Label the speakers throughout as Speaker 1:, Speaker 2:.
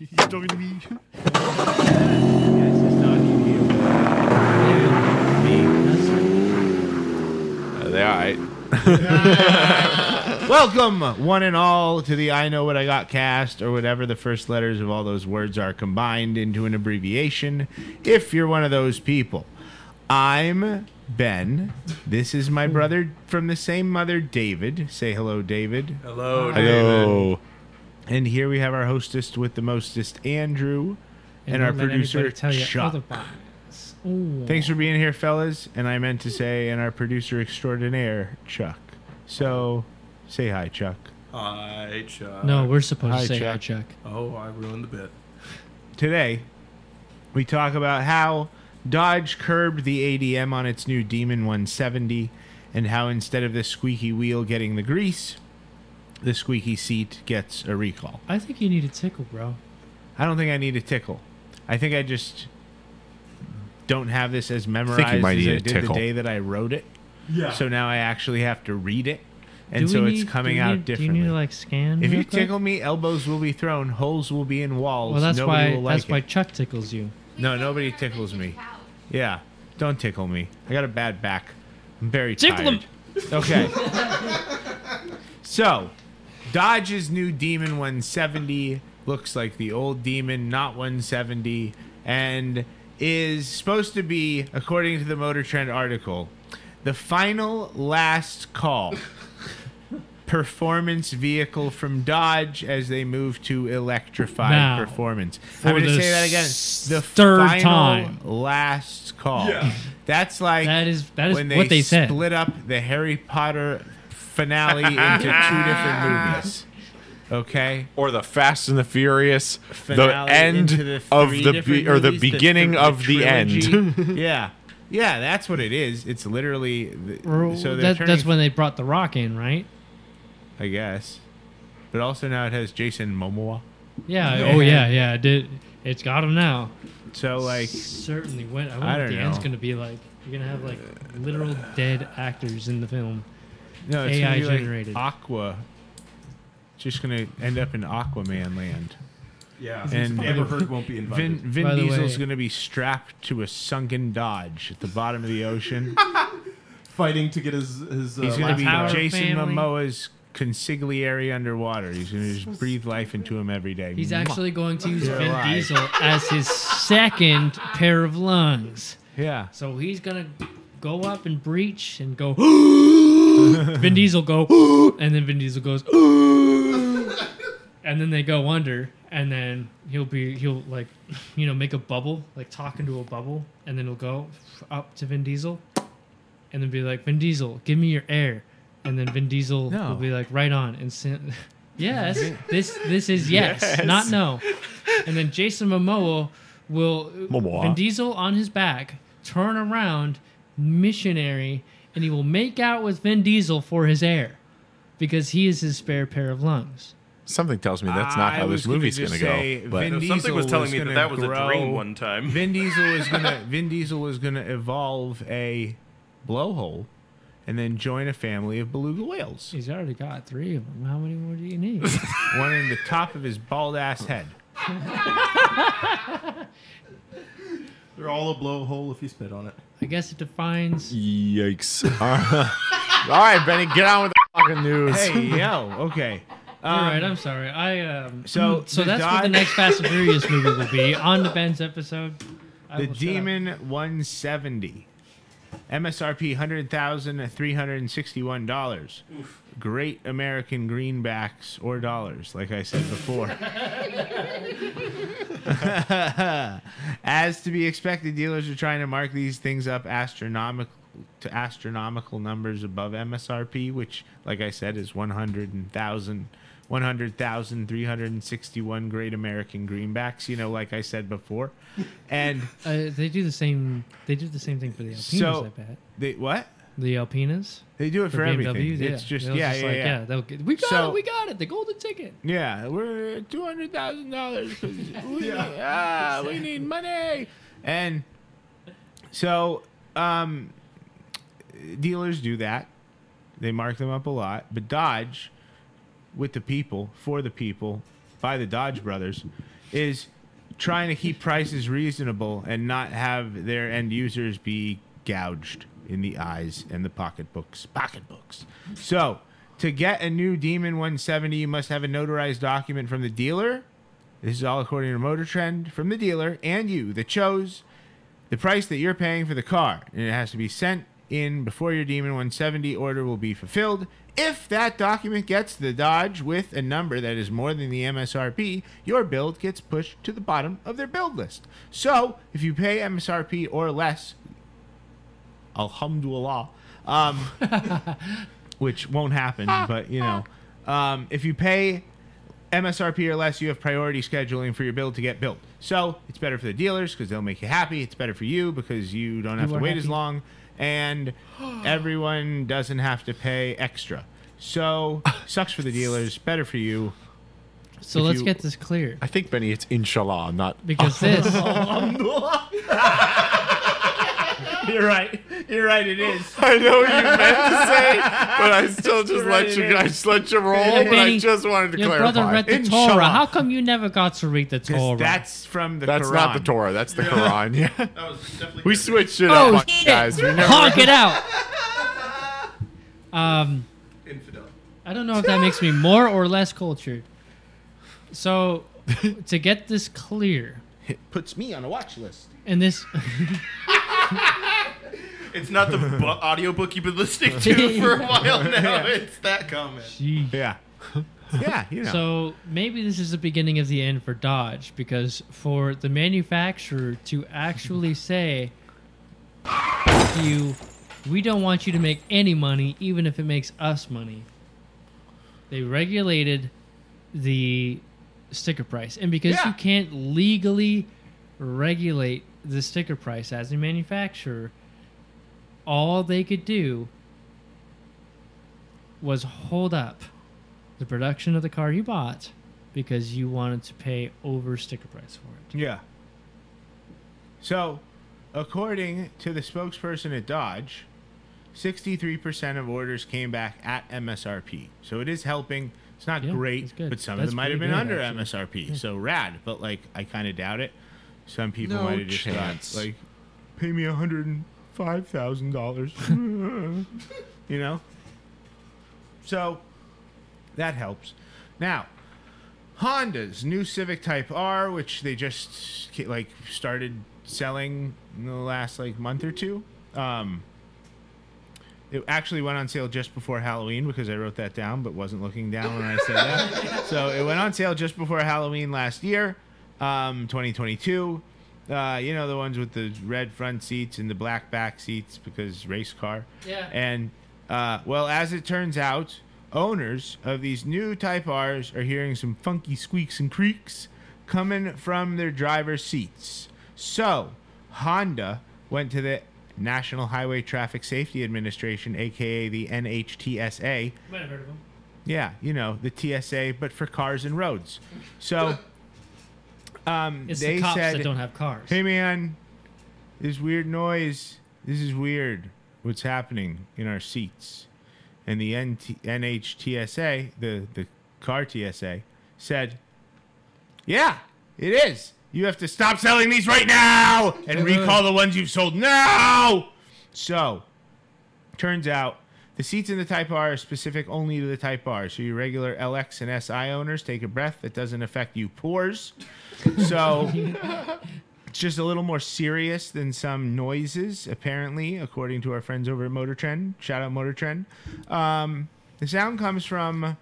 Speaker 1: 8h30.
Speaker 2: They're all right.
Speaker 3: Welcome, one and all, to the I Know What I Got cast, or whatever the first letters of all those words are combined into an abbreviation, if you're one of those people. I'm Ben. This is my brother from the same mother, David. Say hello, David.
Speaker 4: Hello,
Speaker 2: Hello.
Speaker 3: And here we have our hostess with the mostest, Andrew, and, our
Speaker 1: don't let
Speaker 3: producer,
Speaker 1: anybody tell you
Speaker 3: Chuck.
Speaker 1: otherwise. Ooh.
Speaker 3: Thanks for being here, fellas. And I meant to say, and our producer extraordinaire, Chuck. So say hi, Chuck.
Speaker 4: Hi, Chuck.
Speaker 1: No, we're supposed
Speaker 3: Hi,
Speaker 1: to say
Speaker 3: Chuck.
Speaker 1: hi, Chuck.
Speaker 4: Oh, I ruined the bit.
Speaker 3: Today, we talk about how Dodge curbed the ADM on its new Demon 170, and how instead of the squeaky wheel getting the grease, the squeaky seat gets a recall.
Speaker 1: I think you need a tickle, bro.
Speaker 3: I don't think I need a tickle. I think I just don't have this as memorized
Speaker 2: might
Speaker 3: as
Speaker 2: need
Speaker 3: I
Speaker 2: a
Speaker 3: did
Speaker 2: tickle.
Speaker 3: the day that I wrote it.
Speaker 4: Yeah.
Speaker 3: So now I actually have to read it,
Speaker 1: Do
Speaker 3: and
Speaker 1: we
Speaker 3: so
Speaker 1: need-
Speaker 3: it's coming
Speaker 1: do we
Speaker 3: out
Speaker 1: need-
Speaker 3: differently.
Speaker 1: Do you need to like scan?
Speaker 3: if
Speaker 1: real
Speaker 3: you
Speaker 1: quick?
Speaker 3: tickle me, elbows will be thrown, holes will be in walls.
Speaker 1: well, that's
Speaker 3: nobody
Speaker 1: why
Speaker 3: will like
Speaker 1: that's why
Speaker 3: it.
Speaker 1: Chuck tickles you.
Speaker 3: No, nobody tickles me. Yeah, don't tickle me. I got a bad back. I'm very
Speaker 1: Tickle him.
Speaker 3: tired. Okay. so, Dodge's new Demon 170 looks like the old Demon, not 170, and is supposed to be, according to the Motor Trend article, the final last call performance vehicle from Dodge as they move to electrified
Speaker 1: Now,
Speaker 3: performance. I'm going to
Speaker 1: the
Speaker 3: say that again.
Speaker 1: s-
Speaker 3: The
Speaker 1: third
Speaker 3: final
Speaker 1: time.
Speaker 3: last call.
Speaker 4: Yeah.
Speaker 3: That's like
Speaker 1: That is- that is
Speaker 3: when
Speaker 1: what they said.
Speaker 3: split up the Harry Potter finale into two different movies. Okay.
Speaker 2: Or the Fast and the Furious,
Speaker 3: Finale
Speaker 2: the end
Speaker 3: into the
Speaker 2: of
Speaker 3: three
Speaker 2: the
Speaker 3: different
Speaker 2: be- or the
Speaker 3: movies, the
Speaker 2: beginning
Speaker 3: thr- the
Speaker 2: of the end.
Speaker 3: trilogy. yeah. Yeah, that's what it is. It's literally th- so they're
Speaker 1: that,
Speaker 3: turning,
Speaker 1: that's when they brought The Rock in, right?
Speaker 3: I guess. But also now it has Jason Momoa.
Speaker 1: Yeah.
Speaker 3: Yeah.
Speaker 1: Oh yeah, yeah. it Did it's got him now?
Speaker 3: So like
Speaker 1: certainly. When I wonder
Speaker 3: I
Speaker 1: what
Speaker 3: don't
Speaker 1: the end's
Speaker 3: know.
Speaker 1: gonna be like. You're gonna have like literal dead actors in the film.
Speaker 3: No, it's
Speaker 1: AI
Speaker 3: gonna be
Speaker 1: generated.
Speaker 3: Like Aqua. It's just gonna end up in Aquaman land.
Speaker 4: Yeah.
Speaker 3: And-
Speaker 4: Amber Heard won't be
Speaker 3: Vin,
Speaker 4: invited.
Speaker 1: By
Speaker 3: Vin
Speaker 1: the
Speaker 3: Diesel's
Speaker 1: way-
Speaker 3: gonna be strapped to a sunken Dodge at the bottom of the ocean.
Speaker 4: Fighting to get his his. Uh,
Speaker 3: He's gonna be
Speaker 1: Power
Speaker 3: Jason
Speaker 1: family.
Speaker 3: Momoa's consigliere underwater. He's gonna just breathe life into him every day.
Speaker 1: He's
Speaker 3: Mwah.
Speaker 1: actually going to use
Speaker 3: You're
Speaker 1: Vin
Speaker 3: alive.
Speaker 1: Diesel as his second pair of lungs.
Speaker 3: yeah.
Speaker 1: So he's gonna go up and breach and go. Vin Diesel go, and then Vin Diesel goes, and then they go under, and then he'll be he'll like, you know, make a bubble, like talk into a bubble, and then he'll go up to Vin Diesel, and then be like, Vin Diesel, give me your air, and then Vin Diesel
Speaker 3: No.
Speaker 1: will be like, right on, and send. Yes, this this is yes, not no. And then Jason Momoa will
Speaker 2: Momoa.
Speaker 1: Vin Diesel on his back, turn around, missionary, and he will make out with Vin Diesel for his air, because he is his spare pair of lungs.
Speaker 2: Something tells me that's not
Speaker 3: I
Speaker 2: how
Speaker 3: was
Speaker 2: this
Speaker 3: gonna
Speaker 2: movie's
Speaker 3: just
Speaker 2: gonna
Speaker 3: say
Speaker 2: go. But
Speaker 3: Vin
Speaker 4: No, something
Speaker 3: Diesel
Speaker 4: was telling me
Speaker 3: gonna
Speaker 4: that that was a
Speaker 3: grow-
Speaker 4: dream one time.
Speaker 3: Vin Diesel is gonna Vin Diesel is gonna evolve a blowhole and then join a family of beluga whales.
Speaker 1: He's already got three of them. How many more do you need?
Speaker 3: One in the top of his bald ass head.
Speaker 4: They're all a blowhole if you spit on it.
Speaker 1: I guess it defines.
Speaker 2: yikes! all right, Benny, get on with the fucking news.
Speaker 3: Hey yo, okay.
Speaker 1: All right, I'm sorry. I um.
Speaker 3: so
Speaker 1: so
Speaker 3: the
Speaker 1: that's what the
Speaker 3: Dodge-
Speaker 1: next Fast and Furious movie will be on the Ben's episode. I
Speaker 3: The
Speaker 1: will shut up.
Speaker 3: Demon 170. MSRP $100,361. Great American greenbacks or dollars, like I said before. As to be expected, dealers are trying to mark these things up astronomical to astronomical numbers above MSRP, which, like I said, is 100,000, 100,361 great American greenbacks, you know, like I said before. And
Speaker 1: Uh, they do the same. They do the same thing for the Alpinas.
Speaker 3: So-
Speaker 1: I bet
Speaker 3: They what?
Speaker 1: the Alpinas.
Speaker 3: They do it for,
Speaker 1: For
Speaker 3: everything.
Speaker 1: BMWs, yeah.
Speaker 3: It's just
Speaker 1: They'll
Speaker 3: yeah, yeah,
Speaker 1: like,
Speaker 3: yeah,
Speaker 1: they'll get, we got
Speaker 3: So-
Speaker 1: it, we got it, the golden ticket.
Speaker 3: Yeah, we're two hundred thousand dollars. We ah, we need money. And so, um, dealers do that. They mark them up a lot, but Dodge, with the people, for the people, by the Dodge brothers is trying to keep prices reasonable and not have their end users be gouged in the eyes and the pocketbooks. Pocketbooks. So, to get a new Demon 170, you must have a notarized document from the dealer. This is all according to Motor Trend from the dealer and you that chose the price that you're paying for the car, and it has to be sent in before your Demon 170 order will be fulfilled. If that document gets to the Dodge with a number that is more than the MSRP, your build gets pushed to the bottom of their build list. So, if you pay MSRP or less, alhamdulillah, um, which won't happen, but you know, um, if you pay MSRP or less, you have priority scheduling for your build to get built. So it's better for the dealers because they'll make you happy. It's better for you because you don't have
Speaker 1: You
Speaker 3: to
Speaker 1: are
Speaker 3: wait as
Speaker 1: happy.
Speaker 3: long, and everyone doesn't have to pay extra. So sucks for the dealers, better for you.
Speaker 1: So
Speaker 3: If
Speaker 1: let's
Speaker 3: you-
Speaker 1: get this clear
Speaker 2: I think Benny, it's inshallah, not.
Speaker 1: because this
Speaker 3: You're right. You're right. It is.
Speaker 2: I know what you meant to say, but I still just
Speaker 3: Right,
Speaker 2: let
Speaker 3: it
Speaker 2: you.
Speaker 3: is.
Speaker 2: I just let you roll,
Speaker 1: Hey,
Speaker 2: but I
Speaker 1: Benny,
Speaker 2: just wanted to
Speaker 1: your
Speaker 2: clarify.
Speaker 1: brother read the
Speaker 3: Inshallah.
Speaker 1: Torah. How come you never got to read the Torah?
Speaker 3: That's from the.
Speaker 2: that's not the
Speaker 3: Quran.
Speaker 2: Torah. That's the Quran. Yeah,
Speaker 4: That was definitely.
Speaker 2: we switched it
Speaker 1: Oh,
Speaker 2: up,
Speaker 1: shit.
Speaker 2: guys. We never.
Speaker 1: Honk it out. Um,
Speaker 4: infidel.
Speaker 1: I don't know if that makes me more or less cultured. So, to get this clear,
Speaker 3: Puts me on a watch list.
Speaker 1: and this
Speaker 4: It's not the bu- audiobook you've been listening to for a while now. It's that comment.
Speaker 3: Yeah. Yeah. You know.
Speaker 1: So maybe this is the beginning of the end for Dodge because for the manufacturer to actually say "F you we don't want you to make any money even if it makes us money. They regulated the sticker price. And because
Speaker 3: Yeah.
Speaker 1: you can't legally regulate the sticker price as a manufacturer, all they could do was hold up the production of the car you bought because you wanted to pay over sticker price for it.
Speaker 3: Yeah. So, according to the spokesperson at Dodge, 63% of orders came back at MSRP. So it is helping. It's not
Speaker 1: Yeah,
Speaker 3: great,
Speaker 1: that's good.
Speaker 3: but some of
Speaker 1: That's
Speaker 3: them might have been
Speaker 1: pretty good,
Speaker 3: under
Speaker 1: actually.
Speaker 3: MSRP. So rad, but like I kind of doubt it. Some people
Speaker 2: No
Speaker 3: might have just
Speaker 2: chance.
Speaker 3: got like pay me $105,000. you know? So that helps. Now, Honda's new Civic Type R, which they just like started selling in the last like month or two. Um, it actually went on sale just before Halloween because I wrote that down, but wasn't looking down when I said that. so it went on sale just before Halloween last year, um, 2022. Uh, you know the ones with the red front seats and the black back seats because race car.
Speaker 1: Yeah.
Speaker 3: And uh, well, as it turns out, owners of these new Type R's are hearing some funky squeaks and creaks coming from their driver's seats. So Honda went to the National Highway Traffic Safety Administration, aka the NHTSA.
Speaker 1: You might have heard of them.
Speaker 3: Yeah, you know the TSA, but for cars and roads. So um,
Speaker 1: It's
Speaker 3: they
Speaker 1: the cops
Speaker 3: said,
Speaker 1: that don't have cars.
Speaker 3: Hey man, this weird noise. This is weird. What's happening in our seats? And the NT- NHTSA, the the car TSA, said, "Yeah, it is. You have to stop selling these right now and recall the ones you've sold now." So, turns out the seats in the Type R are specific only to the Type R. So your regular LX and SI owners take a breath. That doesn't affect you pores. So. It's just a little more serious than some noises, apparently, according to our friends over at Motor Trend. Shout out Motor Trend. Um, the sound comes from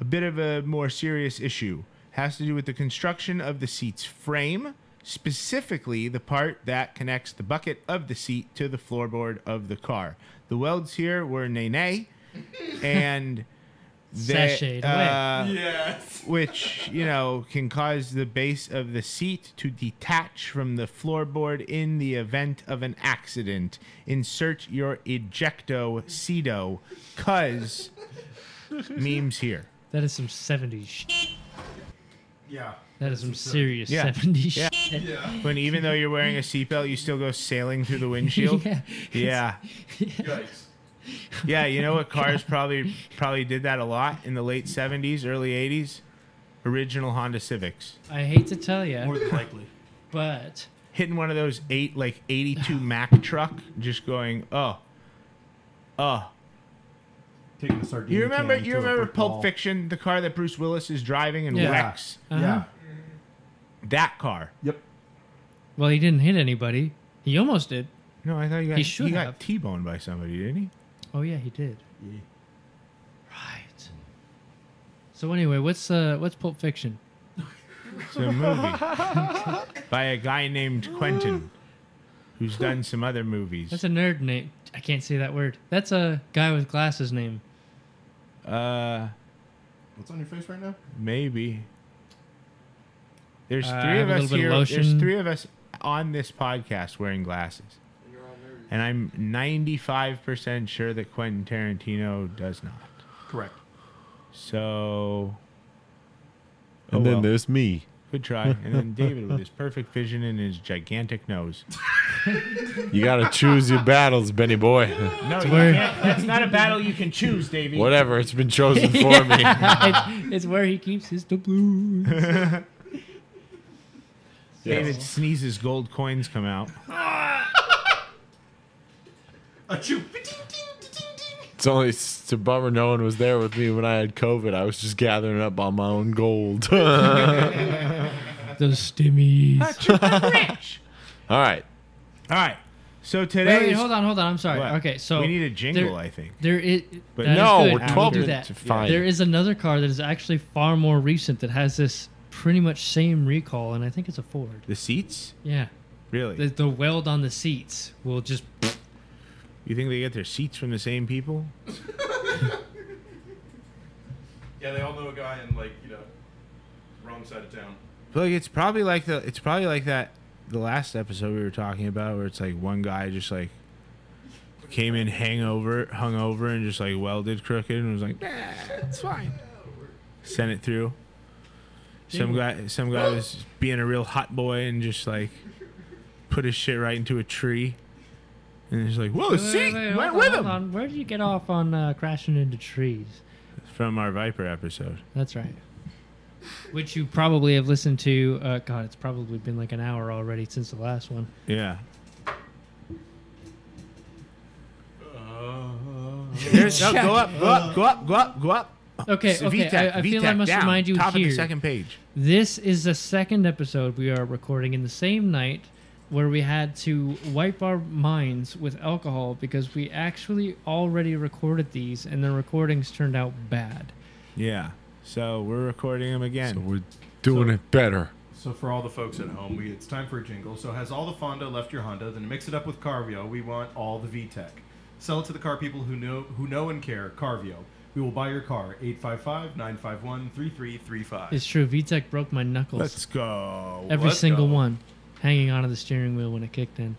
Speaker 3: a bit of a more serious issue. Has to do with the construction of the seat's frame, specifically the part that connects the bucket of the seat to the floorboard of the car. The welds here were nay and
Speaker 1: Sashayed away.
Speaker 3: uh,
Speaker 4: Yes.
Speaker 3: which you know can cause the base of the seat to detach from the floorboard in the event of an accident. Insert your ejecto cedo, cuz memes here.
Speaker 1: That is some 70s shit.
Speaker 4: Yeah.
Speaker 1: That is some serious
Speaker 3: Yeah.
Speaker 1: 70s
Speaker 3: Yeah.
Speaker 1: shit.
Speaker 4: Yeah.
Speaker 3: When even though you're wearing a seatbelt, you still go sailing through the windshield.
Speaker 1: Yeah.
Speaker 3: yeah,
Speaker 4: Yikes.
Speaker 3: Yeah, You know what? Cars probably probably did that a lot in the late '70s, early '80s. original Honda Civics.
Speaker 1: I hate to tell
Speaker 4: More
Speaker 1: you,
Speaker 4: than likely.
Speaker 1: but
Speaker 3: Hitting one of those eight like 82 Mack truck, just going, oh, oh.
Speaker 5: Taking the sardine.
Speaker 3: You remember?
Speaker 5: can
Speaker 3: You
Speaker 5: to a
Speaker 3: remember
Speaker 5: brick
Speaker 3: Pulp
Speaker 5: wall.
Speaker 3: Fiction, the car that Bruce Willis is driving and
Speaker 1: Yeah.
Speaker 3: wrecks
Speaker 5: Yeah.
Speaker 3: that car.
Speaker 5: Yep.
Speaker 1: well, he didn't hit anybody. He almost did.
Speaker 3: No, I thought you got
Speaker 1: He should have.
Speaker 3: got T-boned by somebody, didn't he?
Speaker 1: Oh yeah, he did.
Speaker 5: Yeah.
Speaker 1: Right. So anyway, what's uh what's Pulp Fiction?
Speaker 3: It's a movie by a guy named Quentin, who's done some other movies.
Speaker 1: That's a nerd name. I can't say that word. That's a guy with glasses name.
Speaker 3: uh,
Speaker 5: What's on your face right now?
Speaker 3: maybe. There's
Speaker 1: Uh, I
Speaker 3: three of
Speaker 1: have a
Speaker 3: us
Speaker 1: little bit
Speaker 3: here.
Speaker 1: of
Speaker 3: There's
Speaker 1: lotion.
Speaker 3: three of us on this podcast wearing glasses, and I'm 95% sure that Quentin Tarantino does not.
Speaker 5: Correct.
Speaker 3: So.
Speaker 2: And
Speaker 3: Oh,
Speaker 2: then
Speaker 3: well.
Speaker 2: there's me.
Speaker 3: Good try. And then David with his perfect vision and his gigantic nose.
Speaker 2: You gotta choose your battles, Benny boy.
Speaker 3: No, you
Speaker 1: where-
Speaker 3: can't. That's not a battle you can choose, Davey.
Speaker 2: Whatever, it's been chosen for me.
Speaker 1: it's, it's where he keeps his doubloons.
Speaker 3: David sneezes, gold coins come out.
Speaker 5: A chew.
Speaker 2: It's only it's a bummer no one was there with me when I had COVID. I was just gathering up all my own gold. all
Speaker 1: The stimmies.
Speaker 2: right.
Speaker 3: All right. So
Speaker 1: Wait,
Speaker 3: today,
Speaker 1: wait, hold on, hold on. I'm sorry.
Speaker 3: What?
Speaker 1: Okay, so
Speaker 3: we need a jingle,
Speaker 1: there-
Speaker 3: I think.
Speaker 1: There is,
Speaker 3: But
Speaker 1: that is
Speaker 2: no,
Speaker 1: good.
Speaker 2: we're
Speaker 1: We can
Speaker 2: 12
Speaker 1: do
Speaker 2: minutes.
Speaker 1: that.
Speaker 2: Fine.
Speaker 1: There is another car that is actually far more recent that has this pretty much same recall, and I think it's a Ford.
Speaker 3: The seats?
Speaker 1: Yeah,
Speaker 3: Really?
Speaker 1: the, the weld on the seats will just.
Speaker 3: you think they get their seats from the same people?
Speaker 4: Yeah, they all know a guy in like you know, wrong side of town.
Speaker 3: Look, it's probably like the it's probably like that the last episode we were talking about where it's like one guy just like came in hangover hungover and just like welded crooked and was like nah, it's fine. Sent it through. Some guy some guy was being a real hot boy and just like put his shit right into a tree. And he's like, Whoa,
Speaker 1: Wait,
Speaker 3: see
Speaker 1: wait, wait,
Speaker 3: went
Speaker 1: hold on,
Speaker 3: with
Speaker 1: hold
Speaker 3: him
Speaker 1: on. Where did you get off on uh, crashing into trees?
Speaker 3: from our Viper episode.
Speaker 1: That's right. Which you probably have listened to. Uh, God, it's probably been like an hour already since the last one.
Speaker 3: Yeah.
Speaker 4: Uh,
Speaker 3: There's, no, go up, go up, go up, go up, go up.
Speaker 1: Okay, okay. I, I feel I
Speaker 3: VTech,
Speaker 1: must
Speaker 3: down,
Speaker 1: remind you
Speaker 3: top
Speaker 1: here.
Speaker 3: of the second page.
Speaker 1: This is the second episode we are recording in the same night where we had to wipe our minds with alcohol because we actually already recorded these and the recordings turned out bad.
Speaker 3: Yeah. So we're recording them again.
Speaker 2: So we're doing
Speaker 4: So-
Speaker 2: it better.
Speaker 5: So for all the folks at home, we, it's time for a jingle. So has all the Fonda left your Honda? Then mix it up with Carvio. We want all the VTEC. Sell it to the car people who know who know and care. Carvio. We will buy your car. 855-951-3335.
Speaker 1: It's true, VTech broke my knuckles.
Speaker 3: Let's go.
Speaker 1: Every
Speaker 4: let's
Speaker 1: single
Speaker 4: go.
Speaker 1: one hanging onto the steering wheel when it kicked in.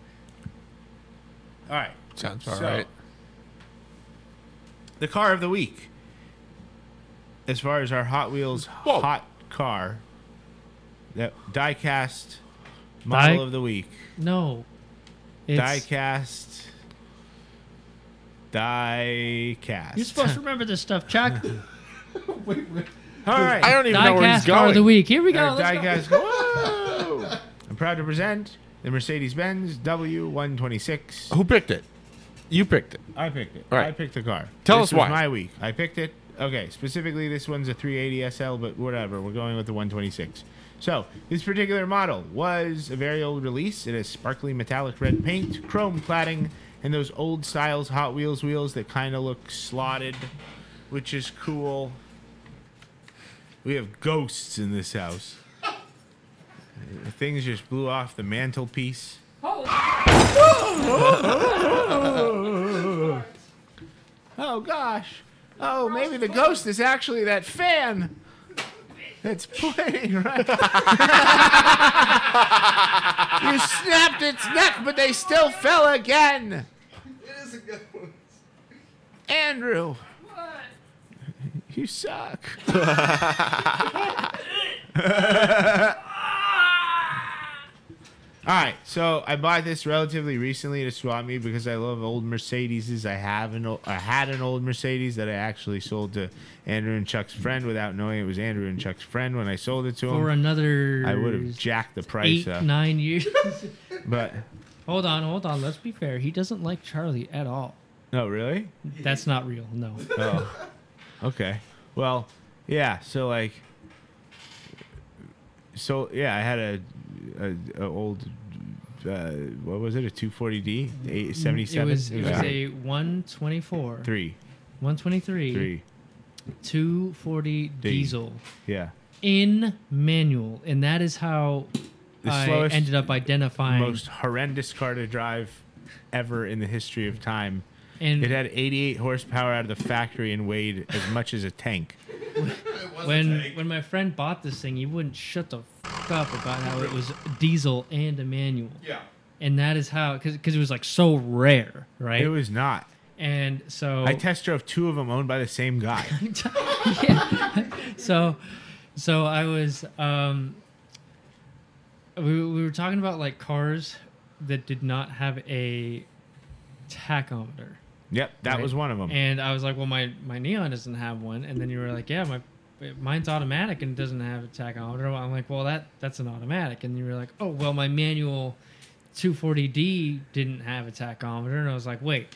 Speaker 3: all right.
Speaker 2: Sounds
Speaker 3: So, The car of the week. As far as our Hot Wheels
Speaker 2: Whoa.
Speaker 3: hot car, that diecast model
Speaker 1: Die-
Speaker 3: of the week.
Speaker 1: No. It's,
Speaker 3: Diecast. Diecast.
Speaker 1: you're supposed to remember this stuff, Chuck.
Speaker 5: Wait, wait.
Speaker 3: All right.
Speaker 2: I don't even know where he's
Speaker 1: Diecast car
Speaker 2: going.
Speaker 1: of the week. Here we go.
Speaker 3: Our
Speaker 1: Let's go.
Speaker 3: diecast- Whoa! I'm proud to present the Mercedes Benz W126.
Speaker 2: Who picked it? You picked it.
Speaker 3: I picked it.
Speaker 2: All right.
Speaker 3: I picked the car.
Speaker 2: Tell
Speaker 3: This
Speaker 2: us
Speaker 3: was
Speaker 2: why.
Speaker 3: My week. I picked it. Okay. Specifically, this one's a 380 SL, but whatever. We're going with the 126. So this particular model was a very old release. It has sparkly metallic red paint, chrome cladding, and those old styles Hot Wheels wheels that kind of look slotted, which is cool. We have ghosts in this house. Uh, Things just blew off the mantelpiece. Oh gosh. Oh, maybe the ghost is actually that fan that's playing right. you snapped its neck, but they still fell again. It is a ghost. Andrew. What? You suck. All right, so I bought this relatively recently to swap me because I love old Mercedeses. I have an old, I had an old Mercedes that I actually sold to Andrew and Chuck's friend without knowing it was Andrew and Chuck's friend when I sold it to
Speaker 1: For
Speaker 3: him.
Speaker 1: another
Speaker 3: I would have uh, jacked the price
Speaker 1: eight,
Speaker 3: up,
Speaker 1: nine years.
Speaker 3: but
Speaker 1: hold on, hold on. Let's be fair. He doesn't like Charlie at all.
Speaker 3: no, Oh, really.
Speaker 1: That's not real. No.
Speaker 3: Oh, okay. Well, yeah. So like, so yeah, I had a, a, a old. Uh, what was it? A 240D, A- 77.
Speaker 1: Mm, It was, it was
Speaker 3: Yeah.
Speaker 1: a 124,
Speaker 3: three,
Speaker 1: 123,
Speaker 3: three.
Speaker 1: 240 diesel
Speaker 3: Yeah,
Speaker 1: in manual, and that is how
Speaker 3: The
Speaker 1: I
Speaker 3: slowest,
Speaker 1: ended up identifying.
Speaker 3: most horrendous car to drive ever in the history of time.
Speaker 1: and
Speaker 3: It had 88 horsepower out of the factory and weighed as much as a tank.
Speaker 1: when when my friend bought this thing, he wouldn't shut the f- up about how it was diesel and a manual,
Speaker 5: Yeah.
Speaker 1: and that is how because it was like so rare, right?
Speaker 3: It was not.
Speaker 1: and so
Speaker 3: I test drove two of them owned by the same guy.
Speaker 1: so so i was um we, we were talking about like cars that did not have a tachometer
Speaker 3: yep, that
Speaker 1: Right.
Speaker 3: was one of them.
Speaker 1: and i was like well my my neon doesn't have one and then you were like yeah my mine's automatic and doesn't have a tachometer i'm like well that that's an automatic and you were like oh well my manual 240d didn't have a tachometer and i was like wait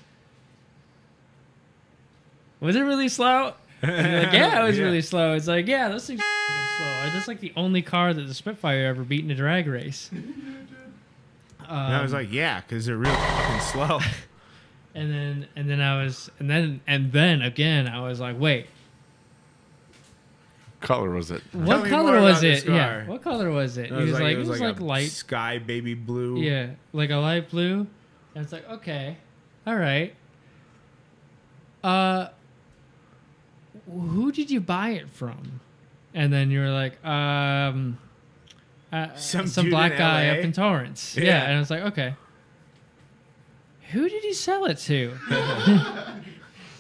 Speaker 1: was it really slow And you're like, yeah, it was
Speaker 3: Yeah.
Speaker 1: really slow. It's like, yeah, those things are slow. I just like the only car that the Spitfire ever beat in a drag race.
Speaker 3: and
Speaker 1: Um,
Speaker 3: I was like, yeah, because they're real fucking slow.
Speaker 1: And then and then I was and then and then again I was like, wait,
Speaker 2: color was it?
Speaker 1: what
Speaker 3: me
Speaker 1: color
Speaker 3: more about
Speaker 1: was it?
Speaker 3: this
Speaker 1: Yeah,
Speaker 3: car.
Speaker 1: what color was it?
Speaker 3: It
Speaker 1: He was like, it was
Speaker 3: a
Speaker 1: like light,
Speaker 3: sky baby blue.
Speaker 1: yeah, like a light blue. And it's like, okay, all right. Uh, who did you buy it from? And then you were like, um, uh,
Speaker 3: Some
Speaker 1: some,
Speaker 3: dude
Speaker 1: black
Speaker 3: in
Speaker 1: guy
Speaker 3: LA?
Speaker 1: up in Torrance. Yeah.
Speaker 3: Yeah.
Speaker 1: And I was like, okay. Who did he sell it to?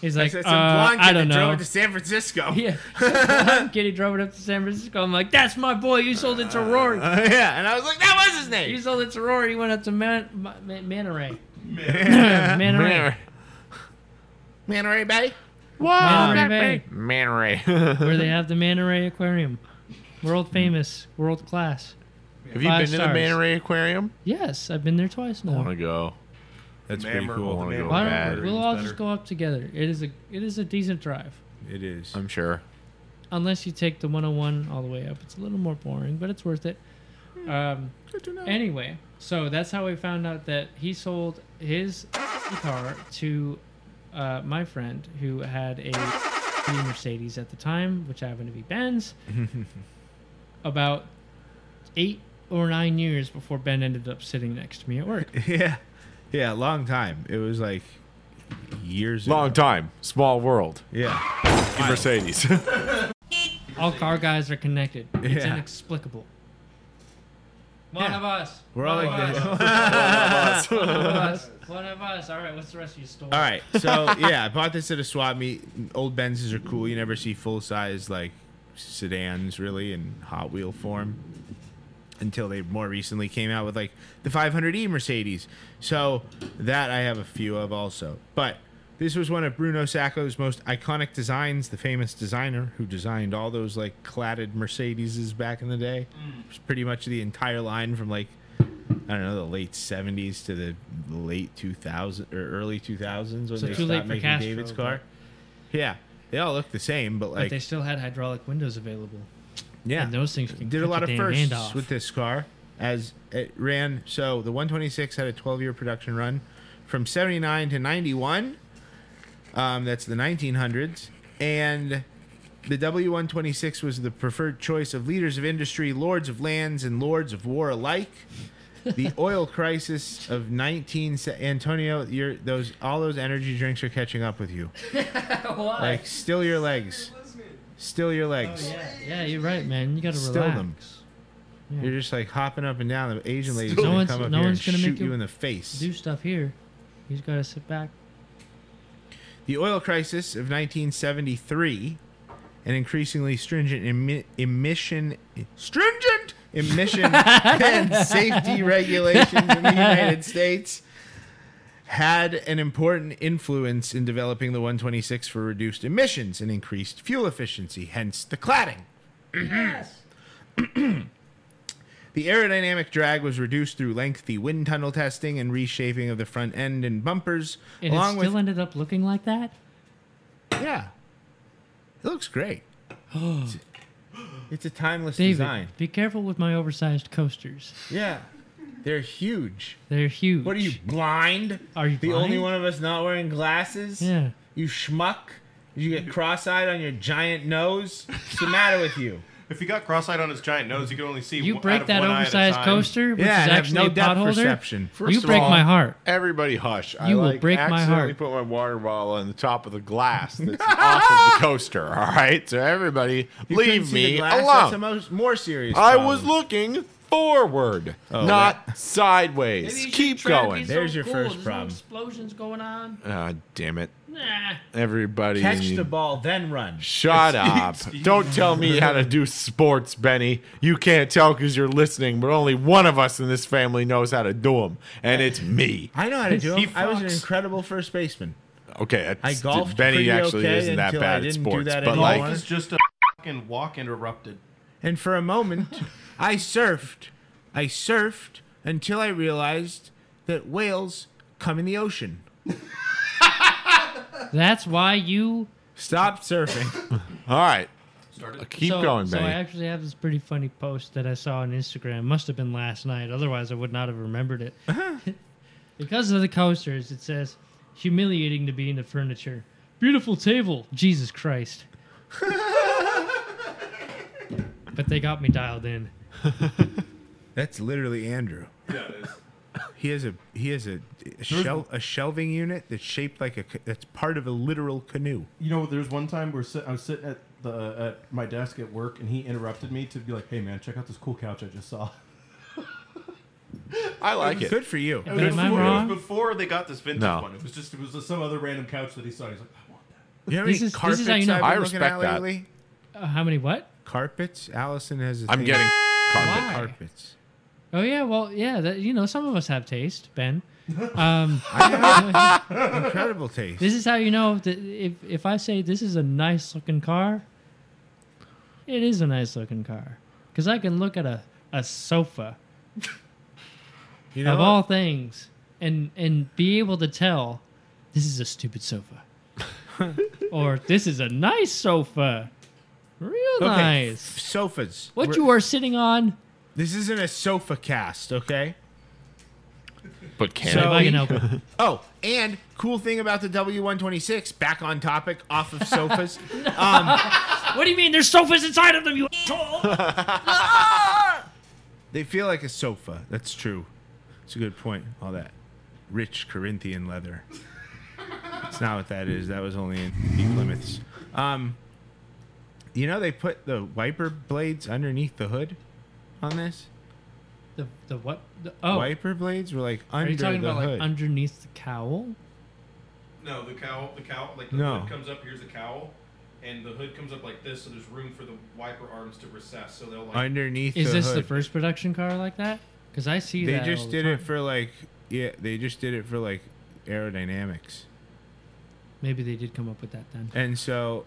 Speaker 1: He's
Speaker 3: I
Speaker 1: like,
Speaker 3: said
Speaker 1: uh,
Speaker 3: some blonde kid
Speaker 1: I don't
Speaker 3: that
Speaker 1: know.
Speaker 3: drove it to San Francisco.
Speaker 1: Yeah. Some Kitty drove it up to San Francisco. I'm like, that's my boy. You sold it to Rory.
Speaker 3: Uh, yeah, and I was like, that was his
Speaker 1: You
Speaker 3: name.
Speaker 1: sold it to Rory. You went up to Man- Ma- Ma- Manoray.
Speaker 2: Manoray.
Speaker 1: Manoray.
Speaker 3: Manoray Bay.
Speaker 1: Manoray Bay,
Speaker 2: Manoray.
Speaker 1: where they have the Manoray Aquarium. World famous, world class.
Speaker 2: Have you
Speaker 1: Five
Speaker 2: been to the
Speaker 1: stars.
Speaker 2: Manoray Aquarium?
Speaker 1: Yes, I've been there twice
Speaker 2: I want
Speaker 1: now.
Speaker 2: to go.
Speaker 3: That's
Speaker 5: pretty Mammal- cool. the
Speaker 2: wanna go
Speaker 5: mammal
Speaker 1: Why
Speaker 2: bad.
Speaker 1: don't, we'll all
Speaker 5: Better.
Speaker 1: just go up together. It is a it is a decent drive.
Speaker 3: It is.
Speaker 2: I'm sure.
Speaker 1: Unless you take the 101 all the way up. It's a little more boring, but it's worth it. Um,
Speaker 3: Hmm. Good to know.
Speaker 1: Anyway, so that's how we found out that he sold his car to uh, my friend who had a blue Mercedes at the time, which happened to be Ben's, about eight or nine years before Ben ended up sitting next to me at work.
Speaker 3: Yeah, yeah, long time. It was like years.
Speaker 2: Long
Speaker 3: ago.
Speaker 2: time. Small world.
Speaker 3: Yeah,
Speaker 2: Mercedes.
Speaker 1: All car guys are connected. It's
Speaker 3: Yeah.
Speaker 1: inexplicable. One
Speaker 3: Yeah.
Speaker 1: of us.
Speaker 3: we're all
Speaker 1: One of
Speaker 3: like
Speaker 1: us.
Speaker 3: this. all
Speaker 1: One of us. One of us. All right, what's the rest of your story?
Speaker 3: right, so yeah, I bought this at a swap meet. Old Benzes are cool. You never see full size like sedans really in Hot Wheel form until they more recently came out with like the 500e Mercedes. So that I have a few of also, but. This was one of Bruno Sacco's most iconic designs, the famous designer who designed all those like cladded Mercedeses back in the day.
Speaker 1: Mm.
Speaker 3: It's pretty much the entire line from like I don't know the late '70s to the late 2000s or early 2000s when
Speaker 1: So
Speaker 3: they
Speaker 1: too late
Speaker 3: stopped
Speaker 1: for
Speaker 3: making
Speaker 1: Castro,
Speaker 3: David's
Speaker 1: but-
Speaker 3: car. Yeah, they all look the same, but
Speaker 1: But
Speaker 3: like
Speaker 1: they still had hydraulic windows available.
Speaker 3: yeah,
Speaker 1: And those things can
Speaker 3: did a
Speaker 1: cut
Speaker 3: lot
Speaker 1: your
Speaker 3: of
Speaker 1: damn hand
Speaker 3: firsts
Speaker 1: off.
Speaker 3: with this car as it ran. So the 126 had a 12 year production run from 79 to 91. Um, that's the 1900s. And the W126 was the preferred choice of leaders of industry, lords of lands, and lords of war alike. The oil crisis of 19 se- Antonio, you're, those all those energy drinks are catching up with you.
Speaker 1: Why?
Speaker 3: Like, still your legs, still your legs.
Speaker 1: Yeah, yeah, you're right, man. You gotta
Speaker 3: Still
Speaker 1: relax.
Speaker 3: them.
Speaker 1: Yeah.
Speaker 3: You're just like hopping up and down. The Asian lady's
Speaker 1: No
Speaker 3: gonna
Speaker 1: one's-
Speaker 3: come up
Speaker 1: no
Speaker 3: here
Speaker 1: one's
Speaker 3: and
Speaker 1: gonna
Speaker 3: shoot
Speaker 1: make you
Speaker 3: you in the face.
Speaker 1: Do stuff here. You just gotta sit back.
Speaker 3: The oil crisis of 1973, an increasingly stringent emi- emission stringent emission and safety regulations in the United States had an important influence in developing the 126 for reduced emissions and increased fuel efficiency, hence the cladding. The aerodynamic drag was reduced through lengthy wind tunnel testing and reshaping of the front end and bumpers,
Speaker 1: And
Speaker 3: along
Speaker 1: it still
Speaker 3: with
Speaker 1: ended up looking like that?
Speaker 3: yeah, it looks great. it's a timeless
Speaker 1: David,
Speaker 3: design.
Speaker 1: be careful with my oversized coasters.
Speaker 3: Yeah, they're huge.
Speaker 1: They're huge.
Speaker 3: What are you blind?
Speaker 1: Are you
Speaker 3: the only
Speaker 1: blind?
Speaker 3: one of us not wearing glasses?
Speaker 1: Yeah.
Speaker 3: You schmuck. Did you get cross-eyed on your giant nose? What's the matter with you?
Speaker 4: If he got cross-eyed on his giant nose, he could only see.
Speaker 1: You
Speaker 4: one- out
Speaker 1: break
Speaker 4: of
Speaker 1: that
Speaker 4: one eye at a
Speaker 1: oversized
Speaker 4: time.
Speaker 1: coaster,
Speaker 3: yeah,
Speaker 1: which is
Speaker 3: and have
Speaker 1: actually
Speaker 3: no
Speaker 1: a
Speaker 3: depth
Speaker 1: potholder.
Speaker 3: perception.
Speaker 2: First
Speaker 1: you
Speaker 2: of
Speaker 1: break
Speaker 2: all,
Speaker 1: my heart.
Speaker 2: Everybody hush. I
Speaker 1: You will
Speaker 2: like,
Speaker 1: break my
Speaker 2: accidentally
Speaker 1: heart.
Speaker 2: put my water bottle on the top of the glass that's off of the coaster. All right, so everybody,
Speaker 3: You couldn't
Speaker 2: leave
Speaker 3: see the
Speaker 2: me
Speaker 3: glass? That's a
Speaker 2: alone.
Speaker 3: most, more serious.
Speaker 2: I was
Speaker 3: problem.
Speaker 2: looking forward, not sideways. Keep going.
Speaker 3: There's your first problem.
Speaker 1: explosions going on.
Speaker 2: Ah, damn it,
Speaker 1: Nah.
Speaker 2: everybody!
Speaker 3: catch the ball, then run.
Speaker 2: Shut up. Don't tell me how to do sports, Benny. You can't tell because you're listening, but only one of us in this family knows how to do them, and it's me.
Speaker 3: I know how to do
Speaker 1: He
Speaker 3: it. I was an
Speaker 1: fucks.
Speaker 3: incredible first baseman.
Speaker 2: Okay, that's,
Speaker 3: I golfed
Speaker 2: Benny
Speaker 3: pretty
Speaker 2: actually
Speaker 3: okay
Speaker 2: isn't that
Speaker 3: until I
Speaker 2: bad at
Speaker 3: didn't do
Speaker 2: sports,
Speaker 3: that
Speaker 2: but
Speaker 3: anymore.
Speaker 2: like,
Speaker 4: Golf is just a fucking walk interrupted.
Speaker 3: And for a moment, I surfed. I surfed until I realized that whales come in the ocean.
Speaker 1: That's why you
Speaker 3: Stop surfing.
Speaker 2: all right, Uh,
Speaker 4: Started.
Speaker 2: keep
Speaker 1: so,
Speaker 2: going,
Speaker 1: So I
Speaker 2: Benny.
Speaker 1: actually have this pretty funny post that I saw on Instagram. Must have been last night, otherwise I would not have remembered it.
Speaker 2: Uh-huh.
Speaker 1: because of the coasters, it says humiliating to be in the furniture. Beautiful table, Jesus Christ. but they got me dialed in.
Speaker 3: That's literally Andrew.
Speaker 5: Yeah, it is.
Speaker 3: He has a he has a a, shel- a shelving unit that's shaped like a ca- that's part of a literal canoe.
Speaker 5: You know, there's one time where sit- I was sitting at the at my desk at work, and he interrupted me to be like, "Hey, man, check out this cool couch I just saw."
Speaker 2: I like it.
Speaker 3: Good for you.
Speaker 1: But am I
Speaker 4: Before-
Speaker 1: wrong?
Speaker 4: It was before they got this vintage
Speaker 2: No.
Speaker 4: one.
Speaker 5: It was just it was some other random couch that he saw. He's like, "I want that."
Speaker 3: You know how
Speaker 1: This
Speaker 3: many
Speaker 1: is- this is how
Speaker 3: carpets
Speaker 1: you know-
Speaker 3: I've
Speaker 2: I
Speaker 3: been looking
Speaker 2: respect
Speaker 3: at
Speaker 2: that.
Speaker 3: lately?
Speaker 1: Uh, how many what?
Speaker 3: Carpets. Allison has. A
Speaker 2: I'm
Speaker 3: thing
Speaker 2: getting
Speaker 3: for
Speaker 1: Why?
Speaker 2: carpet.
Speaker 3: carpets.
Speaker 1: Oh yeah, well yeah, that, you know some of us have taste, Ben. Um,
Speaker 3: Incredible taste.
Speaker 1: this is how you know that if if I say this is a nice looking car, it is a nice looking car because I can look at a a sofa
Speaker 3: You know
Speaker 1: of
Speaker 3: what?
Speaker 1: all things and and be able to tell this is a stupid sofa or this is a nice sofa, real
Speaker 3: Okay,
Speaker 1: nice.
Speaker 3: Sofas.
Speaker 1: What
Speaker 3: We're-
Speaker 1: you are sitting on,
Speaker 3: This isn't a sofa cast, okay?
Speaker 2: But can
Speaker 1: if
Speaker 3: So-
Speaker 2: it?
Speaker 1: I can help it.
Speaker 3: Oh, and cool thing about the W126, back on topic, off of sofas.
Speaker 1: What do you mean? There's sofas inside of them, you
Speaker 3: they feel like a sofa. That's true. It's a good point. All that rich Corinthian leather. It's not what that is. That was only in the Plymouths. Um, you know they put the wiper blades underneath the hood on this.
Speaker 1: The, the what? The, oh,
Speaker 3: Wiper blades were like
Speaker 1: are
Speaker 3: under
Speaker 1: you talking
Speaker 3: the
Speaker 1: about
Speaker 3: hood.
Speaker 1: like underneath the cowl?
Speaker 4: No, the cowl, the cowl, like the
Speaker 3: No.
Speaker 4: hood comes up. Here's the cowl, and the hood comes up like this, so there's room for the wiper arms to recess. So they'll like.
Speaker 3: underneath.
Speaker 1: Is
Speaker 3: the
Speaker 1: this the
Speaker 3: hood.
Speaker 1: first production car like that? Because I see
Speaker 3: They
Speaker 1: that. all
Speaker 3: just
Speaker 1: the
Speaker 3: did it
Speaker 1: time.
Speaker 3: for like yeah. They just did it for like aerodynamics,
Speaker 1: Maybe they did come up with that then.
Speaker 3: and so.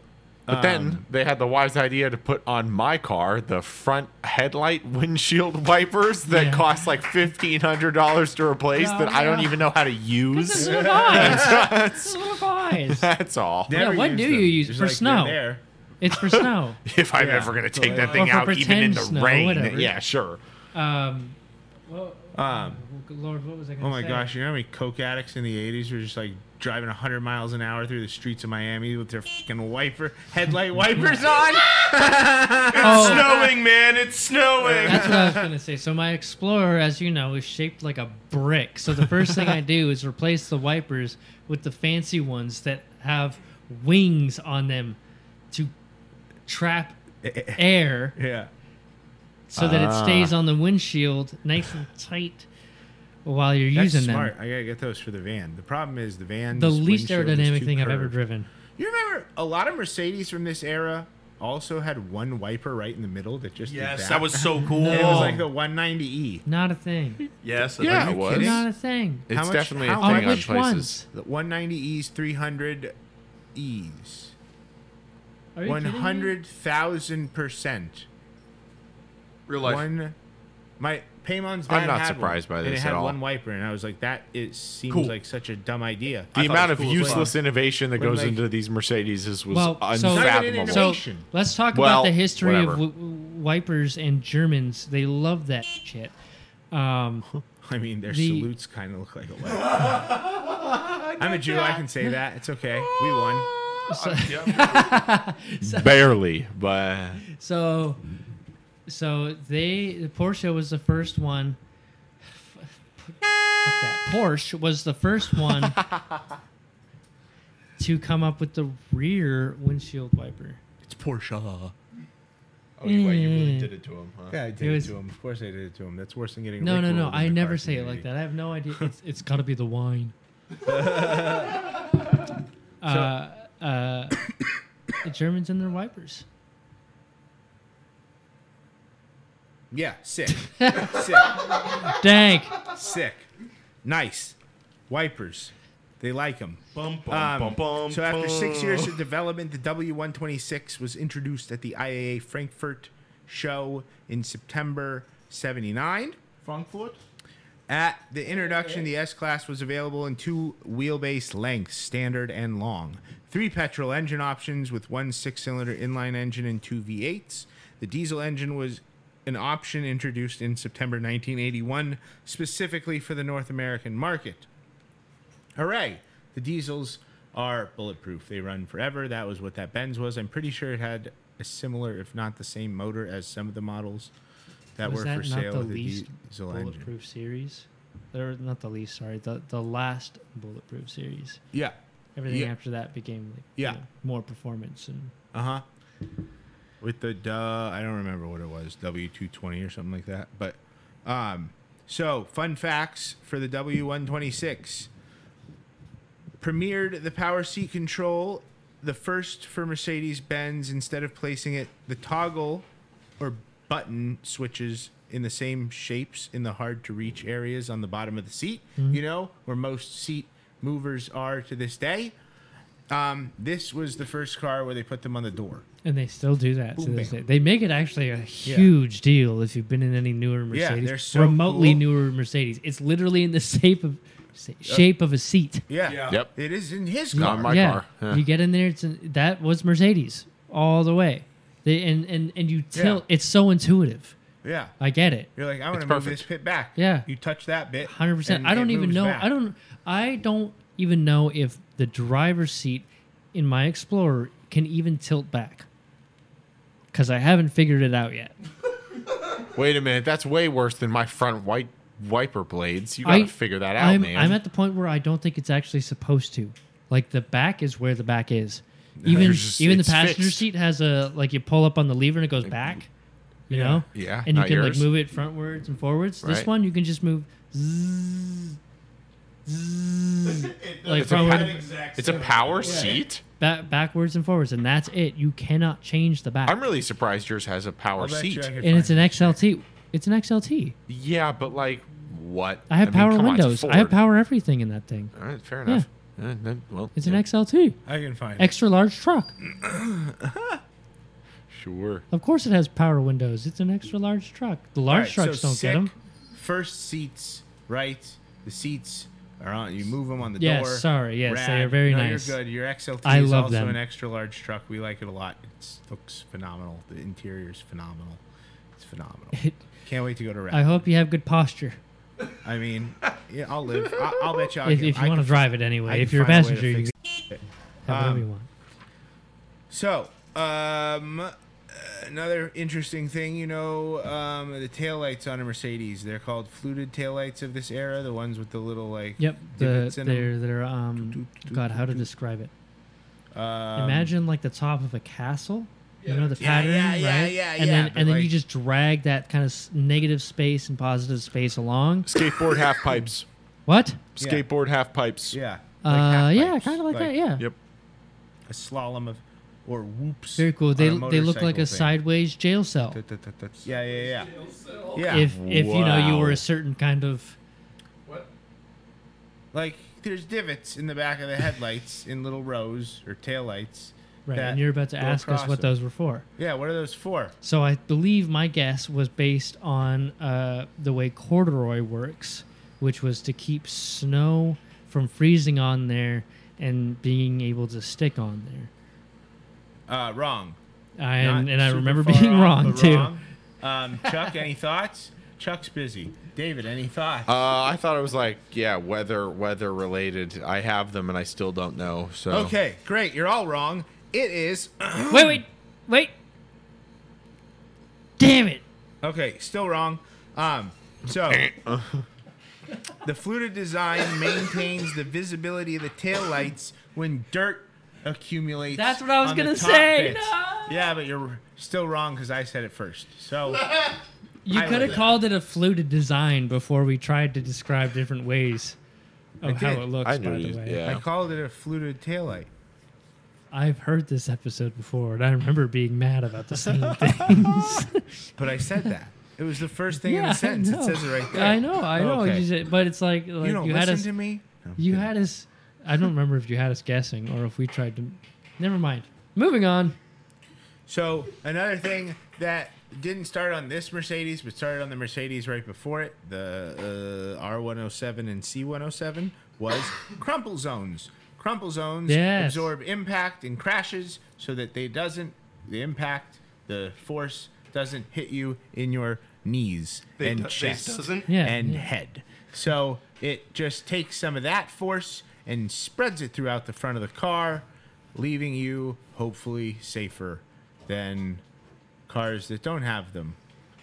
Speaker 2: But then
Speaker 3: um,
Speaker 2: they had the wise idea to put on my car the front headlight windshield wipers that
Speaker 1: Yeah.
Speaker 2: cost like fifteen hundred dollars to replace
Speaker 1: No,
Speaker 2: that I don't
Speaker 1: yeah.
Speaker 2: even know how to
Speaker 1: It's
Speaker 2: use.
Speaker 1: little guys. It's little guys.
Speaker 2: That's all.
Speaker 1: Yeah,
Speaker 3: never
Speaker 1: what
Speaker 3: used
Speaker 1: do you
Speaker 3: them.
Speaker 1: use
Speaker 3: Just
Speaker 1: for
Speaker 3: they're
Speaker 1: snow?
Speaker 3: There.
Speaker 1: It's for snow.
Speaker 2: If I'm
Speaker 3: Yeah.
Speaker 2: ever gonna
Speaker 3: So
Speaker 2: take
Speaker 3: like-
Speaker 2: that thing
Speaker 1: Or for
Speaker 2: out, even in
Speaker 1: pretend
Speaker 2: the
Speaker 1: snow,
Speaker 2: rain,
Speaker 1: whatever.
Speaker 2: yeah, sure.
Speaker 1: Um, well,
Speaker 3: Um,
Speaker 1: Lord, what was I going to
Speaker 3: Oh my gosh, you know how many coke addicts in the 80s were just like driving 100 miles an hour through the streets of Miami with their fucking wiper, headlight wipers on?
Speaker 1: Oh,
Speaker 4: Snowing, man! It's snowing.
Speaker 1: That's what I was gonna say. So my Explorer, as you know, is shaped like a brick. So the first thing I do is replace the wipers with the fancy ones that have wings on them to trap air,
Speaker 3: Yeah.
Speaker 1: so that
Speaker 3: Ah.
Speaker 1: it stays on the windshield nice and tight while you're
Speaker 3: That's
Speaker 1: using
Speaker 3: smart.
Speaker 1: them.
Speaker 3: I gotta get those for the van. The problem is the van.
Speaker 1: The least aerodynamic thing I've ever driven.
Speaker 3: You remember a lot of Mercedes from this era also had one wiper right in the middle that just did
Speaker 5: Yes,
Speaker 4: That was so cool.
Speaker 3: And it was like the E. 190e.
Speaker 1: Not a thing.
Speaker 4: yes.
Speaker 2: Yeah, it
Speaker 3: you
Speaker 2: was.
Speaker 3: kidding?
Speaker 1: Not a thing.
Speaker 2: It's
Speaker 3: How much-
Speaker 2: definitely
Speaker 3: how
Speaker 2: a
Speaker 1: much-
Speaker 2: thing on
Speaker 1: Which
Speaker 2: places.
Speaker 3: The 190e's, 300e's.
Speaker 1: Are you kidding me?
Speaker 3: 100,000 percent.
Speaker 4: Real life.
Speaker 3: One. My Paymon's.
Speaker 2: I'm
Speaker 3: dad
Speaker 2: not
Speaker 3: had
Speaker 2: surprised
Speaker 3: one,
Speaker 2: by
Speaker 3: and
Speaker 2: this
Speaker 3: it had
Speaker 2: at all.
Speaker 3: One wiper, and I was like, that it seems
Speaker 4: Cool.
Speaker 3: like such a dumb idea.
Speaker 2: The
Speaker 4: thought it
Speaker 2: amount of
Speaker 4: was cool as well.
Speaker 2: useless innovation that
Speaker 3: When,
Speaker 2: goes
Speaker 3: like-
Speaker 2: into these Mercedes is was
Speaker 1: Well, so- Not
Speaker 3: even
Speaker 2: unfathomable.
Speaker 3: an
Speaker 1: So
Speaker 3: Nation.
Speaker 1: let's talk
Speaker 2: Well,
Speaker 1: about the history of
Speaker 2: whatever.
Speaker 1: w- w- wipers and Germans. They love that shit. Um,
Speaker 3: I mean, their
Speaker 1: The-
Speaker 3: salutes kind of look like a wiper. I'm a Jew. I can say that. It's okay. We won.
Speaker 2: Barely, but
Speaker 1: so, so they Porsche was the first one. Fuck that. Porsche was the first one to come up with the rear windshield wiper.
Speaker 4: It's Porsche.
Speaker 2: oh, you, you
Speaker 1: Mm.
Speaker 2: really did it to him, huh?
Speaker 3: Yeah, I
Speaker 1: It
Speaker 3: did
Speaker 1: was-
Speaker 3: it to him. Of course, I did it to him. That's worse than getting.
Speaker 1: No, no, no.
Speaker 3: rickrolled in
Speaker 1: I
Speaker 3: the
Speaker 1: never
Speaker 3: car
Speaker 1: say it
Speaker 3: community.
Speaker 1: like that. I have no idea. It's it's got to be the wine. uh, uh, the Germans and their wipers.
Speaker 3: Yeah, sick, sick,
Speaker 1: Dank.
Speaker 3: sick, nice. Wipers, they like them.
Speaker 5: Bum, bum,
Speaker 3: Um,
Speaker 5: bum, bum,
Speaker 3: so after six
Speaker 5: bum.
Speaker 3: years of development, the W126 was introduced at the IAA Frankfurt show in September 79.
Speaker 5: Frankfurt.
Speaker 3: At the introduction, the S Class was available in two wheelbase lengths, standard and long. Three petrol engine options with one six cylinder inline engine and two V8s. The diesel engine was an option introduced in September 1981, specifically for the North American market. Hooray! The diesels are bulletproof. They run forever. That was what that Benz was. I'm pretty sure it had a similar, if not the same, motor as some of the models that
Speaker 1: Was
Speaker 3: were
Speaker 1: that
Speaker 3: for
Speaker 1: not
Speaker 3: sale
Speaker 1: the
Speaker 3: with
Speaker 1: least
Speaker 3: the diesel
Speaker 1: bulletproof
Speaker 3: engine.
Speaker 1: series? Or not the least. Sorry, the the last bulletproof series.
Speaker 3: Yeah.
Speaker 1: Everything
Speaker 3: Yeah.
Speaker 1: after that became like
Speaker 3: Yeah.
Speaker 1: you know, more performance and
Speaker 3: Uh huh. With the duh, I don't remember what it was, W two twenty or something like that. But um, so fun facts for the W one twenty six. Premiered the power seat control, the first for Mercedes Benz. Instead of placing it, the toggle or button switches in the same shapes in the hard to reach areas on the bottom of the seat. You know where most seat movers are to this day. Um, this was the first car where they put them on the door.
Speaker 1: and they still do that. to
Speaker 3: Boom,
Speaker 1: this
Speaker 3: bam.
Speaker 1: day. They make it actually a huge deal if you've been in any newer
Speaker 3: Yeah,
Speaker 1: Mercedes,
Speaker 3: they're so
Speaker 1: remotely
Speaker 3: cool. Uh,
Speaker 1: newer Mercedes. It's literally in the shape of sa- shape of a seat.
Speaker 3: Yeah.
Speaker 5: Yeah.
Speaker 2: Yep.
Speaker 3: It is in his
Speaker 2: Not
Speaker 3: car.
Speaker 2: my car. Huh.
Speaker 1: You get in there. It's in, that was Mercedes all the way. They, and and and you tilt. It's so intuitive.
Speaker 3: yeah.
Speaker 1: I get it.
Speaker 3: You're like, I want to
Speaker 2: It's
Speaker 3: move
Speaker 2: perfect.
Speaker 3: this pit back.
Speaker 1: Yeah.
Speaker 3: You touch that bit.
Speaker 1: Hundred percent.
Speaker 3: and
Speaker 1: I don't
Speaker 3: it
Speaker 1: even
Speaker 3: moves
Speaker 1: know.
Speaker 3: back.
Speaker 1: I don't. I don't even know if the driver's seat in my Explorer can even tilt back. Because I haven't figured it out yet.
Speaker 2: Wait a minute, that's way worse than my front white wiper blades. You gotta
Speaker 1: I-
Speaker 2: figure that out,
Speaker 1: I'm,
Speaker 2: man.
Speaker 1: I'm at the point where I don't think it's actually supposed to. Like the back is where the back is. Even
Speaker 2: There's just-
Speaker 1: even the
Speaker 2: it's
Speaker 1: passenger
Speaker 2: fixed. mm,
Speaker 1: seat has a like you pull up on the lever and it goes back. You know?
Speaker 2: Yeah,
Speaker 1: And you
Speaker 2: not
Speaker 1: can
Speaker 2: yours.
Speaker 1: like move it frontwards and forwards. This
Speaker 2: Right.
Speaker 1: one you can just move zzz, zzz, like
Speaker 2: It's a pa-
Speaker 1: frontward,
Speaker 5: Exact
Speaker 2: it's a
Speaker 5: same.
Speaker 2: power seat.
Speaker 1: ba- backwards and forwards, and that's it. You cannot change the back.
Speaker 2: I'm really surprised yours has a power
Speaker 3: I'll bet you I
Speaker 2: seat.
Speaker 3: could
Speaker 1: and it's an
Speaker 3: find
Speaker 1: XLT. It's an XLT.
Speaker 2: Yeah, but like what?
Speaker 1: I have
Speaker 2: mean,
Speaker 1: power
Speaker 2: come on, it's a
Speaker 1: windows. I have
Speaker 2: Ford.
Speaker 1: power everything in that thing.
Speaker 2: All right, fair enough. Uh, then- well,
Speaker 1: It's
Speaker 2: yeah,
Speaker 1: an XLT.
Speaker 3: it. I can find
Speaker 1: Extra large truck.
Speaker 2: Sure.
Speaker 1: Of course, it has power windows. It's an extra large truck. The large
Speaker 3: Alright,
Speaker 1: trucks
Speaker 3: so
Speaker 1: don't get 'em.
Speaker 3: sick. First seats, right? The seats are on. You move them on the
Speaker 1: Yes,
Speaker 3: door.
Speaker 1: sorry, yes, they are very
Speaker 3: no,
Speaker 1: nice.
Speaker 3: You're good. Your XLT
Speaker 1: I
Speaker 3: is
Speaker 1: love
Speaker 3: also
Speaker 1: them.
Speaker 3: an extra large truck. We like it a lot. It looks phenomenal. The interior is phenomenal. It's phenomenal. Can't wait to go to
Speaker 1: I
Speaker 3: Red.
Speaker 1: hope you have good posture
Speaker 3: I, mean, yeah, I'll live. I, I'll bet you. I
Speaker 1: if,
Speaker 3: can-
Speaker 1: if
Speaker 3: I
Speaker 1: you want
Speaker 3: can
Speaker 1: to drive it anyway.
Speaker 3: can
Speaker 1: If you're a
Speaker 3: find a way to
Speaker 1: passenger, you
Speaker 3: fix Um,
Speaker 1: can have whatever you want.
Speaker 3: So, um, another interesting thing, you know, um, the taillights on a Mercedes, they're called fluted taillights of this era, the ones with the little, like,
Speaker 1: Yep, the,
Speaker 3: divots in 'em.
Speaker 1: they're they're um.
Speaker 3: Doot, doot,
Speaker 1: God, how to
Speaker 3: doot,
Speaker 1: describe it?
Speaker 3: Um,
Speaker 1: Imagine like the top of a castle. You know the
Speaker 3: Yeah,
Speaker 1: pattern,
Speaker 3: yeah, yeah,
Speaker 1: right?
Speaker 3: yeah,
Speaker 1: and
Speaker 3: yeah,
Speaker 1: then
Speaker 3: but
Speaker 1: and then you
Speaker 3: like-
Speaker 1: just drag that kind of s- negative space and positive space along.
Speaker 2: Skateboard half pipes.
Speaker 1: What?
Speaker 3: Yeah.
Speaker 2: Skateboard half pipes.
Speaker 3: Yeah.
Speaker 1: uh,
Speaker 3: half
Speaker 1: yeah,
Speaker 3: pipes,
Speaker 1: kind of like, that. Yeah.
Speaker 2: Yep.
Speaker 3: A slalom of or whoops.
Speaker 1: Very cool. They
Speaker 3: on
Speaker 1: they look like
Speaker 3: motorcycle thing.
Speaker 1: a sideways jail cell.
Speaker 3: Yeah, yeah, yeah. Yeah.
Speaker 1: If if you know you
Speaker 2: Wow.
Speaker 1: were a certain kind of
Speaker 5: What?
Speaker 3: like there's divots in the back of the headlights in little rows or taillights.
Speaker 1: right,
Speaker 3: that
Speaker 1: and you're about to
Speaker 3: go
Speaker 1: ask us
Speaker 3: across
Speaker 1: what
Speaker 3: them.
Speaker 1: those were for.
Speaker 3: Yeah, what are those for?
Speaker 1: So I believe my guess was based on uh, the way corduroy works, which was to keep snow from freezing on there and being able to stick on there.
Speaker 3: Uh, wrong.
Speaker 1: I, and
Speaker 3: Not
Speaker 1: and I
Speaker 3: super
Speaker 1: remember
Speaker 3: far
Speaker 1: being
Speaker 3: off,
Speaker 1: wrong
Speaker 3: but
Speaker 1: too.
Speaker 3: wrong. Um, Chuck, any thoughts? Chuck's busy. David, any thoughts?
Speaker 2: Uh, I thought it was like yeah, weather weather related. I have them and I still don't know. So
Speaker 3: okay, great. You're all wrong. It is
Speaker 1: Wait, wait, wait! Damn it!
Speaker 3: Okay, still wrong. Um, so the fluted design maintains the visibility of the taillights when dirt accumulates.
Speaker 1: That's what I was
Speaker 3: on the
Speaker 1: gonna
Speaker 3: top
Speaker 1: say,
Speaker 3: bits.
Speaker 1: no!
Speaker 3: Yeah, but you're still wrong because I said it first. So
Speaker 1: You
Speaker 3: I
Speaker 1: could
Speaker 3: like
Speaker 1: have
Speaker 3: it.
Speaker 1: called it a fluted design before we tried to describe different ways of how
Speaker 3: did.
Speaker 1: it looks.
Speaker 2: I
Speaker 1: by
Speaker 2: knew
Speaker 1: the
Speaker 2: you-
Speaker 1: way,
Speaker 2: yeah.
Speaker 3: I called it a fluted taillight.
Speaker 1: I've heard this episode before, and I remember being mad about the same things.
Speaker 3: But I said that. It was the first thing in
Speaker 1: I
Speaker 3: the sentence.
Speaker 1: know.
Speaker 3: It says it right there.
Speaker 1: I know, I know.
Speaker 3: Okay.
Speaker 1: You said, but it's like, like
Speaker 3: You
Speaker 1: you,
Speaker 3: don't
Speaker 1: had
Speaker 3: listen
Speaker 1: us.
Speaker 3: to me.
Speaker 1: You had us. I don't remember if you had us guessing or if we tried to. Never mind. Moving on.
Speaker 3: So another thing that didn't start on this Mercedes, but started on the Mercedes right before it, the uh, R107 and C107, was crumple zones. Crumple zones
Speaker 1: Yes.
Speaker 3: absorb impact and crashes so that they doesn't the impact, the force doesn't hit you in your knees
Speaker 4: They
Speaker 3: and
Speaker 4: do- they
Speaker 3: chest
Speaker 4: doesn't?
Speaker 1: Yeah.
Speaker 3: and
Speaker 1: yeah.
Speaker 3: head. So it just takes some of that force and spreads it throughout the front of the car, leaving you hopefully safer than cars that don't have them.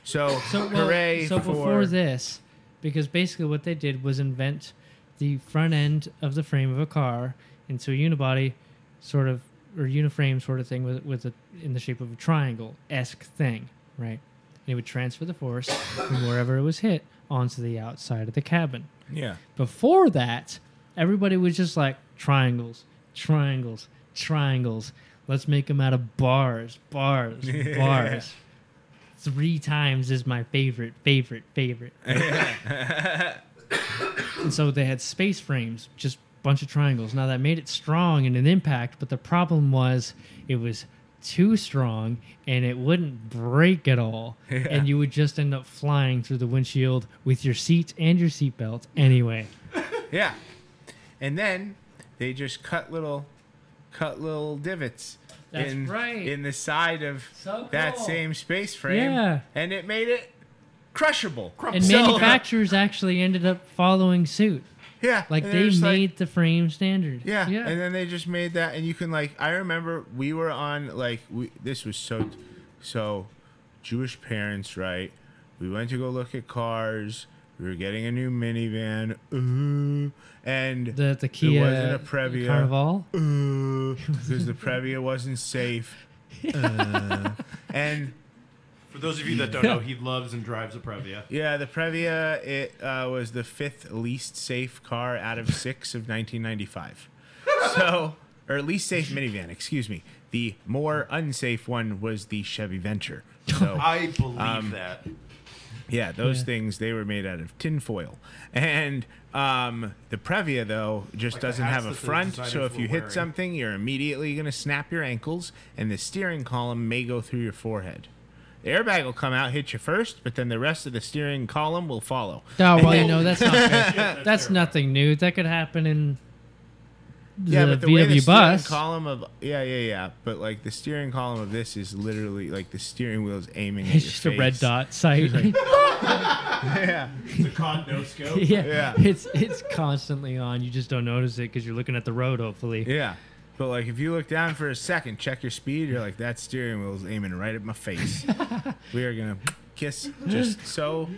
Speaker 3: So,
Speaker 1: So, well,
Speaker 3: hooray
Speaker 1: so
Speaker 3: for
Speaker 1: before this, because basically what they did was invent the front end of the frame of a car into a unibody sort of or uniframe sort of thing with with a in the shape of a triangle esque thing, right? And it would transfer the force from wherever it was hit onto the outside of the cabin.
Speaker 3: yeah.
Speaker 1: Before that, everybody was just like triangles, triangles, triangles. Let's make them out of bars, bars, bars. Three times is my favorite, favorite, favorite. and so they had space frames, just bunch of triangles. Now that made it strong and an impact, but the problem was it was too strong and it wouldn't break at all. And you would just end up flying through the windshield with your seat and your seatbelt anyway.
Speaker 3: Yeah. And then they just cut little cut little divots
Speaker 1: That's
Speaker 3: in
Speaker 1: right.
Speaker 3: in the side of
Speaker 1: So
Speaker 3: that
Speaker 1: cool.
Speaker 3: same space frame
Speaker 1: Yeah.
Speaker 3: and it made it crushable.
Speaker 1: And manufacturers actually ended up following suit.
Speaker 3: Yeah.
Speaker 1: Like
Speaker 3: and they're
Speaker 1: they made
Speaker 3: just
Speaker 1: the frame standard.
Speaker 3: Yeah.
Speaker 1: Yeah.
Speaker 3: And then they just made that, and you can like. I remember we were on like we. This was so, so, Jewish parents, right? We went to go look at cars. We were getting a new minivan, Ooh. and
Speaker 1: the the
Speaker 3: there
Speaker 1: Kia
Speaker 3: wasn't a Previa.
Speaker 1: Carnival. Oh,
Speaker 3: because the Previa wasn't safe. Uh, and
Speaker 4: For those of you that don't
Speaker 5: No,
Speaker 4: know,
Speaker 5: he loves and drives a Previa.
Speaker 3: yeah, the Previa it uh, was the fifth least safe car out of six of 1995. So, or at least safe minivan, excuse me. The more unsafe one was the Chevy Venture. So,
Speaker 4: I believe
Speaker 1: Um,
Speaker 4: that.
Speaker 3: yeah, those
Speaker 1: Yeah.
Speaker 3: things they were made out of tinfoil. And um, the Previa though just
Speaker 5: the
Speaker 3: doesn't
Speaker 5: hats
Speaker 3: have
Speaker 5: that
Speaker 3: a
Speaker 5: the
Speaker 3: front,
Speaker 5: designers
Speaker 3: so if
Speaker 5: were
Speaker 3: you hit
Speaker 5: wearing.
Speaker 3: something, you're immediately going to snap your ankles, and the steering column may go through your forehead. The airbag will come out, hit you first, but then the rest of the steering column will follow.
Speaker 1: Oh well, you know that's not fair. that's nothing new. That could happen in the,
Speaker 3: yeah, but the way the
Speaker 1: VW
Speaker 3: steering
Speaker 1: bus.
Speaker 3: column of yeah, yeah, yeah, but like the steering column of this is literally like the steering wheel is aiming. at
Speaker 1: It's
Speaker 3: your
Speaker 1: just a red
Speaker 3: face.
Speaker 1: dot sight.
Speaker 3: Yeah,
Speaker 5: It's a con no scope.
Speaker 1: yeah.
Speaker 3: Yeah.
Speaker 1: it's it's constantly on. You just don't notice it because you're looking at the road. Hopefully,
Speaker 3: yeah. But like if you look down for a second, check your speed, you're like that steering wheel is aiming right at my face. we are gonna kiss just so.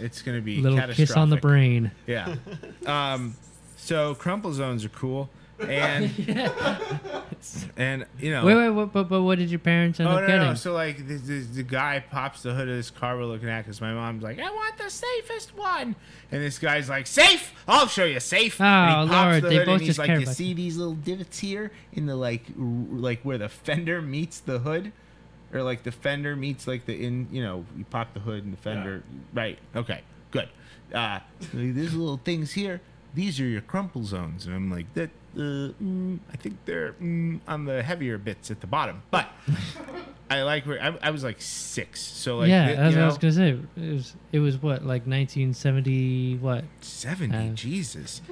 Speaker 3: It's gonna be
Speaker 1: little
Speaker 3: catastrophic.
Speaker 1: kiss on the brain.
Speaker 3: Yeah. Um, so crumple zones are cool. and and you know.
Speaker 1: Wait, wait, what, but but what did your parents end
Speaker 3: Oh
Speaker 1: up
Speaker 3: no,
Speaker 1: getting?
Speaker 3: no! So like, the, the, the guy pops the hood of this car we're looking at because my mom's like, "I want the safest one," and this guy's like, "Safe? I'll show you safe." and
Speaker 1: Oh, Lord, they both
Speaker 3: and he's
Speaker 1: just
Speaker 3: like,
Speaker 1: care
Speaker 3: "You
Speaker 1: about
Speaker 3: see these little divots here in the like, r- like where the fender meets the hood, or like the fender meets like the in, you know, you pop the hood and the fender, right? Okay, good. Uh, these little things here, these are your crumple zones, and I'm like that. Uh, mm, I think they're mm, on the heavier bits at the bottom, but. I like where I, I was like six, so like
Speaker 1: yeah,
Speaker 3: th-
Speaker 1: that's
Speaker 3: you
Speaker 1: what I
Speaker 3: know,
Speaker 1: was gonna say. It was it was what like 1970 what?
Speaker 3: seventy.
Speaker 1: Uh,
Speaker 3: Jesus,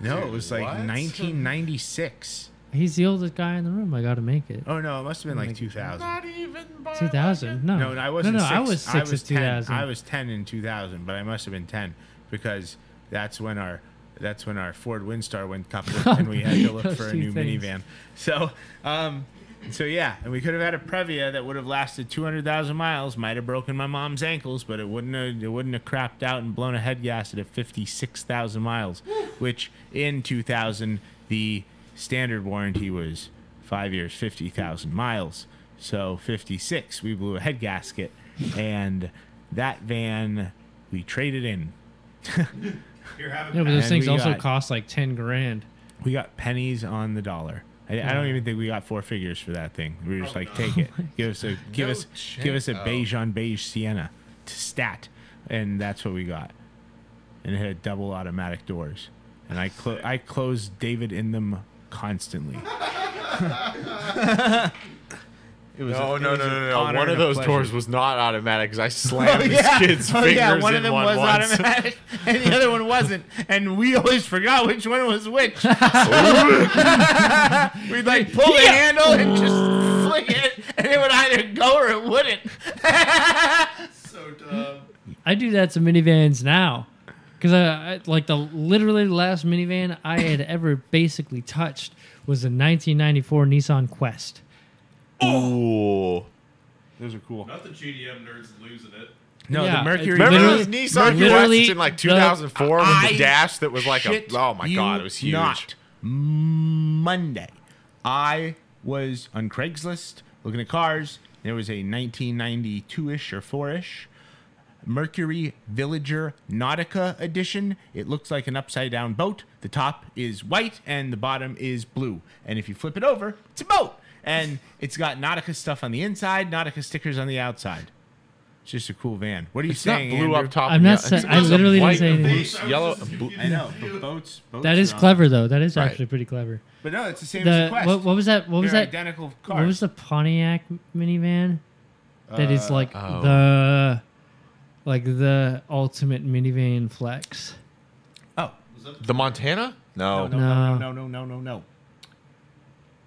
Speaker 3: no, it was like
Speaker 4: what?
Speaker 3: nineteen ninety six.
Speaker 1: He's the oldest guy in the room. I gotta make it.
Speaker 3: Oh no, it must have been like two thousand.
Speaker 4: Not even by
Speaker 1: 2000? No,
Speaker 3: No, no, I wasn't.
Speaker 1: No, no,
Speaker 3: six.
Speaker 1: I was six
Speaker 3: I was
Speaker 1: in
Speaker 3: 10.
Speaker 1: 2000.
Speaker 3: I was ten in two thousand, but I must have been ten because that's when our that's when our Ford Windstar went kaput and we had to look
Speaker 1: Those
Speaker 3: for a
Speaker 1: two
Speaker 3: new
Speaker 1: things.
Speaker 3: minivan. So, um, so yeah, and we could have had a Previa that would have lasted two hundred thousand miles. Might have broken my mom's ankles, but it wouldn't have, it wouldn't have crapped out and blown a head gasket at fifty six thousand miles, which in two thousand the standard warranty was five years, fifty thousand miles. So fifty six, we blew a head gasket, and that van we traded in.
Speaker 5: You're having
Speaker 1: Yeah, but those
Speaker 3: And
Speaker 1: things
Speaker 3: we
Speaker 1: also
Speaker 3: got-
Speaker 1: cost like 10 grand.
Speaker 3: We got pennies on the dollar. I, I don't even think we got four figures for that thing. We were just like, take
Speaker 2: Oh
Speaker 3: it, give us a give us give us a beige on beige Sienna to stat, and that's what we got. And it had double automatic doors, and I clo- I closed David in them constantly. it was
Speaker 2: No,
Speaker 3: a- it
Speaker 2: no, no,
Speaker 3: was an
Speaker 2: no, no,
Speaker 3: honor
Speaker 2: One of
Speaker 3: and a
Speaker 2: those
Speaker 3: pleasure.
Speaker 2: doors was not automatic because I slammed this kid's
Speaker 3: Oh,
Speaker 2: fingers
Speaker 3: yeah, one
Speaker 2: in
Speaker 3: of them
Speaker 2: one
Speaker 3: was
Speaker 2: once.
Speaker 3: automatic, and the other one wasn't, and we always forgot which one was which. We'd like pull the handle and just flick it, and it would either go or it wouldn't.
Speaker 4: so
Speaker 5: uh,
Speaker 4: dumb.
Speaker 1: I do that to minivans now. Because I, I like the literally last minivan I had ever basically touched was a 1994 Nissan Quest.
Speaker 2: Ooh.
Speaker 3: Those are cool.
Speaker 5: Not the GDM nerds losing it.
Speaker 3: No,
Speaker 1: Yeah,
Speaker 3: the
Speaker 1: it's
Speaker 3: Mercury.
Speaker 2: Remember
Speaker 1: Literally-
Speaker 2: those Nissan
Speaker 1: literally
Speaker 2: Quests in like
Speaker 1: the-
Speaker 2: 2004 with
Speaker 3: I
Speaker 2: the dash that was like a
Speaker 3: shit
Speaker 2: oh my
Speaker 3: you
Speaker 2: god it was huge.
Speaker 3: Not Monday, I was on Craigslist looking at cars. There was a 1992-ish or four-ish Mercury Villager Nautica edition. It looks like an upside-down boat. The top is white and the bottom is blue. And if you flip it over, it's a boat. And it's got Nautica stuff on the inside, Nautica stickers on the outside. It's just a cool van. What are you
Speaker 2: It's not
Speaker 3: saying? Andrew?
Speaker 2: blue up top.
Speaker 1: I'm
Speaker 2: and
Speaker 1: not
Speaker 2: down-
Speaker 1: sa-
Speaker 2: it's
Speaker 1: I
Speaker 2: not
Speaker 1: literally didn't
Speaker 2: white
Speaker 1: say
Speaker 2: and
Speaker 1: anything.
Speaker 2: blue, Yellow and blue.
Speaker 3: I know, but boats. boats
Speaker 1: That is
Speaker 3: are on-
Speaker 1: clever though. That is
Speaker 2: Right.
Speaker 1: actually pretty clever.
Speaker 3: But no, it's the same as
Speaker 1: The
Speaker 3: the Quest.
Speaker 1: what, what was that? What was
Speaker 3: They're
Speaker 1: that?
Speaker 3: identical cars? Uh,
Speaker 1: What was the Pontiac minivan? That is like
Speaker 2: oh.
Speaker 1: the like the ultimate minivan flex.
Speaker 3: oh
Speaker 2: The Montana? No.
Speaker 3: no
Speaker 1: No.
Speaker 3: no no no no no no.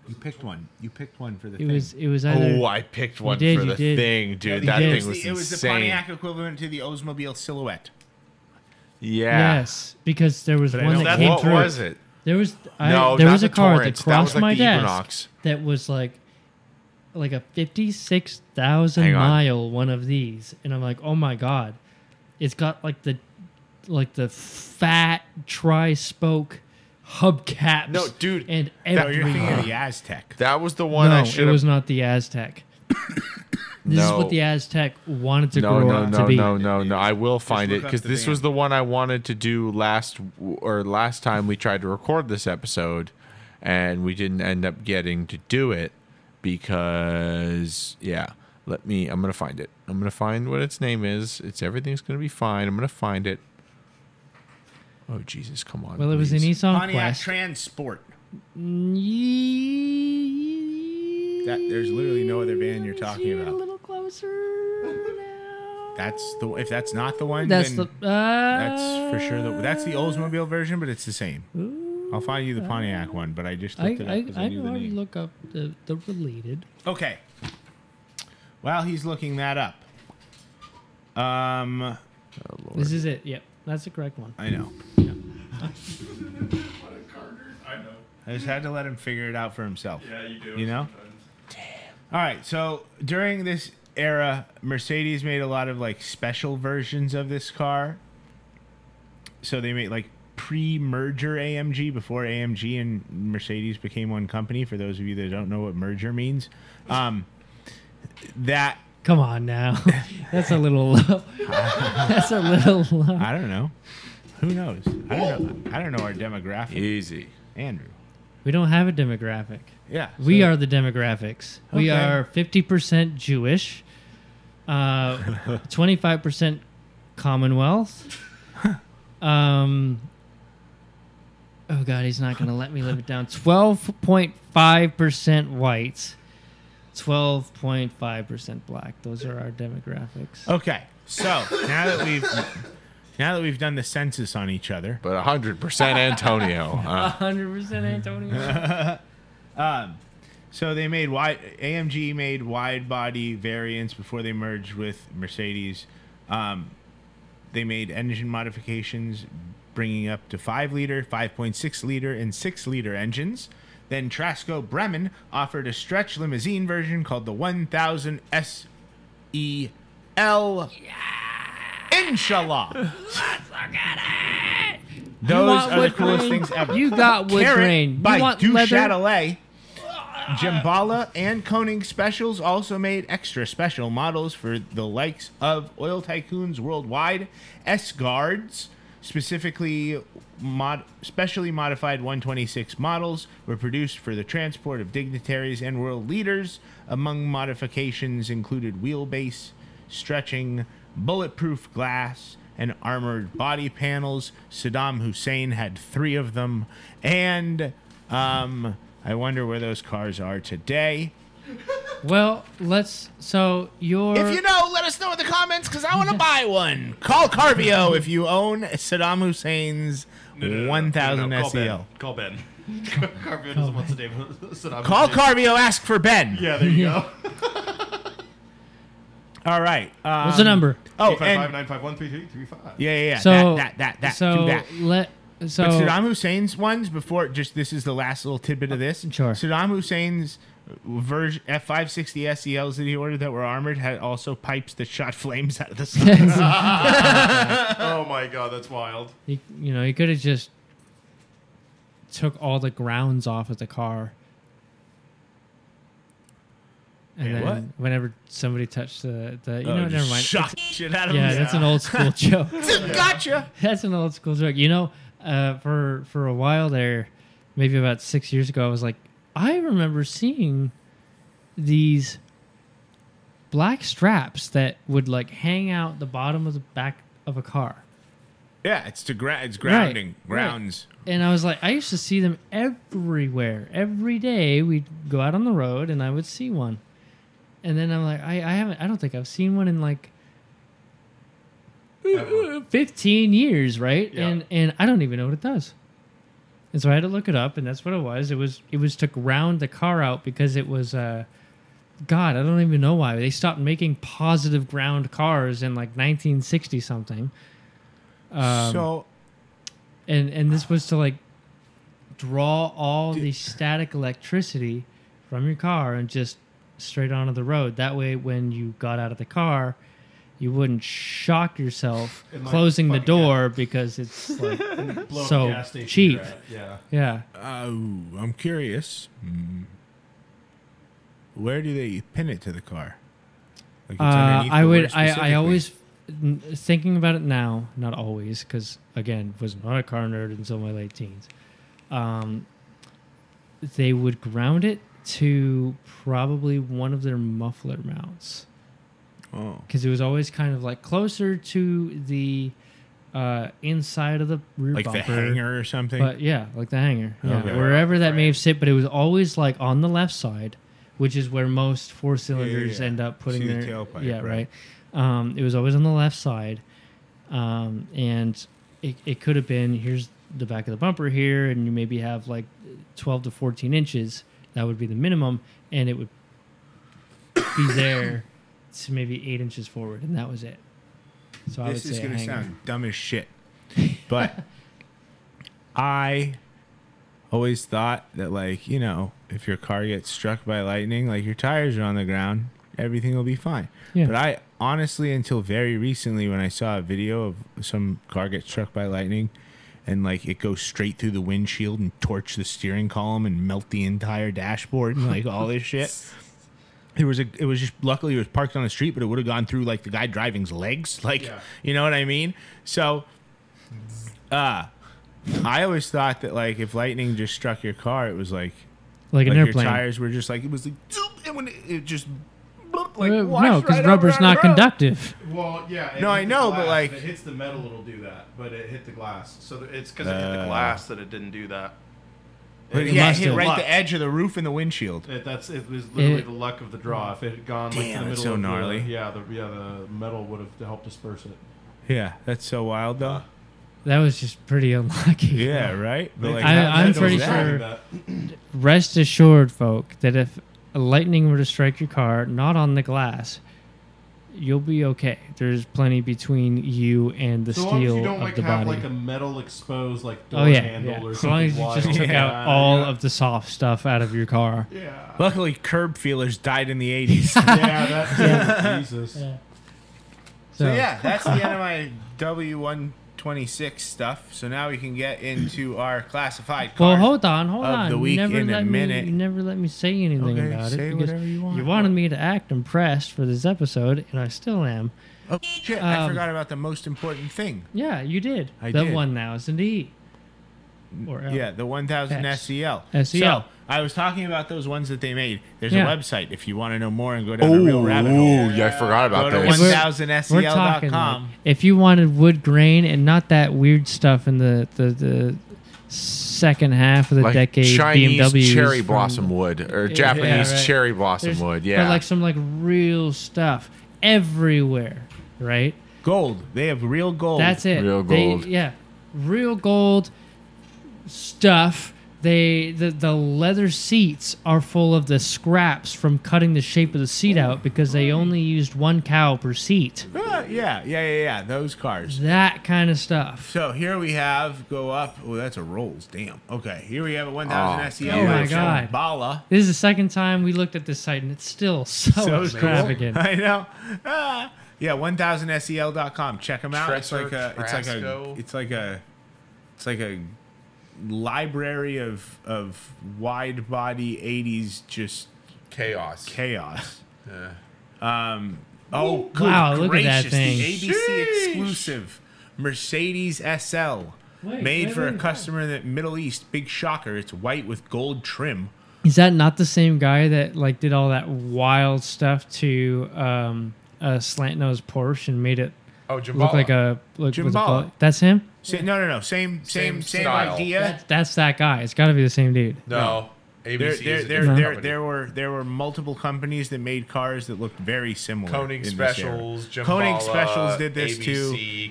Speaker 3: You picked one. You picked one for the
Speaker 1: It
Speaker 3: thing.
Speaker 1: was it was either
Speaker 2: Oh, I picked one
Speaker 1: did,
Speaker 2: for
Speaker 1: you
Speaker 2: the
Speaker 1: did.
Speaker 2: thing, dude.
Speaker 1: you
Speaker 2: that
Speaker 1: did.
Speaker 2: thing was
Speaker 3: the, it was the
Speaker 2: insane.
Speaker 3: Pontiac equivalent to the Oldsmobile silhouette.
Speaker 2: yeah.
Speaker 1: yes because there was
Speaker 3: But I
Speaker 1: one
Speaker 3: don't-
Speaker 1: that
Speaker 2: That-
Speaker 1: came
Speaker 2: what
Speaker 1: through.
Speaker 2: was it?
Speaker 1: There was I,
Speaker 2: No,
Speaker 1: there
Speaker 2: not
Speaker 1: was a
Speaker 2: the
Speaker 1: car
Speaker 2: Torrance.
Speaker 1: that
Speaker 2: That was
Speaker 1: crossed
Speaker 2: like
Speaker 1: my
Speaker 2: the
Speaker 1: desk
Speaker 2: Equinox.
Speaker 1: that was like like a fifty six thousand
Speaker 2: Hang on.
Speaker 1: mile one of these, and I'm like, oh my god, it's got like the like the fat tri spoke hubcaps.
Speaker 2: No, dude,
Speaker 1: and
Speaker 3: No, you're
Speaker 1: everything.
Speaker 3: thinking of the Aztec.
Speaker 2: That was the one I
Speaker 1: no,
Speaker 2: should
Speaker 1: it
Speaker 2: have.
Speaker 1: was not the Aztec. This is
Speaker 2: No.
Speaker 1: what the Aztec wanted to
Speaker 2: no,
Speaker 1: grow
Speaker 2: no,
Speaker 1: up
Speaker 2: no,
Speaker 1: to be.
Speaker 2: no, no, no. I will find it
Speaker 5: look up
Speaker 2: because
Speaker 5: the
Speaker 2: this
Speaker 5: van.
Speaker 2: was the one I wanted to do last or last time we tried to record this episode, and we didn't end up getting to do it because yeah. Let me. I'm gonna find it. I'm gonna find what its name is. It's everything's gonna be fine. I'm gonna find it. Oh Jesus! Come on.
Speaker 1: Well, it was an
Speaker 2: please.
Speaker 1: Nissan
Speaker 3: Pontiac
Speaker 1: Oh, Quest.
Speaker 3: Transport.
Speaker 1: Ye-
Speaker 3: That there's literally no other van you're talking
Speaker 1: A
Speaker 3: about.
Speaker 1: little closer now.
Speaker 3: That's the if that's not the one,
Speaker 1: That's
Speaker 3: then
Speaker 1: the. Uh,
Speaker 3: that's for sure. The, that's the Oldsmobile version, but it's the same. I'll find you the Pontiac one, but I just
Speaker 1: I,
Speaker 3: looked it up
Speaker 1: I,
Speaker 3: 'cause I,
Speaker 1: I
Speaker 3: knew
Speaker 1: know
Speaker 3: the
Speaker 1: how to
Speaker 3: name.
Speaker 1: look up the, the related.
Speaker 3: Okay. While he's looking that up, um,
Speaker 1: This is it. Yep, that's the correct one.
Speaker 3: I know.
Speaker 5: I know.
Speaker 3: I just had to let him figure it out for himself.
Speaker 5: Yeah, you do.
Speaker 3: You know?
Speaker 5: sometimes.
Speaker 3: All right. So during this era, Mercedes made a lot of like special versions of this car. So they made like pre-merger AMG before AMG and Mercedes became one company. For those of you that don't know what merger means, um, that
Speaker 1: Come on now. That's a little low. That's a little low.
Speaker 3: I don't know. Who knows? I don't know. I don't know our demographic,
Speaker 2: Easy.
Speaker 3: Andrew.
Speaker 1: We don't have a demographic.
Speaker 3: Yeah,
Speaker 1: We
Speaker 3: so-
Speaker 1: are the demographics. We
Speaker 3: Okay.
Speaker 1: are 50% Jewish, uh, 25% Commonwealth. Um, oh, God, he's not going to let me live it down. 12.5% white, 12.5% black. Those are our demographics.
Speaker 3: Okay, so now that we've now that we've done the census on each other,
Speaker 2: But 100% Antonio. huh?
Speaker 1: 100%
Speaker 3: Mm-hmm.
Speaker 1: Antonio.
Speaker 3: so they made wide AMG made wide body variants before they merged with Mercedes. Um, they made engine modifications, bringing up to five liter, five point six liter, and six liter engines. Then Trasco Bremen offered a stretch limousine version called the 1000 E SEL. Inshallah. Those
Speaker 1: want
Speaker 3: are the
Speaker 1: wood
Speaker 3: coolest
Speaker 1: grain?
Speaker 3: things ever.
Speaker 1: You got wood
Speaker 3: Carrot
Speaker 1: grain. You
Speaker 3: By
Speaker 1: want
Speaker 3: Du
Speaker 1: leather?
Speaker 3: Châtelet. Jambala and Koenig Specials also made extra special models for the likes of oil tycoons worldwide, S guards, specifically mod- specially modified 126 models were produced for the transport of dignitaries and world leaders. Among modifications included wheelbase stretching, bulletproof glass, and armored body panels. Saddam Hussein had three of them, and um, I wonder where those cars are today.
Speaker 1: well, let's. So, your.
Speaker 3: If you know, let us know in the comments because I want to buy one. Call Carvio if you own Saddam Hussein's
Speaker 4: No, no, no, no.
Speaker 3: 1000
Speaker 4: No, no, call
Speaker 3: SEL.
Speaker 4: Ben. Call Ben. Carvio doesn't want the name of Saddam
Speaker 3: Call
Speaker 4: Hussein.
Speaker 3: Carvio, ask for Ben.
Speaker 4: Yeah, there you go.
Speaker 5: Oh,
Speaker 3: All right. Um,
Speaker 1: What's the number?
Speaker 3: Oh,
Speaker 5: Eight five five
Speaker 3: and,
Speaker 5: nine five one three three three five.
Speaker 3: yeah, yeah, yeah.
Speaker 1: So
Speaker 3: that, that, that, that.
Speaker 1: so
Speaker 3: do that.
Speaker 1: let so Uh,
Speaker 3: But Saddam Hussein's ones before just this is the last little tidbit of this.
Speaker 1: Sure.
Speaker 3: Saddam Hussein's version F five sixty SELs that he ordered that were armored had also pipes that shot flames out of the side.
Speaker 4: Oh my god, that's wild.
Speaker 1: he, you know he could have just took all the grounds off of the car. And
Speaker 3: Wait,
Speaker 1: then
Speaker 3: what? Oh,
Speaker 1: whenever somebody touched the, the you know never mind.
Speaker 3: Shot shit out of
Speaker 1: Yeah,
Speaker 3: him.
Speaker 1: that's an old school joke.
Speaker 3: gotcha.
Speaker 1: That's an old school joke. You know, uh, for for a while there, maybe about six years ago, I was like, I remember seeing these black straps that would like hang out the bottom of the back of a car,
Speaker 3: Yeah, it's to gra- it's grounding
Speaker 1: right.
Speaker 3: grounds.
Speaker 1: and I was like, I used to see them everywhere. Every day we'd go out on the road, and I would see one. And then I'm like, I, I haven't, I don't think I've seen one in like 15 years, right?
Speaker 4: Yeah.
Speaker 1: And and I don't even know what it does. And so I had to look it up, and that's what it was. It was it was to ground the car out because it was uh, God, I don't even know why they stopped making positive ground cars in like 1960 something,
Speaker 3: so
Speaker 1: and and this was to like draw all the static electricity from your car and just straight onto the road. That way, when you got out of the car. You wouldn't shock yourself
Speaker 5: And, like,
Speaker 1: closing the
Speaker 5: fucking yeah.
Speaker 1: door because it's like
Speaker 5: Blow up
Speaker 1: So,
Speaker 5: the gas station
Speaker 1: cheap.
Speaker 5: you're at. Yeah.
Speaker 1: Yeah.
Speaker 3: oh, I'm curious. Hmm. Where do they pin it to the car? Like it's
Speaker 1: Uh,
Speaker 3: underneath
Speaker 1: I
Speaker 3: the
Speaker 1: would.
Speaker 3: wheel
Speaker 1: I, I
Speaker 3: specifically.
Speaker 1: always n- thinking about it now. Not always, because again, was not a car nerd until my late teens. Um, they would ground it to probably one of their muffler mounts
Speaker 3: Oh.
Speaker 1: because it was always kind of like closer to the uh, inside of the rear
Speaker 3: like
Speaker 1: bumper.
Speaker 3: the hanger or something.
Speaker 1: But yeah, like the hanger. Yeah.
Speaker 3: Okay.
Speaker 1: Wherever that may have sit, but it was always like on the left side, which is where most four cylinders
Speaker 3: yeah.
Speaker 1: end up putting
Speaker 3: See the
Speaker 1: their
Speaker 3: tailpipe,
Speaker 1: Yeah,
Speaker 3: right.
Speaker 1: right. Um, it was always on the left side. Um, and it, it could have been here's the back of the bumper here, and you maybe have like 12 to 14 inches. That would be the minimum. And it would be there to maybe eight inches forward, and that was it. So I would
Speaker 3: this is
Speaker 1: say a
Speaker 3: going to
Speaker 1: hanger.
Speaker 3: sound dumb as shit. But I always thought that, like, you know, if your car gets struck by lightning, like your tires are on the ground, everything will be fine.
Speaker 1: Yeah.
Speaker 3: But I honestly, until very recently, when I saw a video of some car get struck by lightning, and like it goes straight through the windshield and torch the steering column and melt the entire dashboard and like all this shit. It was a, it was just luckily it was parked on the street, but it would have gone through like the guy driving's legs, like
Speaker 5: Yeah.
Speaker 3: you know what I mean. So, uh I always thought that like if lightning just struck your car, it was like
Speaker 1: like an
Speaker 3: like
Speaker 1: airplane.
Speaker 3: Your tires were just like it was like zoom, and when it, it just bloop, like
Speaker 1: Uh,
Speaker 3: washed
Speaker 1: no, because
Speaker 3: right
Speaker 1: rubber's
Speaker 3: over on
Speaker 1: not
Speaker 3: the road.
Speaker 1: conductive.
Speaker 5: Well, yeah. it
Speaker 3: No,
Speaker 5: hit
Speaker 3: I
Speaker 5: the
Speaker 3: know, but,
Speaker 5: glass.
Speaker 3: like-
Speaker 5: If it hits the metal, it'll do that. But it hit the glass, so
Speaker 4: So th- it's because it hit
Speaker 3: Uh.
Speaker 4: the glass that it didn't do that.
Speaker 3: But
Speaker 1: It
Speaker 3: yeah, it
Speaker 1: must
Speaker 3: hit
Speaker 1: have.
Speaker 3: right the edge of the roof and the windshield.
Speaker 5: it, that's it was literally
Speaker 1: It-
Speaker 5: the luck of the draw. If it had gone like to the
Speaker 3: Damn,
Speaker 5: middle,
Speaker 3: it's so
Speaker 5: of the-
Speaker 3: gnarly.
Speaker 5: yeah, the yeah the metal would have helped disperse it.
Speaker 3: Yeah, that's so wild though.
Speaker 1: That was just pretty unlucky.
Speaker 3: Yeah, right. But like,
Speaker 1: I-
Speaker 3: how did
Speaker 1: I'm
Speaker 3: that
Speaker 1: pretty
Speaker 3: go
Speaker 1: sure-
Speaker 3: down?
Speaker 1: Rest assured, folk, that if a lightning were to strike your car, not on the glass, you'll be okay. There's plenty between you and the
Speaker 5: So long as
Speaker 1: steel
Speaker 5: you don't
Speaker 1: of
Speaker 5: like
Speaker 1: the
Speaker 5: have
Speaker 1: body.
Speaker 5: like a metal exposed like door
Speaker 1: oh yeah,
Speaker 5: handle
Speaker 1: yeah.
Speaker 5: or
Speaker 1: As
Speaker 5: something.
Speaker 1: long as you
Speaker 5: wild
Speaker 1: just
Speaker 5: like
Speaker 1: took
Speaker 5: that.
Speaker 1: out all
Speaker 5: yeah.
Speaker 1: of the soft stuff out of your car.
Speaker 5: yeah.
Speaker 3: Luckily, curb feelers died in the '80s. so
Speaker 5: yeah, that's Jesus.
Speaker 1: So,
Speaker 3: yeah, that's the end of my W126 stuff. So now we can get into our classified.
Speaker 1: Well,
Speaker 3: cars.
Speaker 1: hold on, hold
Speaker 3: of
Speaker 1: on.
Speaker 3: the week
Speaker 1: you never
Speaker 3: in a
Speaker 1: let
Speaker 3: minute.
Speaker 1: Me, you never let me say anything
Speaker 3: Okay,
Speaker 1: about
Speaker 3: say
Speaker 1: it because
Speaker 3: whatever you want.
Speaker 1: wanted me to act impressed for this episode, and I still am.
Speaker 3: Oh shit! I
Speaker 1: Um,
Speaker 3: forgot about the most important thing.
Speaker 1: Yeah, you did.
Speaker 3: I
Speaker 1: the
Speaker 3: did.
Speaker 1: 1000 E. Or L.
Speaker 3: Yeah, the 1000
Speaker 1: Yes.
Speaker 3: SEL.
Speaker 1: SEL.
Speaker 3: E So, I was talking about those ones that they made. There's
Speaker 1: E Yeah.
Speaker 3: a website if you want to know more and go down a real
Speaker 2: Oh,
Speaker 3: rabbit hole.
Speaker 2: yeah, I forgot
Speaker 3: Go
Speaker 2: about
Speaker 3: to
Speaker 2: this.
Speaker 1: one-
Speaker 3: 1000sel.com.
Speaker 1: like, if you wanted wood grain and not that weird stuff in the the, the second half of the
Speaker 2: Like
Speaker 1: decade
Speaker 2: Chinese
Speaker 1: BMWs
Speaker 2: cherry
Speaker 1: from-
Speaker 2: blossom wood or
Speaker 1: Yeah,
Speaker 2: Japanese
Speaker 1: right.
Speaker 2: cherry blossom
Speaker 1: there's-
Speaker 2: wood.
Speaker 1: but
Speaker 2: Yeah,
Speaker 1: like some like real stuff everywhere right
Speaker 3: Gold. They have real gold.
Speaker 1: That's it.
Speaker 2: Real
Speaker 1: They-
Speaker 2: gold.
Speaker 1: yeah, real gold stuff. They the the leather seats are full of the scraps from cutting the shape of the seat out because they only used one cow per seat.
Speaker 3: Ah, yeah, yeah, yeah, yeah. Those cars.
Speaker 1: That kind of stuff.
Speaker 3: So here we have go up. Oh, that's a Rolls. Damn. Okay. Here we have a 1000
Speaker 2: Oh,
Speaker 3: SEL.
Speaker 1: oh my
Speaker 3: version.
Speaker 1: God.
Speaker 3: E Bala.
Speaker 1: This is the second time we looked at this site and it's still so,
Speaker 3: So cool.
Speaker 1: extravagant.
Speaker 3: I know. Ah. yeah, E 1000sel.com. Check them out. It's
Speaker 2: Tresor,
Speaker 3: like a it's like a
Speaker 2: Trasco.
Speaker 3: it's like a it's like a library of of wide body 80s just
Speaker 2: chaos.
Speaker 3: chaos. Um, oh, good
Speaker 1: Wow, look at that
Speaker 3: gracious,
Speaker 1: thing.
Speaker 3: The ABC exclusive Mercedes SL.
Speaker 1: Wait,
Speaker 3: made
Speaker 1: wait,
Speaker 3: for
Speaker 1: wait,
Speaker 3: a
Speaker 1: wait.
Speaker 3: customer in the Middle East. Big shocker. It's white with gold trim.
Speaker 1: Is that not the same guy that like did all that wild stuff to um, a slant nose Porsche and made it
Speaker 2: Oh, Jambala.
Speaker 1: look like a look with a
Speaker 3: Jimbala.
Speaker 1: bullet? That's him.
Speaker 3: Sa- No, no, no. Same, same, same,
Speaker 2: Same style.
Speaker 3: idea.
Speaker 1: That's, that's that guy. It's got to be the same dude.
Speaker 2: no. ABC
Speaker 3: There,
Speaker 2: is
Speaker 3: there,
Speaker 2: a
Speaker 3: there,
Speaker 2: different
Speaker 3: there,
Speaker 2: company.
Speaker 3: there were there were multiple companies that made cars that looked very similar. in
Speaker 2: Koenig
Speaker 3: this
Speaker 2: Specials,
Speaker 3: era.
Speaker 2: Jambala,
Speaker 3: Koenig Specials did this
Speaker 2: ABC,